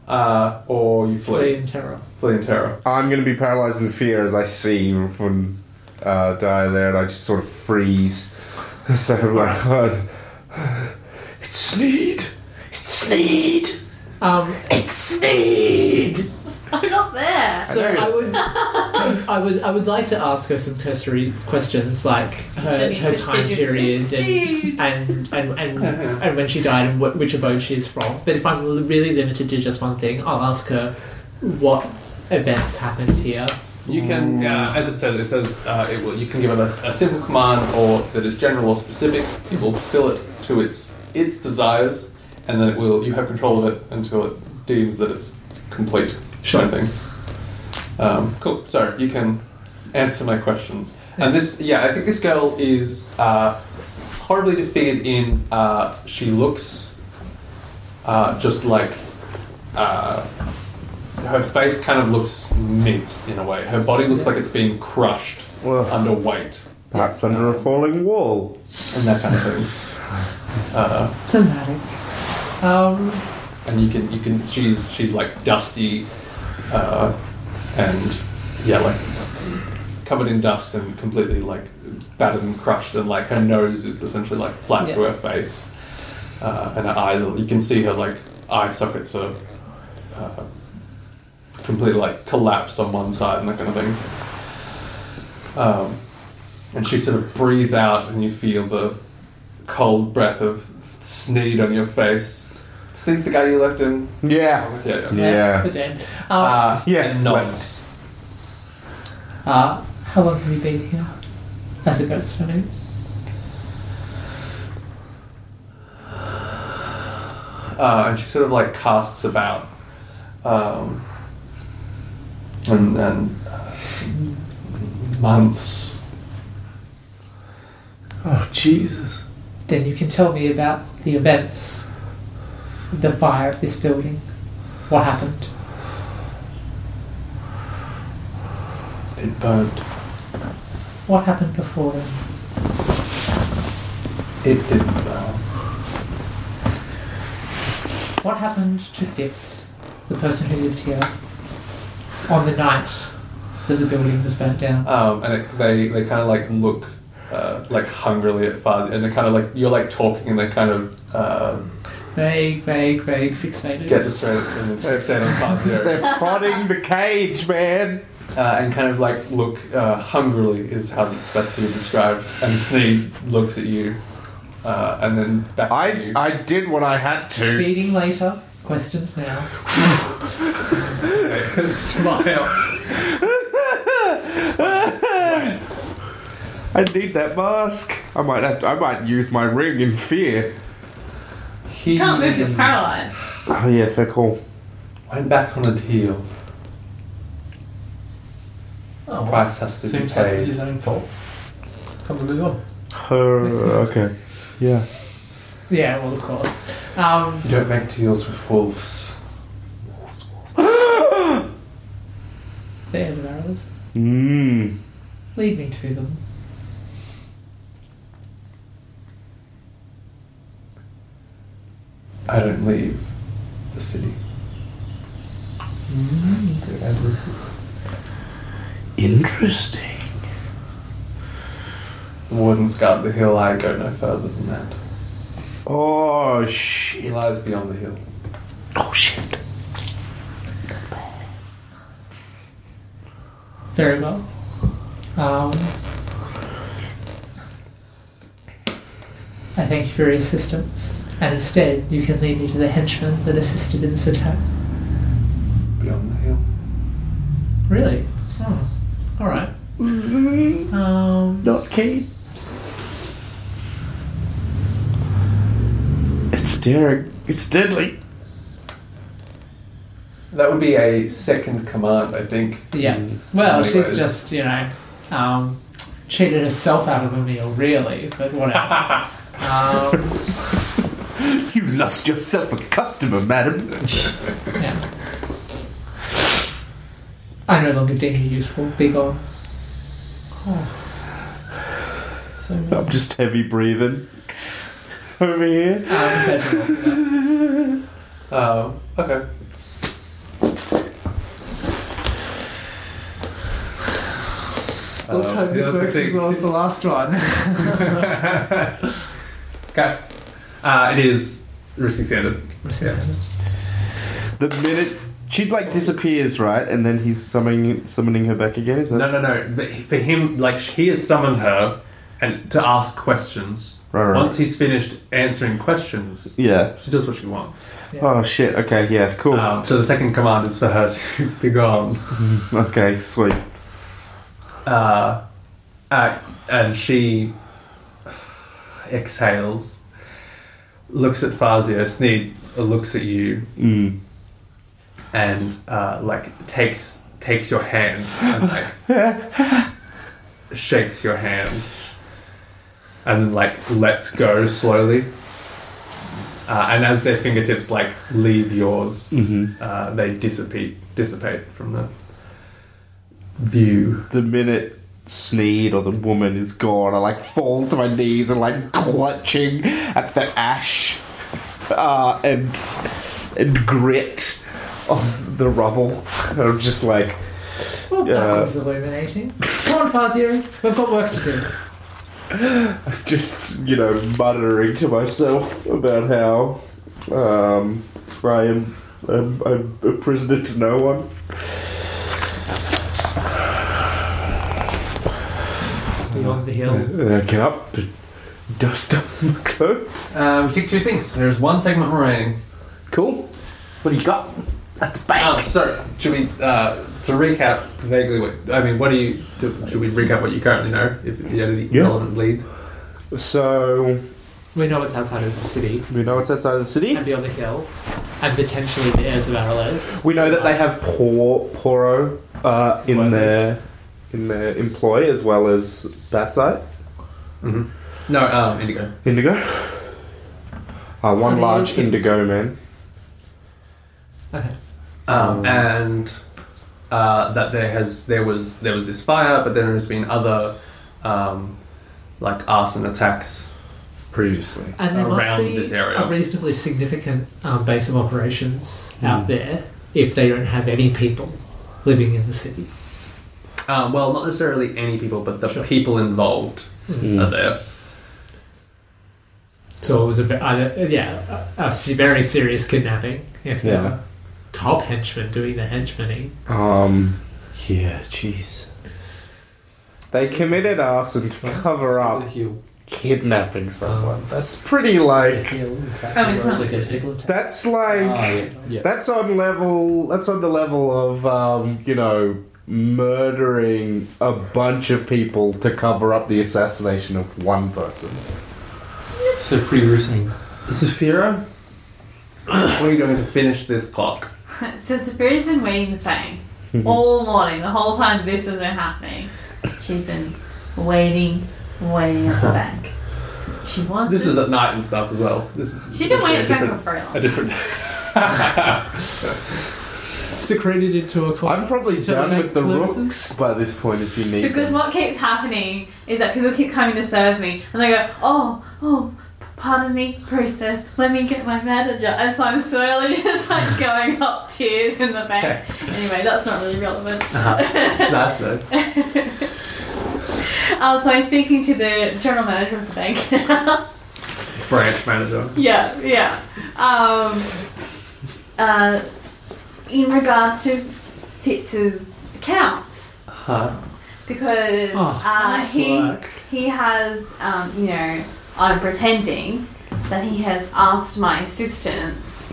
S4: uh, or you
S2: Flee
S4: flee,
S2: in terror.
S4: flee in terror.
S1: I'm going to be paralyzed in fear as I see from uh, die there, and I just sort of freeze. So I'm like, God, it's Sneed. It's Sneed.
S2: Um,
S1: It's Sneed.
S3: I'm not there.
S2: so
S1: know.
S2: I would, I would, I would like to ask her some cursory questions, like her,
S3: Sydney
S2: her
S3: with
S2: time
S3: pigeon-
S2: period
S3: It's
S2: and
S3: me.
S2: and and and,
S4: Mhm.
S2: and when she died and wh- which abode she's from. But if I'm l- really limited to just one thing, I'll ask her what events happened here.
S4: You can, uh, as it says, it says uh, it will, you can give it a, s- a simple command or that is general or specific. It will fill it to its its desires, and then it will. You have control of it until it deems that it's complete. Sure thing. Um, cool. So you can answer my questions. And this, yeah, I think this girl is uh, horribly defeated in. Uh, she looks uh, just like. Uh, her face kind of looks minced in a way. Her body looks like it's been crushed
S1: Well.
S4: under weight
S1: Perhaps under a falling wall.
S4: and that kind of thing. Uh,
S6: Thematic.
S2: Um,
S4: and you can, you can. She's she's like dusty, uh, and yeah, like covered in dust and completely like battered and crushed, and like her nose is essentially like flat to
S2: Yeah.
S4: her face, uh, and her eyes. Are, you can see her like eye sockets are uh, completely like collapsed on one side and that kind of thing. Um, and she sort of breathes out, and you feel the cold breath of Sneed on your face. Sneed's the guy you left in.
S1: Yeah.
S4: Yeah, yeah.
S1: Yeah.
S2: but then, uh,
S4: Uh,
S1: Yeah,
S4: and nods.
S2: uh, how long have you been here? As a ghost, I mean.
S4: Uh, and she sort of like casts about, um, and then uh, months.
S5: Oh, Jesus.
S2: Then you can tell me about the events, the fire of this building, what happened.
S4: It burned.
S2: What happened before then?
S4: It didn't burn.
S2: What happened to Fitz, the person who lived here, on the night that the building was burnt down?
S4: Um, and it, they they kind of like look uh, like hungrily at Fuzz, and they kind of like you're like talking, and they kind of uh,
S2: Vague, vague, vague, fixated.
S4: get distracted and then fixate on Fazio,
S1: They're prodding the cage, man.
S4: uh, and kind of like look uh, hungrily is how it's best to be described. And Sneed looks at you, uh, and then back at
S1: I
S4: you.
S1: I did what I had to.
S2: Feeding later, questions now.
S4: smile.
S1: I need that mask. I might have to, I might use my ring in fear.
S4: He
S3: You can't move, you're paralyzed.
S1: Oh yeah, fair call.
S4: went back on a deal.
S5: Oh, well,
S4: Price has to be
S5: Seems like it was
S4: paid.
S5: his own fault. Come to move on.
S1: Her, okay. Yeah.
S2: Yeah, well, of course. Um,
S4: You don't make deals with wolves.
S2: there's an arrow list.
S1: Mmm.
S2: Lead me to them.
S4: I don't leave the city.
S1: Interesting.
S4: The warden's guard the hill. I go no further than that.
S1: Oh
S4: He
S1: shit.
S4: lies beyond the hill.
S1: Oh shit.
S2: Very well. Um, I thank you for your assistance, and instead, you can lead me to the henchmen that assisted in this attack.
S4: Beyond the hill.
S2: Really? Hmm. All right. Um,
S1: Not Kate. It's daring. It's deadly.
S4: That would be a second command, I think.
S2: yeah. Well, she's
S4: Anyways.
S2: just you know, um, cheated herself out of a meal, really, but whatever. um,
S1: You lost yourself a customer, madam.
S2: yeah. I no longer deem you useful. Be gone. Oh.
S5: So
S2: um,
S1: I'm just heavy breathing over here.
S2: Um, vegetable.
S4: Oh, okay.
S2: Let's
S1: Um,
S4: Uh,
S2: hope
S4: the
S2: this
S4: other
S2: works as
S4: thing-
S2: well as the last one.
S4: Okay. Uh, it is wristing standard.
S1: The minute she like disappears, right, and then he's summoning summoning her back again. Is that
S4: No, no, no. But he- For him, like sh- he has summoned her, and to ask questions.
S1: Right, right,
S4: Once he's finished answering questions,
S1: yeah?
S4: she does what she wants.
S1: Oh shit. Okay. Yeah. Cool.
S4: Um, so the second command is for her to be gone.
S1: okay. Sweet.
S4: Uh, uh, and she exhales, looks at Fazio, Sneed looks at you,
S1: Mm.
S4: and uh, like takes takes your hand and like shakes your hand and then like lets go slowly uh, and as their fingertips like leave yours
S1: hmm
S4: uh, they dissipate dissipate from the view
S1: The minute Sneed or the woman is gone, I like fall to my knees and like clutching at the ash uh, and and grit of the rubble. I'm just like,
S2: Well, that
S1: Yeah.
S2: was illuminating. Come on, Fazio. We've got work to do.
S1: just you know, muttering to myself about how um, I am. I'm, I'm a prisoner to no one.
S2: Beyond the hill.
S1: And I get up, and dust off my coat.
S4: uh, we tick two things there's one segment remaining
S1: Cool. What do you got?
S4: um, so should we uh, to recap vaguely what I mean what do you do, should we recap what you currently know if you had any
S1: Yeah.
S4: relevant lead
S1: So
S2: We know it's outside of the city
S1: we know it's outside of the city.
S2: and beyond the hill, and potentially the heirs of Arales.
S1: We know that they have Por- Poro uh, in
S2: Workers.
S1: their in their employ as well as Batsite
S4: hmm no um, Indigo
S1: Indigo. Uh, one
S2: Honey,
S1: large
S2: you-
S1: indigo man.
S2: Okay.
S4: um,
S1: Um,
S4: and uh, that there has there was there was this fire, but then there's been other um, like arson attacks.
S1: Previously,
S2: And there must
S4: Around
S2: be
S4: this area.
S2: a reasonably significant um, base of operations
S1: Hmm.
S2: out there if they don't have any people living in the city.
S4: Um, well, not necessarily any people, but the
S2: Sure.
S4: people involved
S1: Mm.
S4: are there.
S2: Mm. So it was a ve- either, yeah, a, a se- very serious kidnapping if they
S1: Yeah.
S2: were top henchmen doing the henchmaning.
S1: um, yeah, jeez. They committed arson to cover up kidnapping someone. That's pretty like
S3: Oh, it's not good.
S1: that's like
S5: Ah, yeah.
S1: That's on level. That's on the level of um, you know murdering a bunch of people to cover up the assassination of one person.
S5: So pretty routine.
S4: Zafira, when are you going to finish this clock?
S3: So Saphira's been waiting for Fang all morning, the whole time this isn't happening. She's been waiting, waiting at the bank. She wants
S4: This is
S3: this-
S4: at night and stuff as well. This is
S3: She's been waiting
S4: essentially
S3: at the bank
S4: a
S3: for very long.
S4: different. A different
S2: Secreted into a corner.
S1: I'm probably
S2: So
S1: done
S2: make
S1: with the
S2: closes?
S1: rooks by this point. If you need
S3: Because
S1: them.
S3: what keeps happening is that people keep coming to serve me, and they go, "Oh, oh, pardon me, process. Let me get my manager." And so I'm slowly just like going up tiers in the bank. anyway, that's not really relevant.
S4: Uh-huh. That's though.
S3: um, so I'm speaking to the general manager of the bank now.
S4: branch manager.
S3: yeah, yeah. Um, uh, in regards to Fitz's accounts,
S4: Huh.
S3: because
S2: Oh,
S3: uh,
S2: nice
S3: he
S2: work.
S3: he has um, you know I'm pretending that he has asked my assistance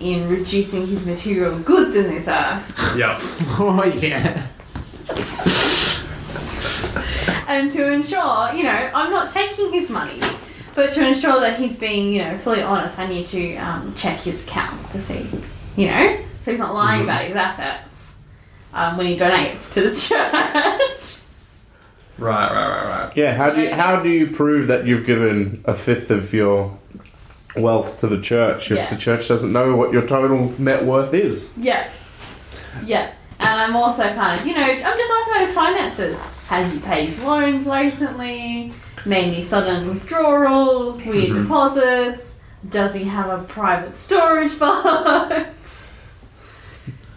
S3: in reducing his material goods in this earth
S4: Yeah.
S2: Oh yeah.
S3: and to ensure you know I'm not taking his money but to ensure that he's being you know fully honest I need to um, check his accounts to see you know so he's not lying
S2: Mm-hmm.
S3: about his assets um, when he donates to the church
S4: Right, right, right, right.
S1: Yeah, how do you, how do you prove that you've given a fifth of your wealth to the church if
S3: Yeah.
S1: the church doesn't know what your total net worth is?
S3: Yeah. Yeah. And I'm also kind of, you know, I'm just asking about his finances. Has he paid his loans recently? Mainly sudden withdrawals, weird
S4: Mhm.
S3: deposits. Does he have a private storage box?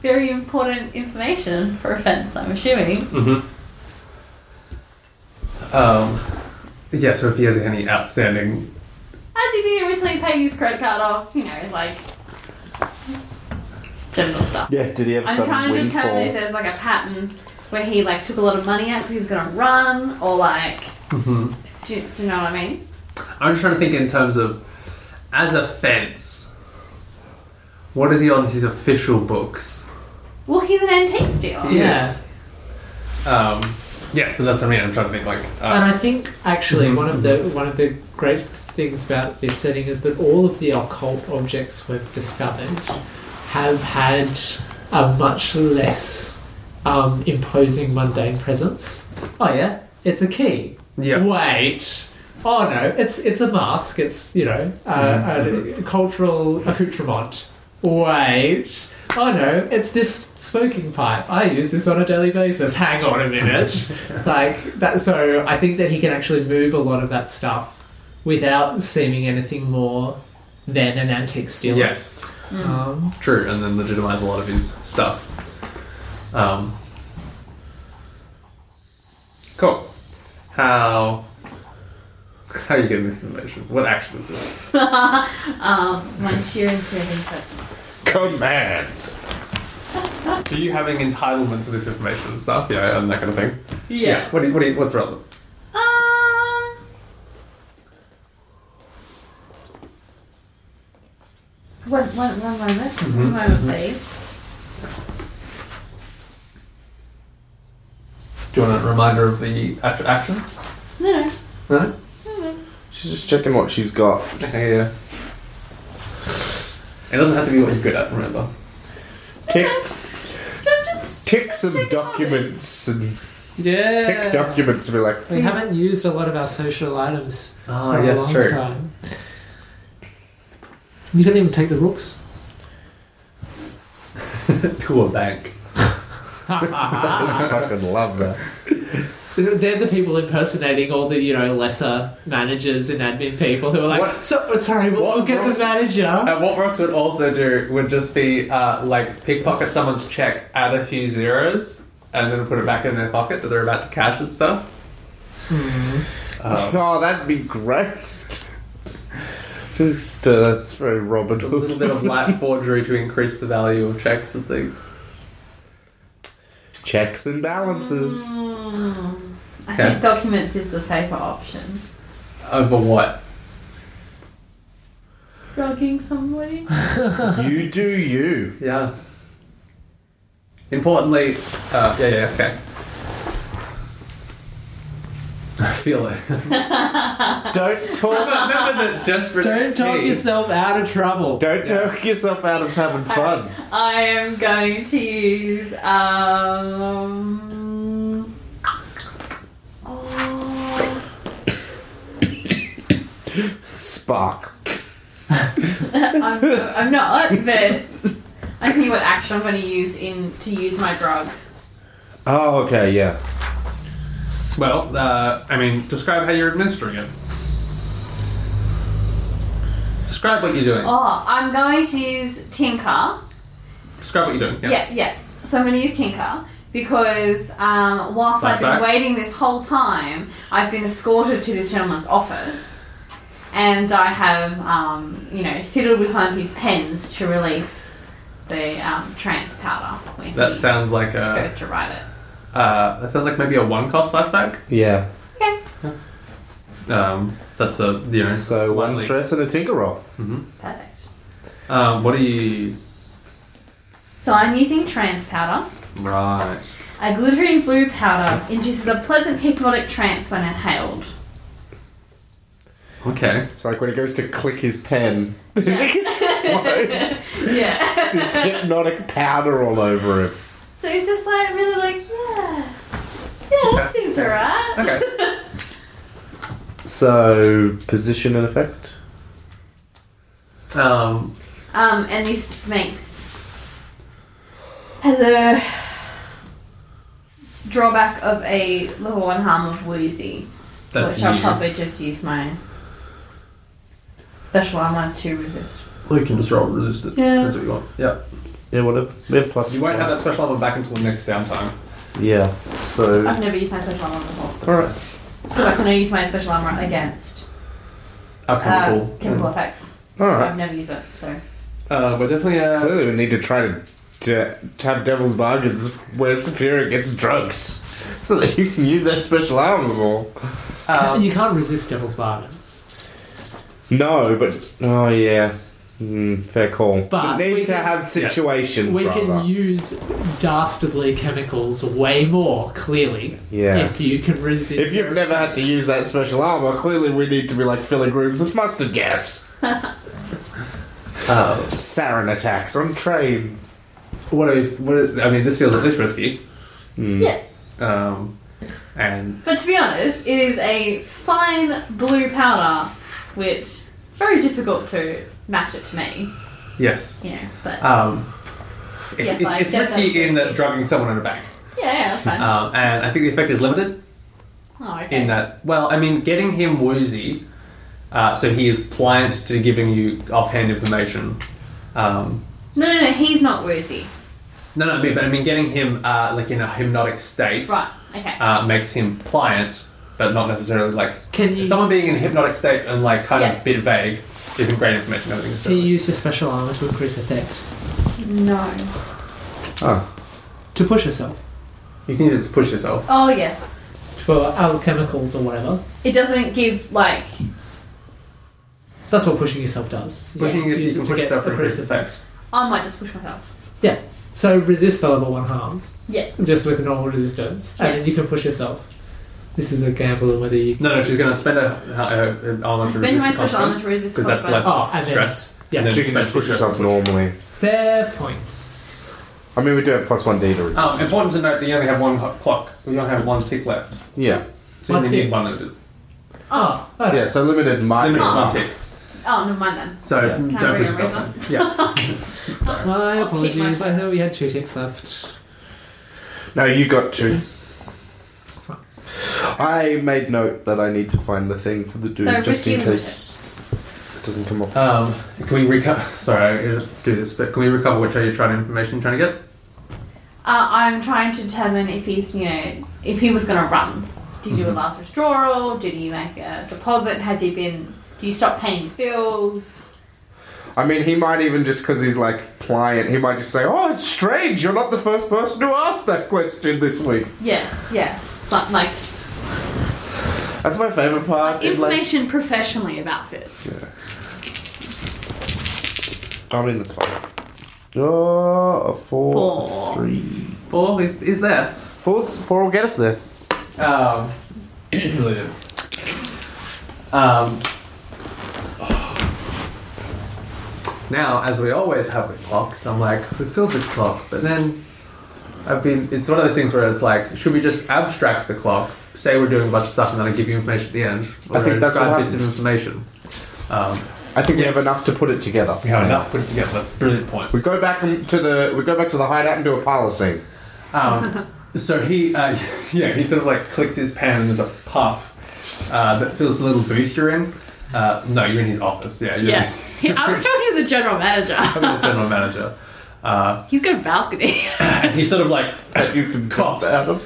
S3: Very important information for offence, I'm assuming.
S4: Mm-hmm. Um, yeah, so if he has any outstanding.
S3: Has he been recently paying his credit card off? You know, like general stuff.
S1: Yeah, did he have
S3: I'm trying to determine if there's like a pattern where he like took a lot of money out because he was gonna run or like
S4: Mhm.
S3: do, do you know what I mean?
S4: I'm just trying to think in terms of. As a fence, what is he on his official books?
S3: Well, he's an antiques dealer.
S2: Oh, Yeah.
S4: Um, yes, but that's what I mean. I'm trying to think like.
S2: and
S4: Uh,
S2: I think actually one of the one of the great things about this setting is that all of the occult objects we've discovered have had a much less um, imposing mundane presence. Oh yeah, it's a key.
S4: yeah.
S2: Wait. Oh no, it's it's a mask. It's you know uh, a cultural accoutrement. Wait. Oh no, it's this smoking pipe. I use this on a daily basis. Hang on a minute. like that. So I think that he can actually move a lot of that stuff without seeming anything more than an antique dealer.
S4: Yes.
S2: Um,
S4: True, and then legitimize a lot of his stuff. Um, cool. How how are you getting this information? What action is this?
S3: um, my insurance rating purpose.
S1: Command.
S4: Do you having entitlement to this information and stuff? Yeah, and that kind of thing. What is what? Is, what's relevant?
S3: Um. One, one, one moment. One moment, please.
S4: Do you want a reminder of the act- actions?
S3: No, no.
S4: No.
S1: She's just checking what she's got.
S4: Okay. Yeah. It doesn't have to be what you're good at. Remember.
S1: Tick,
S3: Just, just
S1: tick some documents and
S2: yeah.
S1: tick documents and be like,
S2: We haven't used a lot of our social items
S4: Ah,
S1: Oh,
S2: for a long time. You don't even take the rooks.
S4: to a bank.
S1: I fucking love that.
S2: They're they're the people impersonating all the you know lesser managers and admin people who are like,
S4: What-
S2: so, sorry, we'll,
S4: what
S2: we'll get
S4: rocks-
S2: the manager.
S4: And Uh, what Rocks would also do would just be uh, like pickpocket someone's check, add a few zeros, and then put it back in their pocket that they're about to cash and stuff.
S2: Hmm.
S4: Um,
S1: Oh, that'd be great. Just, uh, that's very Robin
S4: a
S1: Hood.
S4: little bit of light forgery to increase the value of checks and things.
S1: Checks and balances.
S3: Mm, I
S4: Okay.
S3: think documents is the safer option.
S4: Over what?
S3: Drugging somebody?
S4: Mm.
S1: you do you.
S4: Yeah. Importantly, uh, yeah, yeah, okay. I feel it.
S1: Don't talk.
S4: Remember that desperate.
S2: Don't
S4: XP.
S2: talk yourself out of trouble.
S1: Don't talk yourself out of having
S4: Uh,
S1: fun.
S3: I am going to use um oh,
S1: Spark.
S3: I'm, I'm not, but I think what action I'm gonna use in to use my drug.
S1: Oh, okay, yeah.
S4: Well, uh, I mean, describe how you're administering it. Describe what you're doing.
S3: Oh, I'm going to use Tinker.
S4: Describe what you're doing.
S3: Yeah, yeah. So I'm going to use Tinker because um, whilst I've been
S4: Flashback.
S3: waiting this whole time, I've been escorted to this gentleman's office, and I have, um, you know, fiddled with one of his pens to release the um, trance powder when
S4: That
S3: he
S4: sounds like a.
S3: goes to write it.
S4: Uh, that sounds like maybe a one-cost flashback.
S1: Yeah.
S3: Okay,
S4: Um, that's a you know.
S1: So one
S4: slightly- Mm-hmm.
S1: stress and a tinker roll.
S3: perfect.
S4: Um, what are you?
S3: So I'm using trance powder.
S4: Right.
S3: A glittering blue powder induces a pleasant hypnotic trance when inhaled.
S4: Okay.
S1: It's like when he goes to click his pen, he explodes.
S3: Yeah.
S1: this hypnotic powder all over him.
S3: So he's just like really like, yeah, yeah, that
S4: Okay.
S3: seems alright. right?
S4: Okay.
S1: So, position and effect.
S4: Um,
S3: Um, and this makes has a drawback of a level one harm of woozy,
S4: that's
S3: which I'll
S4: you.
S3: probably just use my special armor to resist.
S4: Well, you can just roll resistance.
S3: Yeah.
S4: That's what you want. Yeah.
S1: Yeah, whatever. We have plus.
S4: You won't have that special armor back until the next downtime.
S1: Yeah. So.
S3: I've never used my special armor before,
S1: All right.
S3: so I can only use my special armor against uh,
S4: Alchemical.
S3: chemical effects.
S1: All
S3: I've
S1: right.
S3: never used it, so
S4: Uh, we're definitely uh,
S1: Clearly, we need to try to, to, to have devil's bargains where Saphira gets drugged, so that you can use that special armor more.
S4: um,
S2: you can't resist Devil's Bargains.
S1: No, but oh yeah, mm, fair call.
S2: But
S1: we need
S2: we
S1: to
S2: can-
S1: have situations
S2: We
S1: rather.
S2: can use dastardly chemicals way more clearly
S1: yeah.
S2: if you can resist.
S1: If you've
S2: their
S1: never had to
S2: effects.
S1: use that special armor, clearly we need to be like filling rooms with mustard gas.
S4: uh,
S1: Sarin attacks on trains.
S4: what are we? What are, I mean, this feels at least risky.
S1: Mm.
S3: yeah.
S4: Um, and
S3: But to be honest, it is a fine blue powder, which very difficult to match it to me.
S4: yes,
S3: You know, but
S4: um, it,
S3: Yeah,
S4: it-
S3: fine.
S4: it's
S3: Yeah, that's
S4: risky in that
S3: risky.
S4: drugging someone in a bank.
S3: yeah, yeah, that's fine.
S4: Um, and I think the effect is limited
S3: oh, okay.
S4: in that. Well, I mean, getting him woozy, uh, so he is pliant to giving you offhand information. Um,
S3: No, no, no, he's not woozy.
S4: no, no, I mean, but I mean, getting him uh, like in a hypnotic state
S3: Right, okay.
S4: uh, makes him pliant, but not necessarily like
S2: Can you
S4: someone being in a hypnotic state and like kind of
S3: Yeah.
S4: a bit vague isn't great information. I don't think
S2: can you
S4: so.
S2: use your special armor to increase effect
S3: no.
S1: Oh.
S2: to push yourself
S4: You can use it to push yourself.
S3: Oh, yes.
S2: for alchemicals or whatever?
S3: It doesn't give, like,
S2: That's what pushing yourself does.
S4: Pushing
S2: You
S4: you, you
S2: use it
S4: can
S2: to
S4: push
S2: get
S4: yourself for
S2: increased
S4: increased effects.
S3: I might just push myself.
S2: Yeah. So resist the level one harm
S3: Yeah.
S2: just with normal resistance, and then you can push yourself. This is a gamble on whether you.
S4: No, no, she's going to spend a, a, a armor to
S3: Spend
S4: resist
S3: my
S4: the
S3: special armor
S4: consequence
S3: to resist
S4: because that's less
S3: consequence.
S2: Oh, and then-
S4: stress.
S2: Yeah.
S4: and then
S1: So you can
S4: spend
S1: just push
S4: push
S1: yourself
S4: push.
S1: normally.
S2: Fair point.
S1: I mean, we do have plus one D to resist.
S4: Um, important to note that you only have one ho- clock. You only have one tick left.
S1: yeah.
S4: So you
S2: One
S4: only need
S2: tick.
S4: one limited.
S2: Oh, okay.
S1: Yeah. So limited might.
S4: Limited
S3: Oh.
S4: one tick.
S3: Oh, never mind then.
S4: So
S1: Yeah.
S4: mm,
S3: Can I
S4: don't
S3: bring
S4: push
S3: a
S4: yourself.
S3: razor?
S4: in. Yeah. Sorry.
S2: My
S3: I'll keep my
S2: apologies. I thought
S3: focus.
S2: we had two ticks left.
S1: No, you got two. I made note that I need to find the thing for the dude
S3: So,
S1: just in
S3: risky and
S1: case it doesn't come up.
S4: Um, can we recover? Sorry, I just do this, but can we recover which are you trying information you're trying to get?
S3: Uh, I'm trying to determine if he's, you know, if he was going to run. Did
S4: Mm-hmm.
S3: you do a last withdrawal? Did you make a deposit? Has he been. Do you stop paying his bills?
S1: I mean, he might even just because he's like pliant, he might just say, "Oh, it's strange. You're not the first person to ask that question this week."
S3: Yeah, yeah. Like, like
S1: That's my favorite part. in, like-
S3: information professionally about Fitz.
S1: I mean, that's fine. Oh, a four,
S3: Four.
S1: a three,
S4: Four is, is there.
S1: four, four will get us there.
S4: Um, brilliant. Um, now, as we always have with clocks, I'm like, we filled this clock, but then I've been. It's one of those things where it's like, should we just abstract the clock, say we're doing a bunch of stuff, and then I give you information at the end? Or
S1: I think that's what
S4: describe bits of
S1: happens.
S4: information. Um,
S1: I think we
S4: Yes.
S1: have enough to put it together.
S4: Put it together. That's a brilliant point.
S1: We go back and- to the we go back to the hideout and do a parlor scene.
S4: Um, so he, uh, yeah, he sort of like clicks his pen and there's a puff uh, that fills the little booth you're in. Uh, no, you're in his office. Yeah, you're
S3: Yeah. I'm talking to the general manager.
S4: I'm the general manager. Uh,
S3: He's got a balcony.
S4: and he sort of like you can coughs. Um,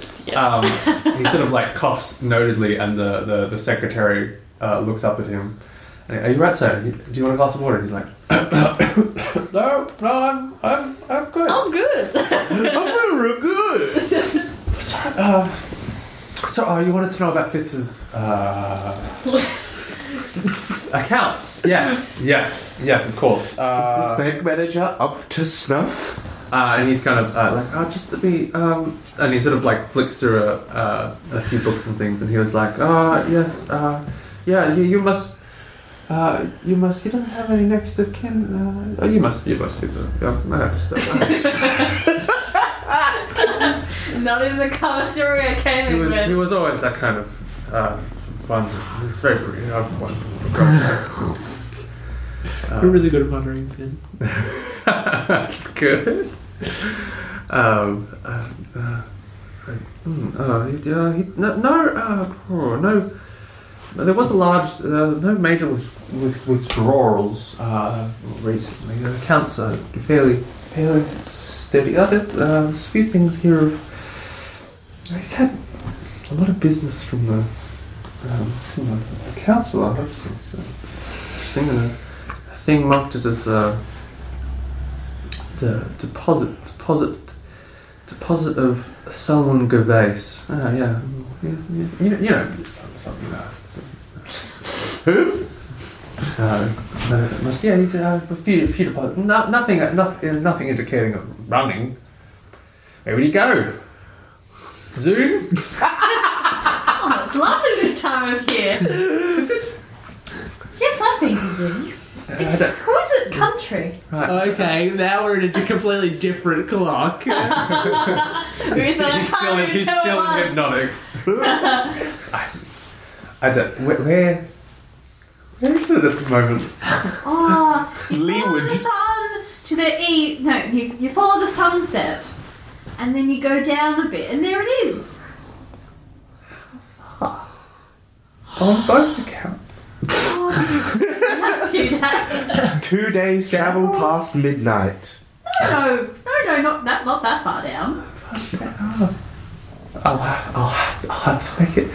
S4: he sort of like coughs notedly, and the the, the secretary uh, looks up at him. And, Are you right, sir? Do you want a glass of water? And he's like, No, no, I'm I'm I'm good.
S3: I'm good.
S4: I'm feeling real good. so, uh, so uh, you wanted to know about Fitz's uh, accounts? Yes, yes, yes, of course.
S1: Is
S4: Uh,
S1: the snake manager up to snuff?
S4: uh, and he's kind of uh, like, oh, just to be, um, and he sort of like flicks through a, uh, a few books and things, and he was like, oh, yes, uh, yeah, you, you must, uh, you must, you don't have any next of kin, uh, oh, you must, you must be the, yeah, I understand.
S3: not in the cover story I came
S4: He
S3: in
S4: was he
S3: with.
S4: was always that kind of uh, fun. It's very brilliant. I've won- Uh, Um,
S2: We're really good at muttering, Finn.
S4: That's good. Um, uh, uh, hmm, uh, he- uh, he- no, no, uh, oh, no. There was a large, uh, no major with, with, withdrawals uh, recently. The accounts are fairly, fairly steady. Uh, there- uh, there's a few things here. Of, he's had a lot of business from the, um, from the councillor. That's, that's uh, interesting. And a thing marked it as. Uh, the deposit deposit deposit of Salmon Gervais. Ah, yeah. You, you, you- you know, some- something nice. Who? Uh, no, that must, yeah, he's uh, a few, a few deposits. No, nothing, nothing, nothing indicating of running. Where would he go? Zoom?
S3: Oh, it's lovely this time of year. Is it? Yes, I think it's in. Exquisite country.
S4: Right.
S2: Okay, now we're in a di- completely different clock.
S3: He's,
S4: he's still in hypnotic. I, I don't. Where, where? Where is it at the moment?
S3: Oh, you
S1: Leeward.
S3: follow the sun to the east. No, you, you follow the sunset, and then you go down a bit, and there it is.
S4: On both accounts.
S3: That's you, Dad.
S1: Two days travel past midnight.
S3: No, no, no, not that, not that far down.
S4: I'll, ha- Oh, I'll, have, I'll have to make it.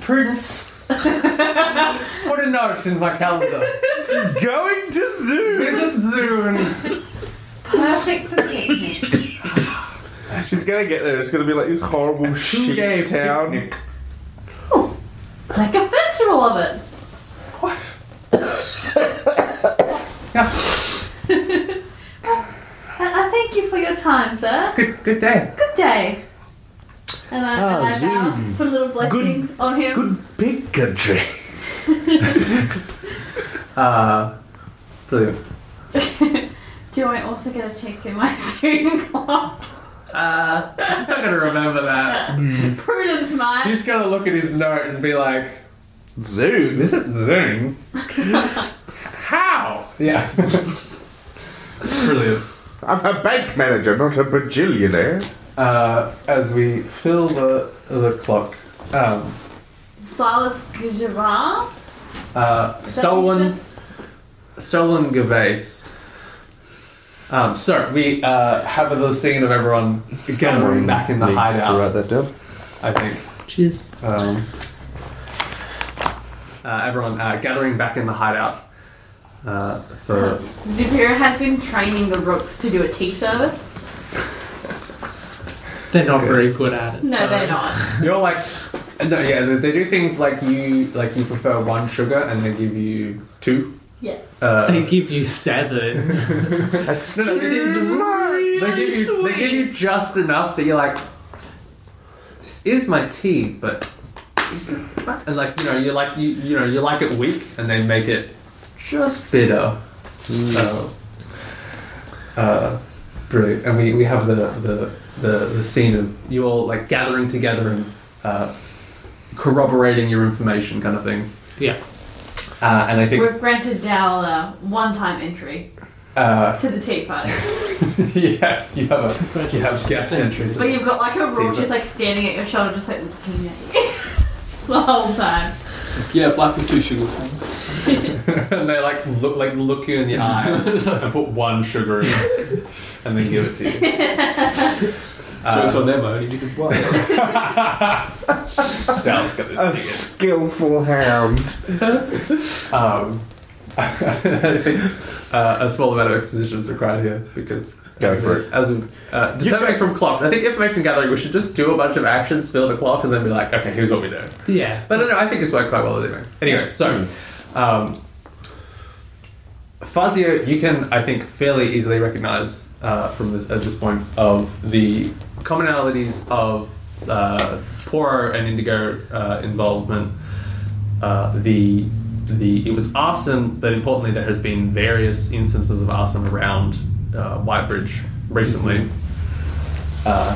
S4: Prudence. Put a note in my calendar.
S1: Going to Zoom.
S4: Visit soon.
S3: Perfect for picnic.
S1: She's gonna get there. It's gonna be like this horrible
S4: Two-day
S1: shit town.
S4: picnic.
S3: like a festival of it. I, I thank you for your time, sir.
S4: Good, good day.
S3: Good day. And I,
S1: Ah,
S3: and I
S1: Zoom.
S3: now put a little blessing on him.
S1: Good big country.
S4: Uh, brilliant.
S3: Do I also get a check in my Zoom clock?
S4: Uh, he's not gonna remember that.
S3: Prudence, mate.
S4: He's gonna look at his note and be like,
S1: Zoom.
S4: "Visit Zoom." How? Yeah. brilliant.
S1: I'm a bank manager, not a bajillionaire.
S4: Uh, as we fill the the clock, um,
S3: Silas Gujarat.
S4: Uh,
S3: that
S4: Solon,
S3: make
S4: Solon Gervais. Um, so we uh, have a little scene of everyone gathering back in the
S1: Needs To write
S4: hideout.
S1: that down.
S4: I think
S2: Cheers.
S4: um, uh, everyone uh, gathering back in the hideout uh, for
S3: Zubira has been training the rooks to do a tea service.
S2: They're not
S4: Okay.
S2: very good at it.
S3: No,
S2: Uh,
S3: they're not.
S4: You're like, no, yeah, they they do things like you like you prefer one sugar and they give you two.
S3: Yeah.
S4: Uh,
S2: They give you seven.
S1: That's
S4: No, no, this is
S1: right.
S4: They give, you, they give you just enough that you're like, this is my tea, but isn't that-" and like you know you like you you know you like it weak, and they make it just bitter. So, uh, brilliant. And we, we have the, the the the scene of you all like gathering together and uh, corroborating your information, kind of thing.
S2: Yeah.
S4: Uh, and I think
S3: We've granted Dal a one-time entry
S4: uh,
S3: to the tea party.
S4: yes, you have a you have guest entry.
S3: But you've got like a
S4: Tea,
S3: rook
S4: but-
S3: just like standing at your shoulder just like looking at you. the whole time.
S5: Yeah, black with two sugars. Thanks.
S4: and they like look like look you in the eye and put one sugar in and then give it to you.
S5: Jokes
S4: Uh,
S5: on them, only you can. Well,
S4: Dallas got this
S1: A
S4: thing
S1: skillful hound.
S4: in. Um, I think uh, a small amount of exposition is required here because
S1: Go
S4: as
S1: for
S4: we- As we, uh, determining from clocks, I think information gathering. We should just do a bunch of actions, fill the clock, and then be like, okay, here's what we do.
S2: Yeah.
S4: But no, no, I think it's worked quite well anyway. Anyway, so um, Fazio, you can I think fairly easily recognise uh, from this at this point of the commonalities of uh, Poro and Indigo uh, involvement. Uh, the the it was arson, but importantly, there has been various instances of arson around uh, Whitebridge recently. Uh,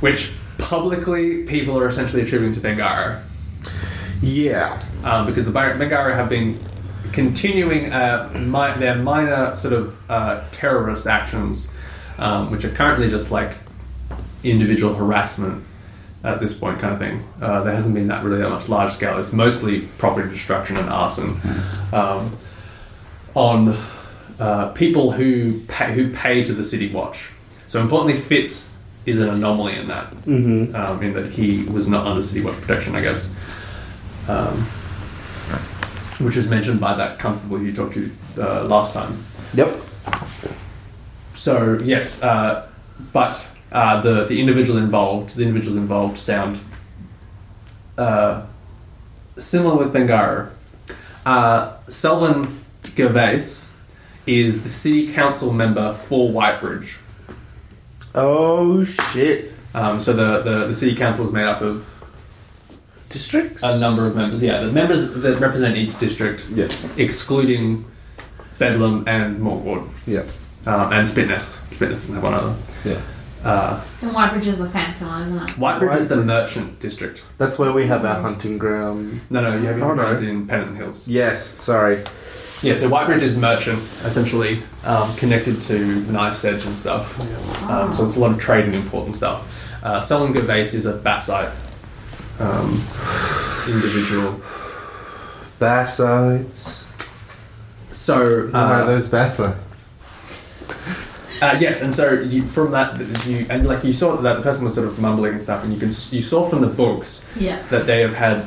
S4: which publicly people are essentially attributing to Bengara.
S1: Yeah.
S4: um, because the Bar- Bengara have been continuing uh, mi- their minor sort of uh, terrorist actions, um, which are currently just like individual harassment at this point, kind of thing. Uh, there hasn't been that really that much large scale. It's mostly property destruction and arson um, on uh, people who pay, who pay to the city watch. So importantly, Fitz is an anomaly in that,
S1: Mhm.
S4: um, in that he was not under city watch protection, I guess um, which was mentioned by that constable you talked to uh, last time.
S1: Yep.
S4: So yes, uh, but uh, the the individual involved, the individuals involved, sound uh, similar with Bengaro. Uh, Selwyn Gervais is the city council member for Whitebridge.
S1: Oh shit.
S4: Um, so the, the, the city council is made up of
S1: Districts.
S4: a number of members. Yeah, the members that represent each district,
S1: Yeah.
S4: excluding Bedlam and Mortwood.
S1: Yeah.
S4: Um, and Spitnest. Spitnest doesn't have one other.
S1: Yeah.
S4: Uh,
S3: And Whitebridge is a fancy one, isn't it?
S4: Whitebridge is the
S1: Whitebridge.
S4: merchant district.
S1: That's where we have our hunting ground.
S4: No, no, you have your
S1: Oh, no.
S4: grounds in Pennant Hills.
S1: Yes. Sorry.
S4: Yeah, so Whitebridge is merchant, essentially um, connected to Knife's Edge and stuff. Um, so it's a lot of trade and important stuff. Uh, Selwyn Gervais is a Bassite um, individual.
S1: Bassites.
S4: So
S1: Uh, One
S4: uh,
S1: of those bassites.
S4: Uh, yes, and so you, from that, th- you and like you saw that the person was sort of mumbling and stuff, and you can s- you saw from the books
S3: Yeah.
S4: that they have had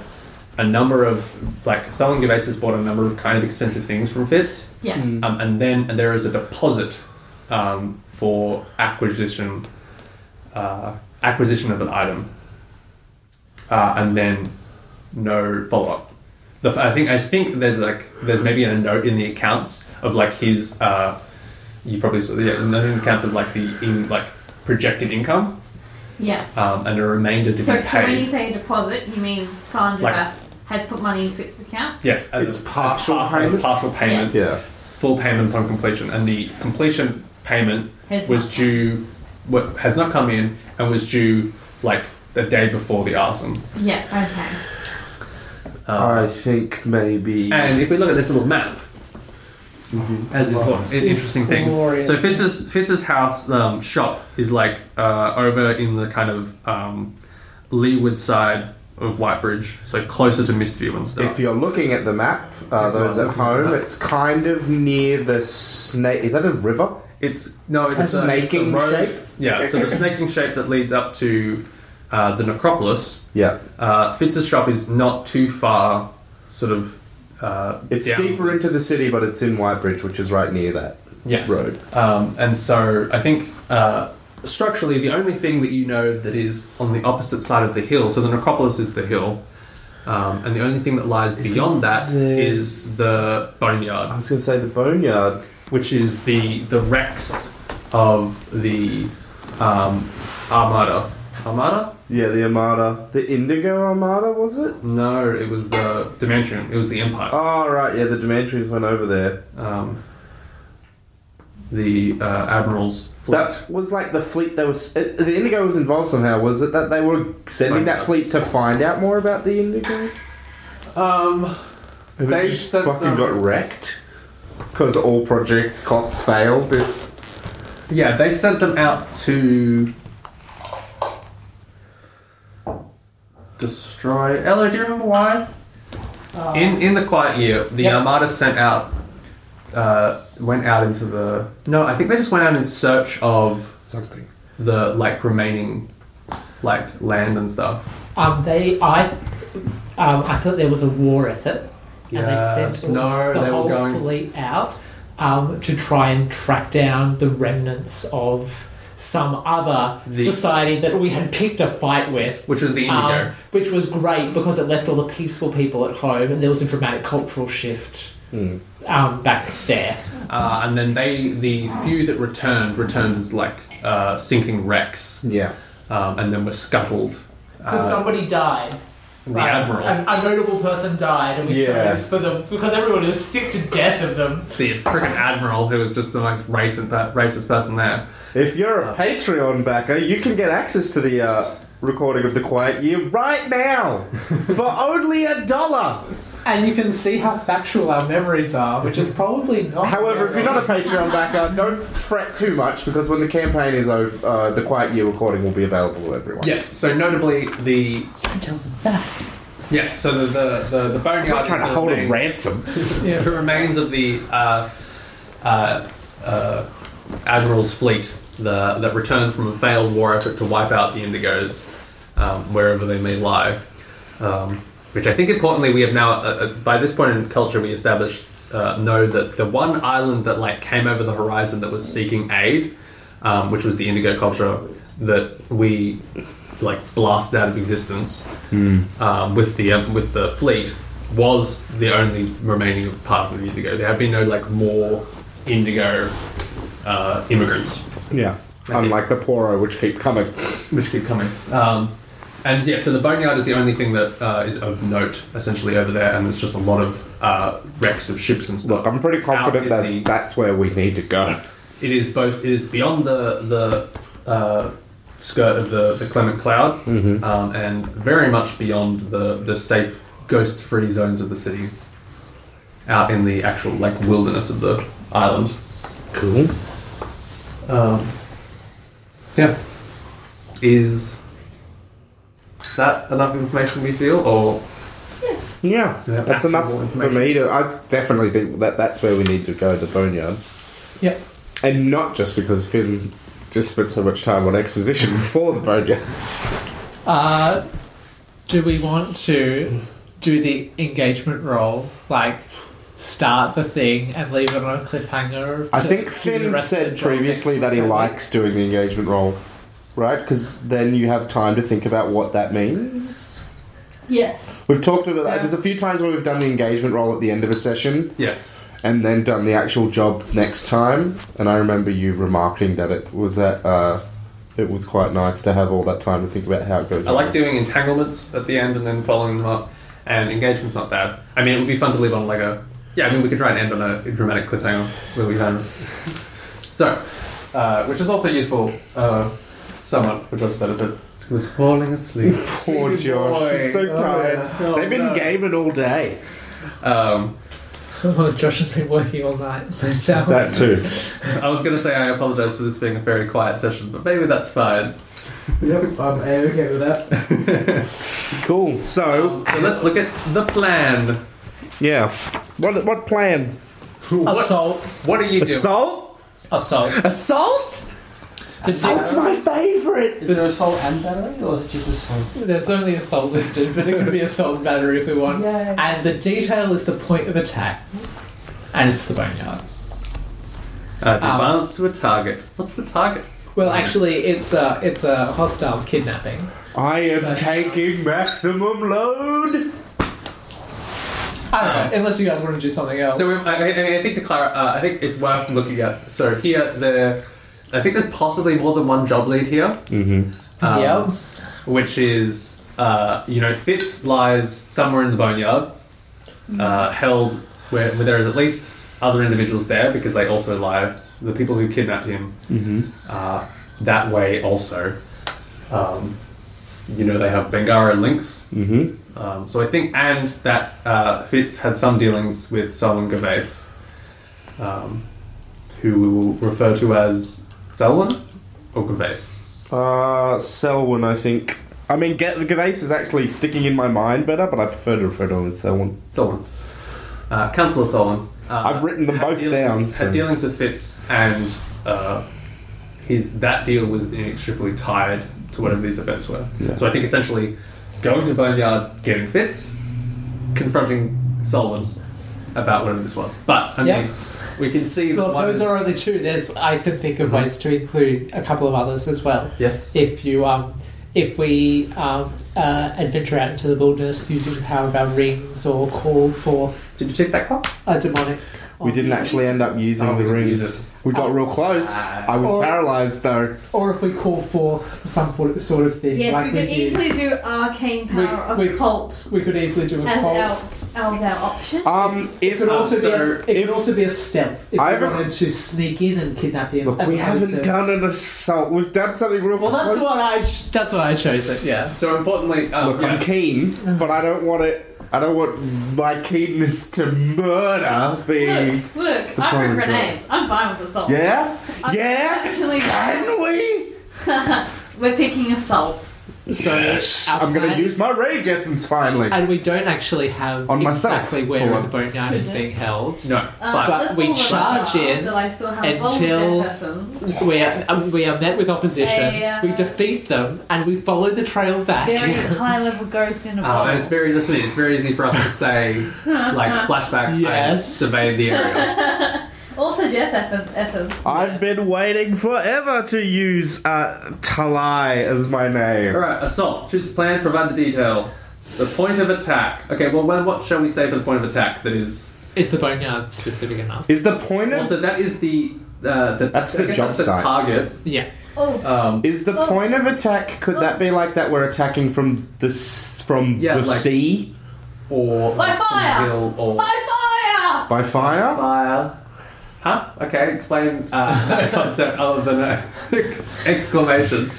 S4: a number of like Selwyn Gervais has bought a number of kind of expensive things from Fitz,
S3: Yeah.
S2: Mm-hmm.
S4: um, and then and there is a deposit um, for acquisition uh, acquisition of an item, uh, and then no follow up. The, f- I think I think there's like there's maybe a note in the accounts of like his uh, you probably saw yeah in the accounts of like the in like projected income
S3: Yeah.
S4: um, and a remainder to
S3: So,
S4: be
S3: so when you
S4: paid.
S3: say deposit, you mean Sandra
S4: Like-
S3: Bass has put money in Fitz's account?
S4: Yes, as
S1: It's
S4: a- as
S1: partial
S4: part-
S1: payment?
S4: Partial payment,
S1: Yeah.
S4: full payment upon completion, and the completion payment
S3: Has
S4: was
S3: not.
S4: due wa- has not come in and was due like the day before the arson. Uh,
S3: Yeah, okay.
S1: I think maybe.
S4: And if we look at this little map,
S1: Mm-hmm.
S4: as important,
S2: It's
S4: interesting things.
S2: glorious.
S4: So Fitz's Fitz's house um, shop is like uh, over in the kind of um, leeward side of Whitebridge, so closer to Mistview and stuff.
S1: If you're looking at the map, uh,
S4: If you're
S1: those at
S4: looking at the
S1: home,
S4: map.
S1: it's kind of near the snake. Is that a river?
S4: it's no, it's
S1: A
S4: uh, it's the
S1: snaking
S4: road-
S1: shape?
S4: Yeah, so the snaking shape that leads up to uh, the necropolis.
S1: Yeah.
S4: Uh, Fitz's shop is not too far, sort of. Uh,
S1: It's
S4: down-
S1: deeper into the city, but it's in Whitebridge, which is right near that
S4: yes.
S1: road.
S4: Um, and so I think uh, structurally, the only thing that you know that is on the opposite side of the hill, so the necropolis is the hill, um, and the only thing that lies beyond that is
S1: the-
S4: the boneyard.
S1: I was going to say the boneyard.
S4: which is the the wrecks of the um, Armada. Armada?
S1: Yeah, the Armada. The Indigo Armada, was it?
S4: No, it was the Dimension. It was the Empire.
S1: Oh, right, yeah, the Dementries went over there.
S4: Um, the uh, Admiral's fleet.
S1: That was like the fleet that was. It, the Indigo was involved somehow, was it? That they were sending that fleet to find out more about the Indigo?
S4: um,
S1: And
S4: They
S1: it just
S4: sent
S1: fucking
S4: them-
S1: got wrecked? Because all Project Cots failed this.
S4: yeah, they sent them out to destroy. Ella, do you remember why?
S2: Uh,
S4: In in the quiet year, the
S2: Yep.
S4: Armada sent out, uh, went out into the. No, I think they just went out in search of
S1: Something.
S4: the like remaining, like land and stuff.
S2: um, they, I, um, I thought there was a war effort, and they
S4: Yes,
S2: sent
S4: no,
S2: the
S4: they were
S2: whole
S4: going-
S2: fleet out um, to try and track down the remnants of some other
S4: The-
S2: society that we had picked a fight with.
S4: Which was the
S2: Um,
S4: Indigo.
S2: which was great because it left all the peaceful people at home and there was a dramatic cultural shift
S4: Hmm.
S1: Mm.
S2: um, back there.
S4: uh, and then they, the few that returned, returned as like uh, sinking wrecks,
S1: Yeah.
S4: um, and then were scuttled.
S2: Because
S4: Uh,
S2: somebody died.
S4: the
S2: Like,
S4: admiral.
S2: A, a notable person died, and we
S1: Yeah.
S2: chose for them because everyone is sick to death of them.
S4: the freaking admiral who was just the most racist, racist person there.
S1: If you're a Patreon backer, you can get access to the uh, recording of The Quiet Year right now for only a dollar.
S2: And you can see how factual our memories are, which is probably not.
S1: However, if you're not a Patreon backer, don't fret too much because when the campaign is over, uh, The Quiet Year recording will be available to everyone.
S4: Yes, so notably the. Yes, so the the, the, the boneyard.
S1: I'm not trying
S4: is
S1: to
S4: the
S1: hold a
S4: remains-
S1: ransom.
S4: The remains of the uh, uh, uh, admiral's fleet the, that returned from a failed war effort to wipe out the Indigos um, wherever they may lie. Um, which I think importantly, we have now uh, uh, by this point in culture we established uh, know that the one island that like came over the horizon that was seeking aid, um, which was the Indigo culture, that we like blasted out of existence um, with the um, with the fleet was the only remaining part of the Indigo. There have been no like more Indigo uh, immigrants
S1: Yeah. Unlike the Poro, which keep coming.
S4: which keep coming. Um, and yeah, so the boneyard is the only thing that uh, is of note essentially over there, and there's just a lot of uh, wrecks of ships and stuff.
S1: Look, I'm pretty confident
S4: Out
S1: that
S4: in the-
S1: that's where we need to go.
S4: it is both. It is beyond the the uh, skirt of the, the clement cloud, um, and very much beyond the the safe ghost-free zones of the city. Out in the actual like wilderness of the island.
S1: Cool.
S4: Um, yeah. Is that enough information we feel, or
S1: Yeah,
S4: Do you have
S1: that's enough
S4: actionable
S1: for me to. I definitely think that that's where we need to go, the boneyard,
S2: Yep.
S1: and not just because Finn just spent so much time on exposition for the boneyard.
S2: Uh, do we want to do the engagement role, like start the thing and leave it on a cliffhanger?
S1: I
S2: to
S1: think
S2: do the
S1: Finn
S2: rest of the
S1: said
S2: job
S1: previously
S2: next
S1: that he
S2: time?
S1: likes doing the engagement role, right? Because then you have time to think about what that means.
S3: Yes.
S1: We've talked about that.
S4: Yeah.
S1: There's a few times where we've done the engagement role at the end of a session
S4: yes?
S1: and then done the actual job next time. And I remember you remarking that it was that uh, it was quite nice to have all that time to think about how it goes.
S4: I like
S1: on.
S4: doing entanglements at the end and then following them up, and engagement's not bad. I mean, it would be fun to leave on like a. Yeah, I mean, we could try and end on a dramatic cliffhanger where we land. so, uh, which is also useful, uh, somewhat for Josh's benefit. He was falling asleep.
S1: Poor Josh, he's so
S7: Oh,
S1: tired. They've been
S4: Oh, no.
S1: gaming all day.
S4: Um,
S2: Oh, Josh has been working all night. That's how-
S1: That too.
S4: I was going to say I apologise for this being a very quiet session, but maybe that's fine.
S7: Yep, I'm okay with that.
S1: Cool. So
S4: So let's look at the plan.
S1: yeah, what what plan?
S2: Assault.
S4: What are you doing?
S1: Assault?
S2: Assault.
S1: Assault? Assault's my favourite.
S5: Is it assault and battery, or is it just assault?
S2: There's only assault listed, but it could be assault and battery if we want.
S5: Yay.
S2: And the detail is the point of attack. And it's the boneyard.
S4: Uh, to advance to a target. What's the target?
S2: Well, actually, it's a, it's a hostile kidnapping.
S1: I am
S2: That's-
S1: taking maximum load.
S2: I don't know, Uh, unless you guys want to do something else.
S4: So we- I, I, mean, I think to clarify, uh, I think it's worth looking at. So here, the I think there's possibly more than one job lead here. Mm-hmm.
S2: Yep.
S4: Which is, uh, you know, Fitz lies somewhere in the boneyard, uh, held where, where there is at least other individuals there because they also lie. The people who kidnapped him
S1: Mm-hmm.
S4: uh, that way also. Um, you know, they have Bengara links.
S1: Mm-hmm.
S4: Um, so I think, and that uh, Fitz had some dealings with Solon Gervais, um, who we will refer to as Selwyn or Gervais.
S1: Uh, Selwyn, I think. I mean, Ge- Gervais is actually sticking in my mind better, but I prefer to refer to him as Selwyn.
S4: Solon. Uh, Councillor Solon. Uh,
S1: I've written them
S4: had
S1: both
S4: dealings,
S1: down,
S4: Had
S1: so-
S4: dealings with Fitz, and uh, his that deal was inextricably tied to whatever these events were.
S1: Yeah.
S4: So I think essentially going to Boneyard, getting Fitz, confronting Solon about whatever this was. But I
S2: Yeah.
S4: mean, we can see
S2: Well,
S4: that one
S2: those
S4: is-
S2: are only two. There's I can think of ways to include a couple of others as well.
S4: Yes.
S2: If you um, if we um, uh, adventure out into the wilderness using the power of our rings or call forth
S4: Did you take that clock?
S2: a demonic
S1: We didn't actually end up using
S4: Oh, we
S1: the
S4: didn't
S1: rings.
S4: use
S1: We got real close. I was
S2: Oh, Or-
S1: paralyzed though.
S2: Or if we call forth some for- sort of thing,
S3: Yes,
S2: like
S3: we
S2: we,
S3: could
S2: did,
S3: easily do arcane power
S2: We- we-
S3: occult
S2: we could easily do a
S3: as
S2: call.
S3: our as our option.
S2: Uh,
S1: Um,
S2: It
S1: if
S2: could also be a,
S4: so
S2: it could
S1: if-
S2: also be a stealth if
S1: I
S2: we
S1: haven't-
S2: wanted to sneak in and kidnap him.
S1: look,
S2: as
S1: we
S2: opposed
S1: haven't
S2: to-
S1: done an assault. We've done something real
S2: Well, that's
S1: close.
S2: what I that's what I chose it. Yeah.
S4: So importantly, um,
S1: Look,
S4: yes.
S1: I'm keen, but I don't want it. I don't want my keenness to murder the.
S3: Look, look,
S1: the
S3: I'm
S1: primary
S3: for grenades. I'm fine with assault.
S1: Yeah,
S3: I'm
S1: yeah.
S3: actually-
S1: Can we?
S3: We're picking assault.
S2: So
S1: yes.
S2: our
S1: I'm gonna
S2: plan-
S1: use my rage essence finally.
S2: And we don't actually have
S1: On myself,
S2: exactly where
S1: for
S2: the
S1: once.
S2: boneyard
S3: Mm-hmm.
S2: is being held.
S4: No.
S3: Uh,
S2: But
S3: let's
S2: we
S3: all look
S2: charge
S3: up
S2: in
S3: until I still have
S2: until-
S3: one dead person.
S2: We are um, we are met with opposition.
S3: Yeah.
S2: We defeat them and we follow the trail back.
S3: Very high level ghost
S2: Oh,
S3: in a
S4: Um, and it's
S3: bottle.
S4: very that's what I mean, It's very easy for us to say, like flashback.
S2: Yes.
S4: I surveyed the area.
S3: also death eff- essence.
S1: I've been waiting forever to use uh, Talai as my
S4: All
S1: name.
S4: right, assault. Choose the plan. Provide the detail. The point of attack. Okay. Well, when, what shall we say for the point of attack? That is.
S2: Is the boneyard specific enough?
S1: Is the point of
S4: Also, that is the. Uh, the
S1: That's
S4: I
S1: the
S4: guess
S1: job
S4: the
S1: site.
S4: target.
S2: Yeah.
S3: Oh,
S4: Um,
S1: is the
S3: Oh.
S1: point of attack? Could that be like that? We're attacking from the s- from
S4: Yeah,
S1: the
S4: like-
S1: sea
S3: By
S4: or like, from
S3: fire!
S4: the hill, or
S3: by
S1: by fire.
S4: fire. Huh? Okay. Explain uh, that concept other than a exclamation.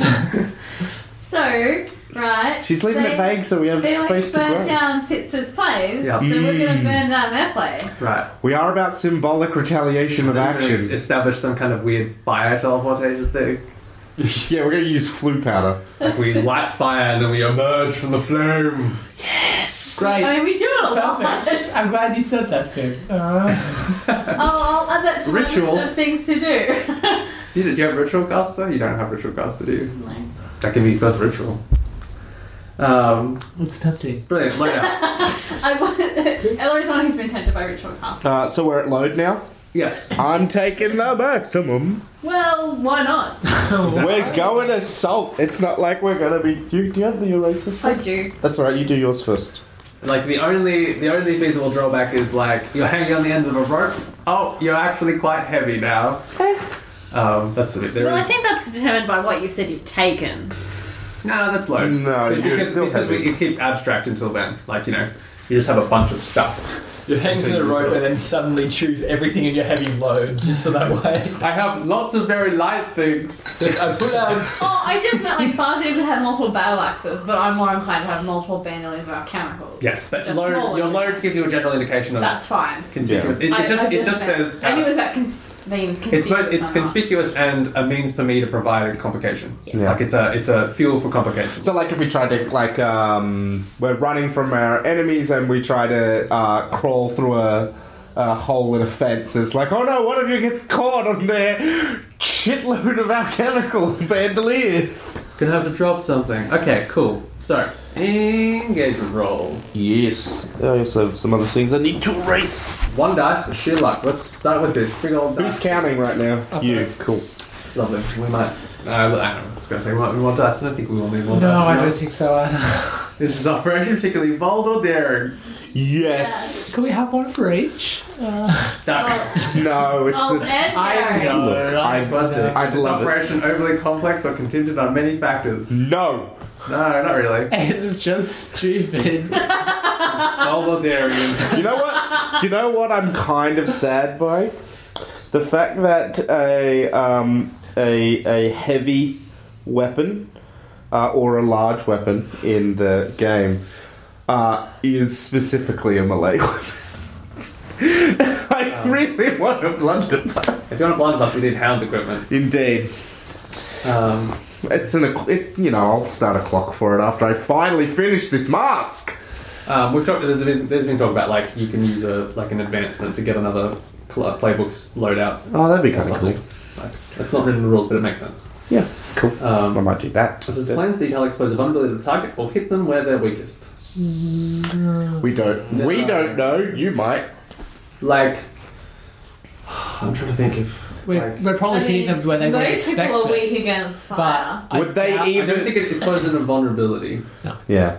S3: fire! So, right.
S1: She's leaving
S3: they,
S1: it vague, so we have
S3: They
S1: space
S3: like burn
S1: to grow.
S3: down Fitz's place,
S4: Yeah.
S3: so we're going to
S1: Mm.
S3: burn down their place.
S4: Right.
S1: We are about symbolic retaliation of
S4: Es-
S1: action.
S4: Establish some kind of weird fire teleportation thing.
S1: yeah, we're gonna use flu powder.
S4: Like we light fire and then we emerge from the flame.
S2: Great.
S3: I mean, we do it a lot.
S2: Perfect. I'm glad you said that thing.
S3: I'll, I'll add that to my list
S4: Ritual.
S3: of things to do.
S4: You, do you have ritual caster? You don't have ritual caster, do you?
S3: No.
S4: That can be first ritual. Um,
S2: It's tempting.
S4: brilliant. Loadouts.
S3: I want Ellery's one who's been tempted by ritual cast.
S1: Uh, so we're at load now.
S4: yes.
S1: I'm taking the maximum.
S3: Well, why not?
S1: We're going assault. It's not like we're gonna be. Do you, do you have the eraser?
S3: I
S1: set?
S3: do.
S1: That's alright. You do yours first.
S4: Like the only the only feasible drawback is like you're hanging on the end of a rope. Oh, you're actually quite heavy now. um, that's a bit. There
S3: Eh. Well, I
S4: is-
S3: think that's determined by what you said you've taken.
S4: No, that's low.
S1: No,
S4: because,
S1: you're still
S4: because
S1: heavy.
S4: we, it keeps abstract until then. Like you know, you just have a bunch of stuff.
S5: You hang to the rope and then suddenly choose everything in your heavy load just so that way.
S4: I have lots of very light things.
S5: I put out
S3: Oh, I just meant like Fazio could have multiple battle axes, but I'm more inclined to have multiple bandoliers or alchemicals.
S4: Yes, but
S3: Just
S4: load,
S3: smaller
S4: your load
S3: generally.
S4: gives you a general indication of
S3: That's fine.
S4: conspicuous. It, it
S3: I-
S4: just
S3: I
S4: it just
S3: meant-
S4: says
S3: I knew it
S4: uh,
S3: was about cons- being
S4: it's
S3: conspicuous.
S4: both, it's
S3: or not.
S4: conspicuous and a means for me to provide a complication.
S1: Yeah.
S4: Like it's a it's a fuel for complication.
S1: So, like, if we try to, like, um, we're running from our enemies and we try to uh, crawl through a, a hole in a fence, it's like, oh no, one of you gets caught on their shitload of alchemical bandoliers.
S4: Gonna have to drop something. Okay, cool. So engagement roll.
S1: Yes. I also have some other things I need to erase.
S4: One dice for sheer luck. Let's start with this. Big old
S1: Who's
S4: dice.
S1: counting right now?
S2: Up
S1: You.
S2: there.
S1: Cool.
S4: Lovely. We might. Uh, I don't know. I was gonna say we might need more dice. I don't think we will need more dice.
S2: No, I don't
S4: Nice.
S2: think so. either.
S4: This is operation particularly bold or daring.
S1: Yes.
S2: Can we have one for each? Uh,
S4: No.
S3: Oh,
S1: No, it's
S3: oh,
S1: a.
S3: and Gary.
S1: know. Look, I- I'd
S4: Is this
S1: love it. Mm.
S4: operation overly complex or contingent on many factors? No,
S1: No.
S4: not really.
S2: It's just stupid.
S4: Bold or daring.
S1: You know what? You know what? I'm kind of sad by the fact that a um, a a heavy weapon uh, or a large weapon in the game uh, is specifically a melee weapon. I really want a blunderbuss.
S4: If you want a blunderbuss, you need hound equipment.
S1: Indeed,
S4: Um,
S1: it's an it's you know I'll start a clock for it after I finally finish this mask.
S4: um, we've talked. There's been, there's been talk about like you can use a like an advancement to get another cl- playbook's loadout.
S1: Oh, that'd be
S4: or
S1: kind of
S4: something.
S1: cool.
S4: Like, that's not written in the rules, but it makes sense.
S1: Yeah, cool. I
S4: Um,
S1: might do that.
S4: does
S1: instead.
S4: plans detail expose a vulnerability to the target or hit them where they're weakest?
S1: We don't. We
S4: No.
S1: don't know. You might.
S4: Like, I'm trying to think if
S2: We're,
S4: like,
S2: we're probably
S3: I
S2: hitting
S3: mean,
S2: them where they were
S3: most people
S2: expected.
S3: are weak against
S2: But
S3: fire.
S1: Would they
S2: doubt-
S4: I don't
S1: even?
S4: think it exposes a vulnerability.
S1: Yeah.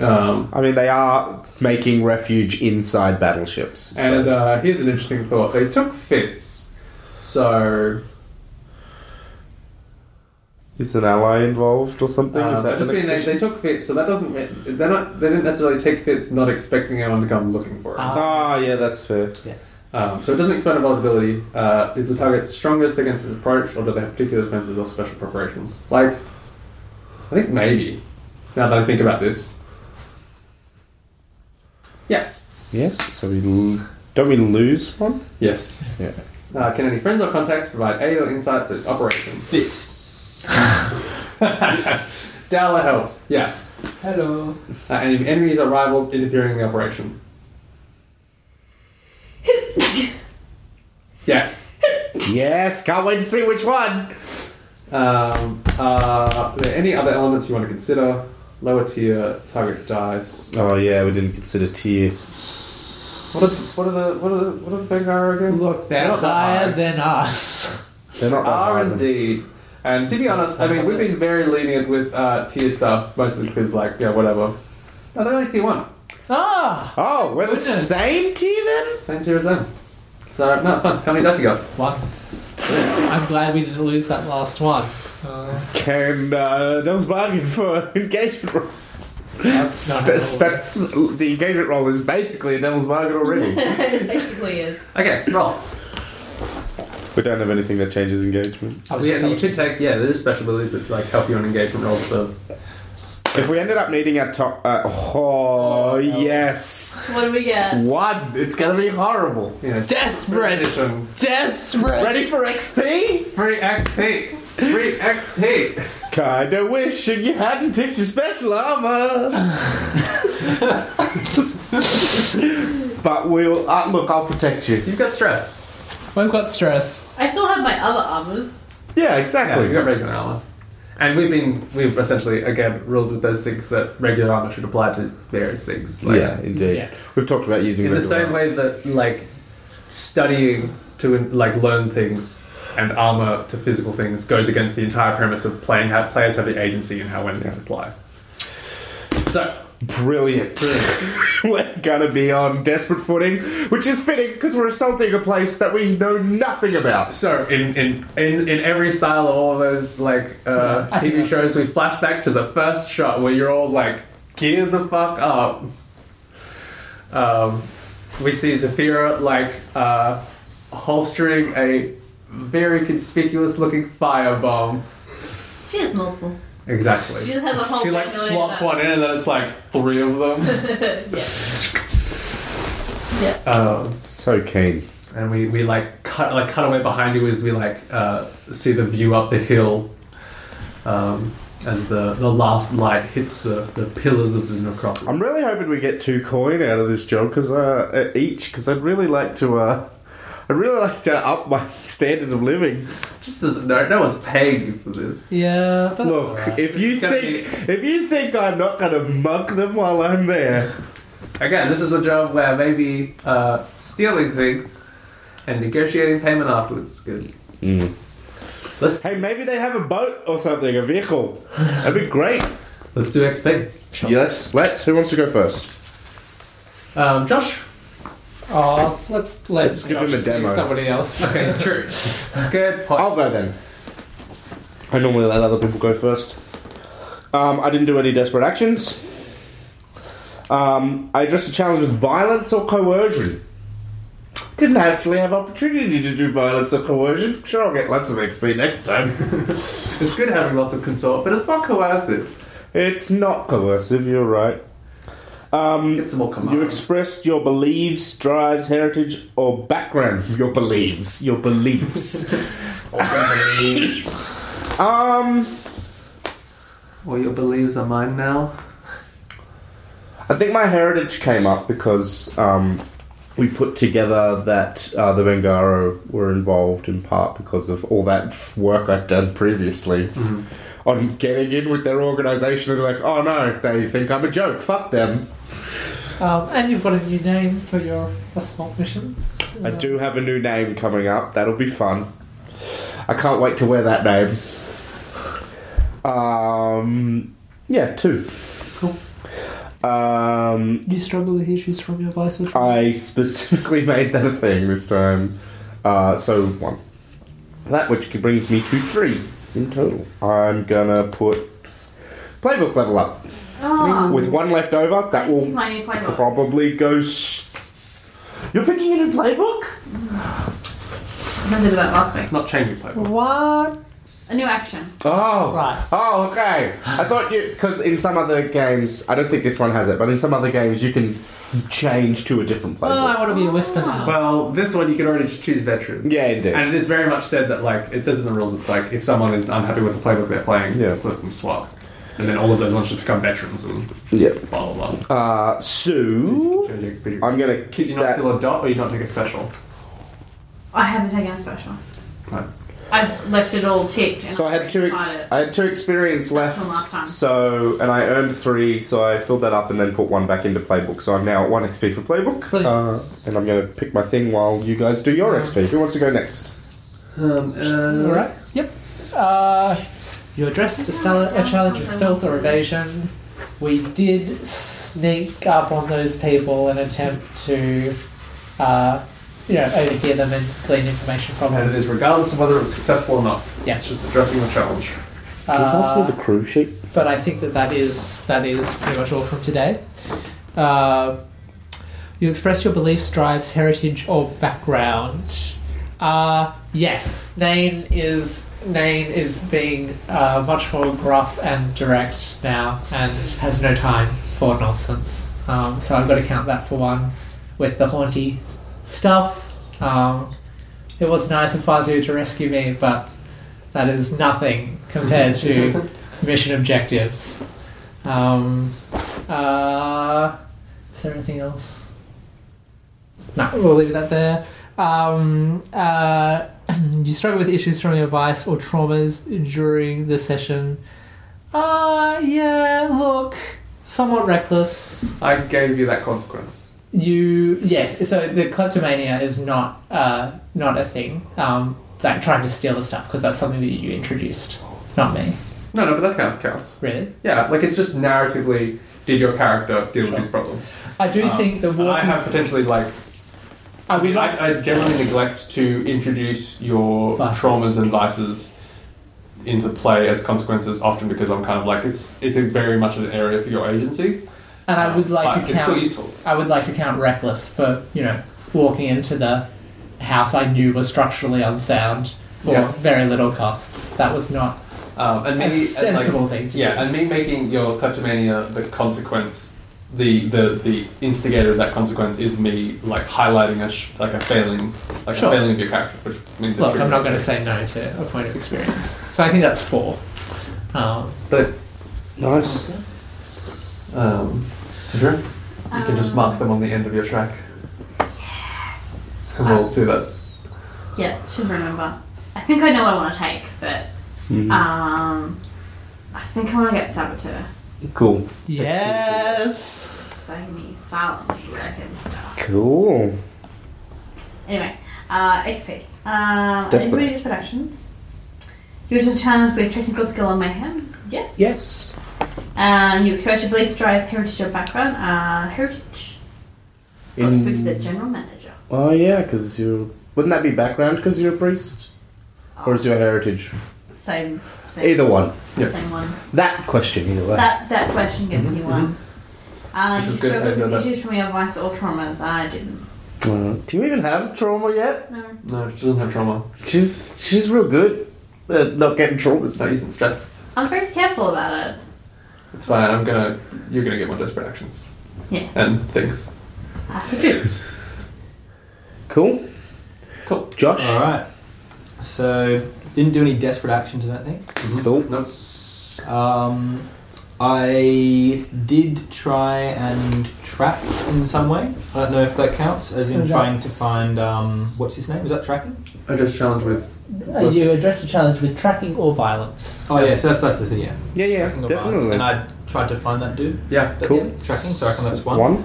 S4: Um,
S1: I mean, they are making refuge inside battleships. so-
S4: and uh, here's an interesting thought: they took fits, so
S1: is an ally involved or something?
S4: uh,
S1: is that
S4: I just
S1: the
S4: mean
S1: next
S4: they,
S1: mission?
S4: they took fits. So that doesn't mean- they're not they didn't necessarily take fits, not expecting anyone to come looking for it.
S2: Ah.
S1: Ah, yeah, that's fair.
S4: Um, so it doesn't expand vulnerability. Uh, is the target strongest against this approach, or do they have particular defenses or special preparations? Like, I think maybe. Now that I think about this, yes,
S1: Yes, so we l- don't we lose one?
S4: yes.
S1: Yeah.
S4: Uh, can any friends or contacts provide aid or insight for this operation?
S5: Fits.
S4: Dowler helps. Yes.
S5: Hello.
S4: Uh, any enemies or rivals interfering in the operation? yes.
S1: Yes, can't wait to see which one.
S4: Um, uh, are there any other elements you want to consider? Lower tier target dice.
S1: Oh yeah, we didn't consider tier.
S4: What are, what are the what are the what are the Vanguard again?
S2: Look, they're
S4: Not that
S2: higher
S4: high.
S2: than us.
S1: They're not that
S4: R
S1: high,
S4: and
S1: then.
S4: D. And to be honest, I mean we've been very lenient with uh, tier stuff mostly because like yeah whatever. No, they're only tier one.
S2: Ah,
S1: Oh, we're the
S2: Goodness.
S1: same tier then.
S4: Same tier as them. So no, it's fine. How many dice you got?
S2: one. I'm glad we didn't lose that last one. Uh,
S1: Can uh, that was bargain for engagement. Roll.
S2: that's not. how it
S1: That, that's the engagement roll is basically a devil's bargain already.
S3: it basically is.
S4: Okay, roll.
S1: we don't have anything that changes engagement.
S2: works. I was
S4: Yeah,
S2: just
S4: you could take yeah. There is special ability that like help you on engagement rolls. So
S1: If we ended up needing our top, uh, oh, yes,
S3: What do we get?
S1: one. It's gonna be horrible.
S4: you know,
S2: desperate,
S4: edition.
S2: desperate.
S1: Ready for XP?
S4: Free XP. Free XP.
S1: Kinda wishing you hadn't ticked your special armor. but we'll uh, look. I'll protect you.
S4: You've got stress.
S2: We've got stress.
S3: I still have my other armors.
S1: Yeah,
S4: Yeah,
S1: exactly.
S4: you got regular armor. And we've been we've essentially again ruled with those things that regular armor should apply to various things. Like,
S1: yeah, indeed.
S2: Yeah.
S1: We've talked about using
S4: In the
S1: regular
S4: same
S1: armor.
S4: way that like studying to like learn things and armor to physical things goes against the entire premise of playing how players have the agency and how when things apply. So
S1: Brilliant. we're gonna be on desperate footing, which is fitting because we're assaulting a place that we know nothing about.
S4: So in in, in, in every style of all of those like uh,
S2: I think
S4: TV
S2: that's-
S4: shows, we flash back to the first shot where you're all like, "Gear the fuck up." Um, we see Zafira like uh, holstering a very conspicuous looking firebomb.
S3: She has multiple.
S4: Exactly.
S3: She just has a whole.
S4: She like
S3: bag of
S4: slots
S3: them.
S4: one in, and then it's like three of them.
S3: yeah.
S4: Um,
S1: So keen.
S4: and we, we like cut like cut away behind you as we like uh, see the view up the hill um, as the, the last light hits the, the pillars of the necropolis.
S1: I'm really hoping we get two coin out of this job because uh, uh, each because I'd really like to. Uh, I'd really like to up my standard of living.
S4: just doesn't know. No one's paying you for this.
S2: Yeah. That's
S1: Look,
S2: alright.
S1: if you
S4: It's gonna
S1: think if you think I'm not gonna mug them while I'm there,
S4: Again, this is a job where maybe uh, stealing things and negotiating payment afterwards is good. Let's
S1: hey, maybe they have a boat or something, a vehicle. That'd be great.
S4: let's do XP.
S1: Yes, let's. Who wants to go first?
S4: Um, Josh.
S2: Oh, let's let
S1: Uh, Let's give him
S2: Josh
S1: a demo.
S2: see Somebody else.
S4: Okay, true. Good point.
S1: I'll go then. I normally let other people go first. Um, I didn't do any desperate actions. Um, I addressed a challenge with violence or coercion. Didn't actually have opportunity to do violence or coercion. Sure, I'll get lots of XP next time.
S4: It's good having lots of consort, but it's not coercive.
S1: it's not coercive. You're right. Um,
S4: Get some more command.
S1: You expressed your beliefs, drives, heritage, or background. Your beliefs. Your beliefs. um,
S4: Well, your beliefs are mine now.
S1: I think my heritage came up because um, we put together that uh, the Bengaro were involved in part because of all that f- work I'd done previously on getting in with their organisation and like, oh no, they think I'm a joke. Fuck them.
S2: Um, and you've got a new name for your assault mission. Uh,
S1: I do have a new name coming up. That'll be fun. I can't wait to wear that name. Um, yeah, two.
S2: Cool.
S1: Um,
S2: You struggle with issues from your vice or
S1: I
S2: traumas?
S1: specifically made that a thing this time. Uh, so one. That which brings me to three in total. I'm gonna put playbook level up
S3: Oh,
S1: with one left over. That
S3: I think
S1: will
S3: I need playbook.
S1: probably go. S- You're picking a new playbook.
S3: I meant to do that last week.
S4: Not changing playbook.
S2: What?
S3: A new action.
S1: Oh.
S2: Right.
S1: Oh, okay. I thought you because in some other games, I don't think this one has it, but in some other games you can change to a different
S2: Oh, I
S1: playbook.
S2: want to be a whisper now.
S4: Well, this one you can already just choose veteran.
S1: yeah, indeed.
S4: And it is very much said that, like, it says in the rules that, like, if someone is unhappy with the playbook they're playing,
S1: Yeah.
S4: just let them swap. And then all of those ones should become veterans and
S1: yeah.
S4: blah, blah, blah.
S1: Uh, so
S4: Change your experience.
S1: I'm gonna
S4: Did
S1: keep
S4: you not
S1: that.
S4: feel a dot or you don't take a special?
S3: I haven't taken a special.
S4: No.
S3: I've left it all ticked. And
S1: So I had
S3: to.
S1: two. I had two experience
S3: From last time.
S1: left. So and I earned three, so I filled that up and then put one back into playbook. So I'm now at one XP for playbook.
S2: Brilliant.
S1: Uh, and I'm gonna pick my thing while you guys do your XP. Who wants to go next?
S4: Um, uh,
S2: All right. Yep. Uh, you addressed a, stella- a challenge of stealth or evasion. We did sneak up on those people and attempt to, uh, you know, overhear them and glean information from
S4: And it
S2: them.
S4: is regardless of whether it was successful or not.
S2: Yeah.
S4: It's just addressing the challenge.
S2: Uh,
S1: crew sheet.
S2: but I think that that is that is pretty much all from today. Uh, you express your beliefs, drives, heritage, or background. Uh, yes, Nain is Nain is being uh, much more gruff and direct now, and has no time for nonsense. Um, so I've got to count that for one with the haunty stuff. Um, it was nice of Fazu to rescue me, but that is nothing compared to mission objectives. Um, uh, is there anything else? No, we'll leave that there. Um, uh, you struggle with issues from your vice or traumas during the session. Uh, yeah, look, somewhat reckless.
S4: I gave you that consequence.
S2: You yes, so the kleptomania is not uh, not a thing. Um, like trying to steal the stuff because that's something that you introduced, not me,
S4: No, no, but that counts, counts.
S2: really.
S4: Yeah, like it's just narratively, did your character deal
S2: Sure.
S4: with these problems?
S2: I do
S4: Um,
S2: think the
S4: And I
S2: walking.
S4: have potentially like
S2: Are we not?
S4: Um, I, I generally neglect to introduce your
S2: Vices.
S4: traumas and vices into play as consequences, often because I'm kind of like it's it's a very much an area for your agency. Um,
S2: And I would like
S4: But
S2: to
S4: It's still
S2: count.
S4: useful.
S2: I would like to count reckless for you know walking into the house I knew was structurally unsound for
S4: Yes.
S2: very little cost. That was not
S4: Um, and
S2: a
S4: maybe and, like,
S2: sensible thing to
S4: yeah, and me making your kleptomania the consequence, the the the instigator of that consequence is me like highlighting a sh- like a failing like
S2: Sure.
S4: a failing of your character, which means
S2: do. Look, I'm not going to say no to a point of experience. So I think that's four. Um,
S4: But
S1: Nice.
S4: um, Tavira, you can just mark them on the end of your track. And we'll do that.
S3: Um, Yeah, should remember. I think I know what I want to take, but
S1: Ah.
S3: um, I think I want to get saboteur.
S1: Cool.
S2: yes.
S3: So I can be silently working stuff.
S1: Cool.
S3: Anyway, uh, XP. Uh,
S1: Desperate.
S3: everybody just productions. You were challenged with technical skill on mayhem. Yes.
S1: Yes.
S3: And you express your beliefs, drives, heritage, or background. Uh, heritage. Got to Oh, switch to the general manager.
S1: Oh yeah, because you wouldn't that be background because you're a priest,
S3: Oh.
S1: or is your heritage
S3: Same. same
S1: either one?
S4: Yeah.
S3: Same one.
S1: That question either way.
S3: That that question gets you one. Uh,
S4: Mm-hmm, Which
S3: you
S4: is good, I
S3: struggle
S4: know
S3: with
S4: that.
S3: issues from your vice or traumas. I didn't.
S1: Uh, do you even have trauma yet?
S3: No.
S4: No, she doesn't have trauma.
S1: She's she's real good at not getting traumas.
S4: No, isn't stress.
S3: I'm very careful about it.
S4: It's fine. I'm gonna. You're gonna get more desperate actions.
S3: Yeah.
S4: And things.
S3: I have to.
S1: Cool.
S4: Cool.
S1: Josh.
S5: All right. So didn't do any desperate actions. I don't think.
S1: Cool.
S4: Nope.
S5: Um, I did try and track in some way. I don't know if that counts, as in
S2: So
S5: trying to
S2: that's-
S5: find um, what's his name? Is that tracking?
S4: I just challenged with.
S2: Uh, you address the challenge with tracking or violence.
S5: Oh yeah, so that's that's the thing. Yeah,
S1: Yeah, yeah,
S5: Tracking of violence.
S1: definitely.
S5: And I tried to find that dude.
S4: Yeah.
S5: That's
S1: Cool.
S5: it, Tracking. So I reckon that's
S1: It's
S5: one.
S1: one.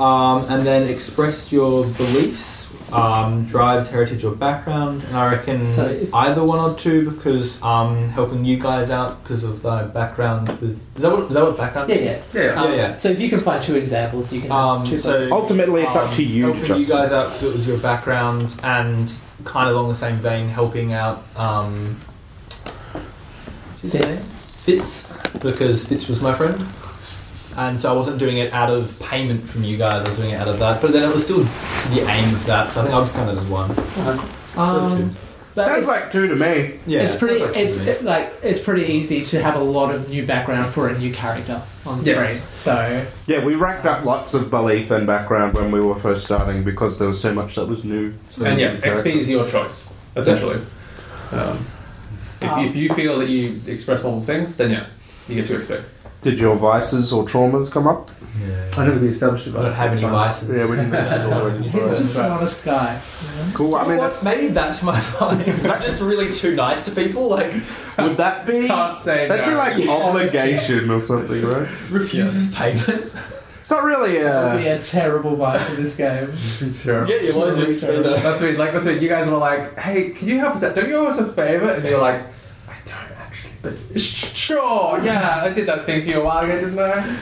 S5: um, and then expressed your beliefs, um, drives, heritage, or background. And I reckon
S2: So if-
S5: either one or two because um, helping you guys out because of thy background with is that what, is that what background
S2: Yeah,
S5: is?
S2: yeah. Um,
S4: Yeah.
S5: Yeah, yeah.
S2: So if you can find two examples, you can have
S5: Um,
S2: two
S5: so
S1: Ultimately, it's up
S5: um,
S1: to you to
S5: Helping you
S1: justify.
S5: guys out because it was your background, and kind of along the same vein, helping out. Um, what's his
S2: Fitz.
S5: name? Fitz, because Fitz was my friend, and so I wasn't doing it out of payment from you guys. I was doing it out of that, but then it was still to the aim of that. So I think I'll just count that as one.
S2: places. Um,
S5: so two.
S2: but
S1: Sounds
S2: it's-
S1: like two to me.
S5: Yeah,
S2: it's pretty.
S5: sounds like two to
S2: it's
S5: me.
S2: it- like it's pretty easy to have a lot of new background for a new character on screen.
S4: Yes.
S2: So
S1: Yeah, we racked up lots of belief and background when we were first starting because there was so much that was new. So
S4: And yes,
S1: Okay.
S4: XP is your choice, essentially. Um, if, you, if you feel that you express multiple things, then yeah, you get two XP.
S1: Did your vices or traumas come up?
S5: Yeah.
S4: I never established
S5: I don't have any vices.
S1: Yeah, we didn't mention all of
S2: uh, he's
S1: those.
S2: just an honest guy.
S1: Cool. I mean,
S5: What?
S1: that's,
S5: maybe that's my vice. I'm just really too nice to people. Like
S1: would that be?
S4: Can't say
S1: That'd
S4: no.
S1: be like
S5: Yeah.
S1: obligation or something, right?
S5: refuses payment.
S1: It's not really uh,
S2: That would be
S1: a.
S2: a terrible vice in this game.
S4: Terrible.
S5: Get your logic
S2: Sorry.
S5: through the.
S4: That's what like that's what you guys were like. Hey, can you help us out? Don't you owe us a favor? And you're like, I don't actually, but sh- sure, yeah, I did that thing for you a while ago, didn't I?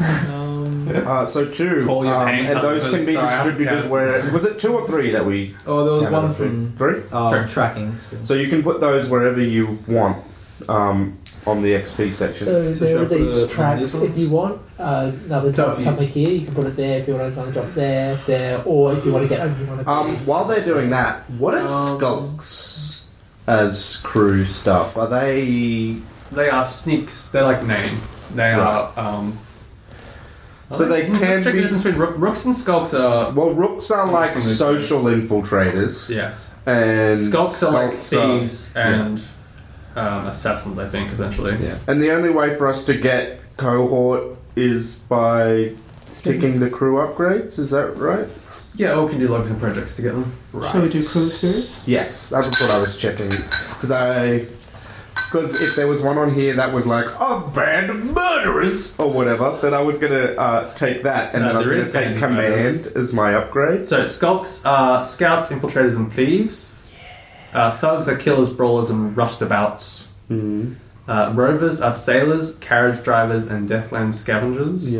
S1: Uh, so two,
S4: Call your
S1: um,
S4: paying
S1: and those can
S4: customers,
S1: be
S4: sorry, I don't
S1: distributed
S4: care.
S1: where was it two or three that we?
S5: Oh, there was
S1: counted
S5: one
S1: as being-
S5: from
S1: three.
S5: um,
S4: Sure.
S5: tracking.
S1: So you can put those wherever you want um, on the XP section.
S2: So
S5: there
S2: there
S5: are
S2: are
S5: drop these the-
S2: these
S5: tracks.
S2: tracks.
S5: If
S2: If
S5: you
S2: you want uh, another drop
S4: drop Tough. somewhere
S2: somewhere here, you can put it there. If you want another drop there, there, or if you want to get over, you want to.
S1: Um, while they're doing that, what is
S5: Um,
S1: skulks as crew stuff? Are they
S4: They are sneaks. They're like name. They
S1: Right.
S4: are. Um,
S1: So they
S4: Hmm, let's
S1: can
S4: check the
S1: be-
S4: difference between rook- rooks and skulks are
S1: well? Rooks are like social infiltrators,
S4: yes.
S1: and
S4: Skulks uh, are like
S1: skulks are-
S4: thieves and um, assassins. I think essentially.
S1: yeah. And the only way for us to get cohort is by sticking the crew upgrades. Is that right?
S4: Yeah, or we can do local projects to get them.
S2: Shall we do crew experience?
S1: Yes, that's what I was checking because I. Because if there was one on here that was like a band of murderers or whatever, then I was gonna uh, take that, and
S4: No,
S1: then I was
S4: there
S1: gonna
S4: is
S1: take
S4: Band of Murderers.
S1: command as my upgrade.
S4: So skulks are scouts, infiltrators, and thieves. Uh, thugs are killers, brawlers, and rustabouts.
S2: Mm-hmm.
S1: Mm.
S4: Uh, rovers are sailors, carriage drivers, and deathland scavengers.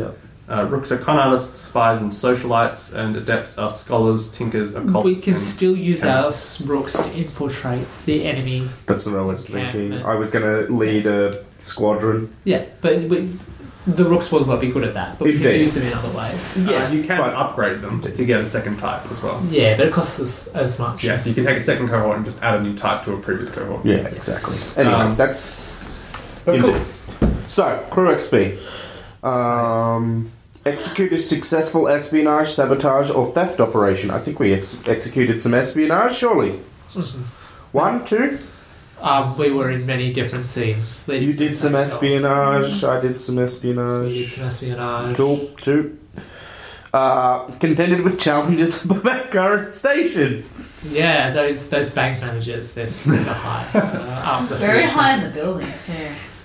S4: Uh, rooks are con artists, spies, and socialites, and adepts are scholars, tinkers, occultists.
S2: We can
S4: and-
S2: still use our
S4: chemists.
S2: rooks to infiltrate the enemy.
S1: That's what I was
S2: Yeah,
S1: thinking.
S2: but-
S1: I was gonna lead a squadron.
S2: Yeah, but we, the rooks will not be good at that, but we
S1: Indeed.
S2: can use them in other ways.
S4: Yeah, uh, you can
S1: but-
S4: upgrade them to get a second type as well.
S2: Yeah, but it costs us as much.
S4: Yes, you can take a second cohort and just add a new type to a previous cohort.
S1: Yeah, exactly. Anyway,
S4: Um,
S1: that's
S4: But cool.
S1: so crew XP. Um, executed successful espionage, sabotage, or theft operation. I think we ex- executed some espionage, surely. One, two.
S2: Mm-hmm. Um, we were in many different scenes. They
S1: You did some espionage. I did some
S2: We did
S1: espionage.
S2: some espionage.
S1: Cool, two. Uh, contended with challenges by my current station.
S2: Yeah, those those bank managers, they're super high. Uh, up the
S3: Very
S2: food
S3: high in the building, too.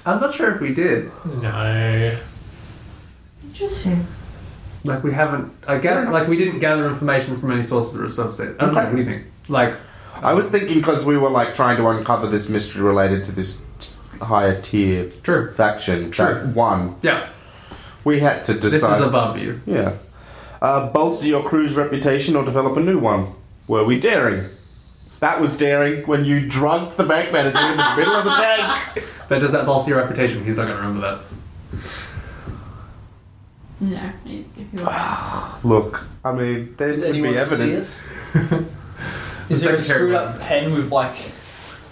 S4: I'm not sure if we did.
S2: chain. No.
S3: Interesting.
S4: Like we haven't. I gather, like we didn't gather information from any sources that were subset. I don't know. What do you think? Like
S1: I was thinking because we were like trying to uncover this mystery related to this t- higher tier
S4: true.
S1: faction.
S4: Sure.
S1: That one
S4: Yeah.
S1: we had to
S4: This
S1: decide.
S4: is above you.
S1: yeah. Uh, bolster your crew's reputation or develop a new one. Were we daring? That was daring when you drunk the bank manager in the middle of the bank.
S4: But does that bolster your reputation? He's not going to remember that.
S3: No, if you want.
S4: Ah,
S1: Look, I mean, there
S5: Did
S1: could be
S5: anyone see
S1: evidence.
S5: us?
S4: The
S5: Is there a
S4: secretary
S5: screwed
S4: went-
S5: up pen with like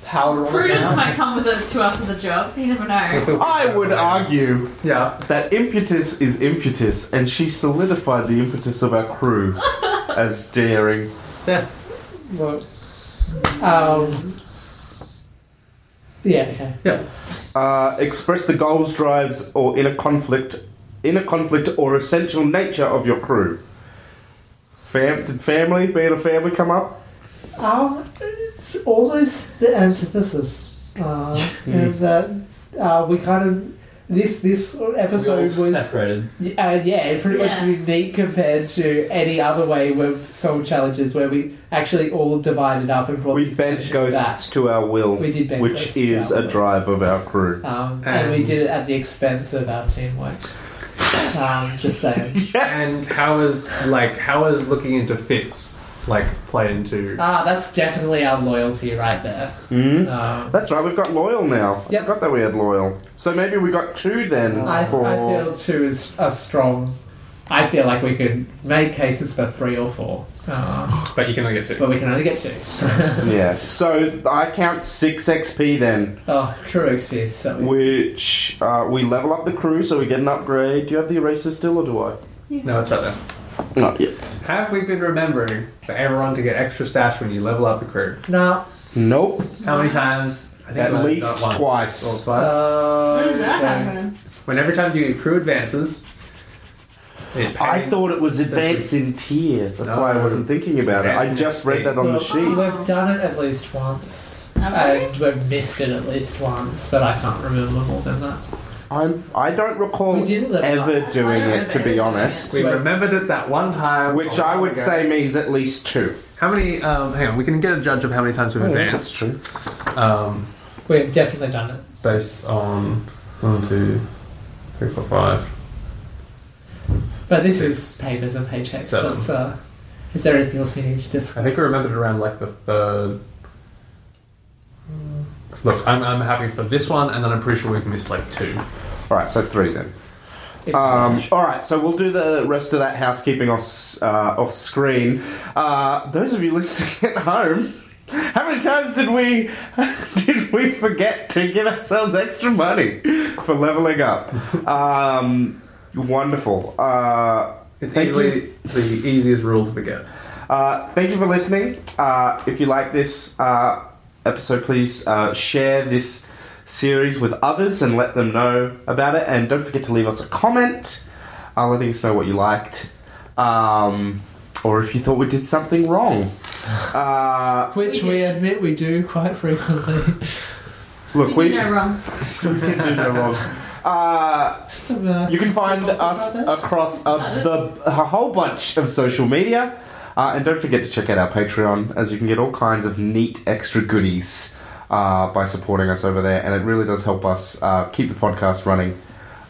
S5: powder on it?
S3: Prudence
S5: now?
S3: might come with it to us with a job. You never know.
S1: I would uh, argue
S4: Yeah.
S1: that impetus is impetus, and she solidified the impetus of our crew as daring.
S4: Yeah.
S2: Well, um, yeah, okay.
S1: Uh, express the goals, drives, or inner conflict, inner conflict or essential nature of your crew. Fam- did family, being a family, come up?
S2: Um, it's almost the antithesis uh, in that uh, we kind of this this
S5: we
S2: episode
S5: all
S2: was
S5: separated.
S2: uh, yeah pretty much
S3: Yeah.
S2: unique compared to any other way with soul challenges where we actually all divided up and brought
S1: We
S2: the
S1: bent
S2: information
S1: ghosts to our will,
S2: We did bend ghosts
S1: which
S2: to
S1: is
S2: our
S1: a
S2: will.
S1: drive of our crew.
S2: back. Um, and, we
S4: And-
S2: did it at the expense of our teamwork. um, just saying.
S4: And how is like how is looking into fits like play into?
S2: Ah, that's definitely our loyalty right there.
S1: Mm?
S2: Um,
S1: That's right, we've got loyal now. I
S2: Yep.
S1: forgot that we had loyal. So maybe we got two then.
S2: I,
S1: for...
S2: I feel two is a strong. I feel like we could make cases for three or four, uh,
S4: But you can only get two.
S2: but we can only get two.
S1: Yeah. So I count six XP then,
S2: oh, crew XP is so.
S1: which uh, we level up the crew, so we get an upgrade. Do you have the eraser still, or do I?
S4: No, it's right there.
S1: Not yet.
S4: Have we been remembering for everyone to get extra stash when you level up the crew?
S2: no,
S1: Nope.
S4: How many times?
S1: At
S4: I I've done it
S1: least
S4: once
S1: twice.
S4: Or twice.
S2: uh,
S3: When did that
S2: don't-
S3: happen?
S4: when every time you get crew advances, it
S1: I
S4: pays-
S1: thought it was
S4: essentially-
S1: advance in tier. That's why I
S4: No.
S1: wasn't thinking about it. I
S4: Advance in
S1: just read
S4: tier.
S1: that on the
S2: Look,
S1: sheet.
S2: We've done it at least once,
S3: Have we?
S2: and we've missed it at least once, but I can't remember more than that.
S1: I'm. I don't
S2: We
S1: recall
S2: didn't level
S1: ever
S3: up.
S1: doing
S3: I
S1: it, to
S3: remember
S1: be
S3: it.
S1: honest.
S4: We remembered it that one time,
S1: Which
S4: a while
S1: I would
S4: ago.
S1: say means at least two.
S4: How many? Um, hang on, we can get a judge of how many times we've advanced
S1: Oh, true.
S4: um,
S2: We've definitely done it.
S4: based on one, two, three, four, five.
S2: But this
S4: Six,
S2: is papers and paychecks. So
S4: seven.
S2: it's, uh, is there anything else we need to discuss?
S4: I think we remembered it around like the third. Look, I'm, I'm happy for this one, and then I'm pretty sure we've missed like two.
S1: All right, so three then.
S2: It's-
S1: Um, all right, so we'll do the rest of that housekeeping off s- uh, off screen. Uh, those of you listening at home, how many times did we did we forget to give ourselves extra money for leveling up? Um, wonderful. Uh,
S4: It's
S1: Thank
S4: easily the easiest rule to forget.
S1: uh, thank you for listening. Uh, if you like this uh, episode, please uh, share this series with others and let them know about it. And don't forget to leave us a comment, uh, letting us know what you liked um, or if you thought we did something wrong. Uh,
S2: which we admit we do quite frequently.
S1: look,
S3: You
S1: we
S3: did no wrong.
S1: we did no wrong. Uh,
S2: Some, uh,
S1: You can find us across a, the, a whole bunch of social media. Uh, and don't forget to check out our Patreon, as you can get all kinds of neat extra goodies uh, by supporting us over there. And it really does help us uh, keep the podcast running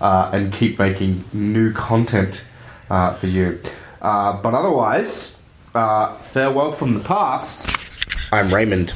S1: uh, and keep making new content uh, for you. Uh, but otherwise, uh, farewell from the past. I'm Raymond.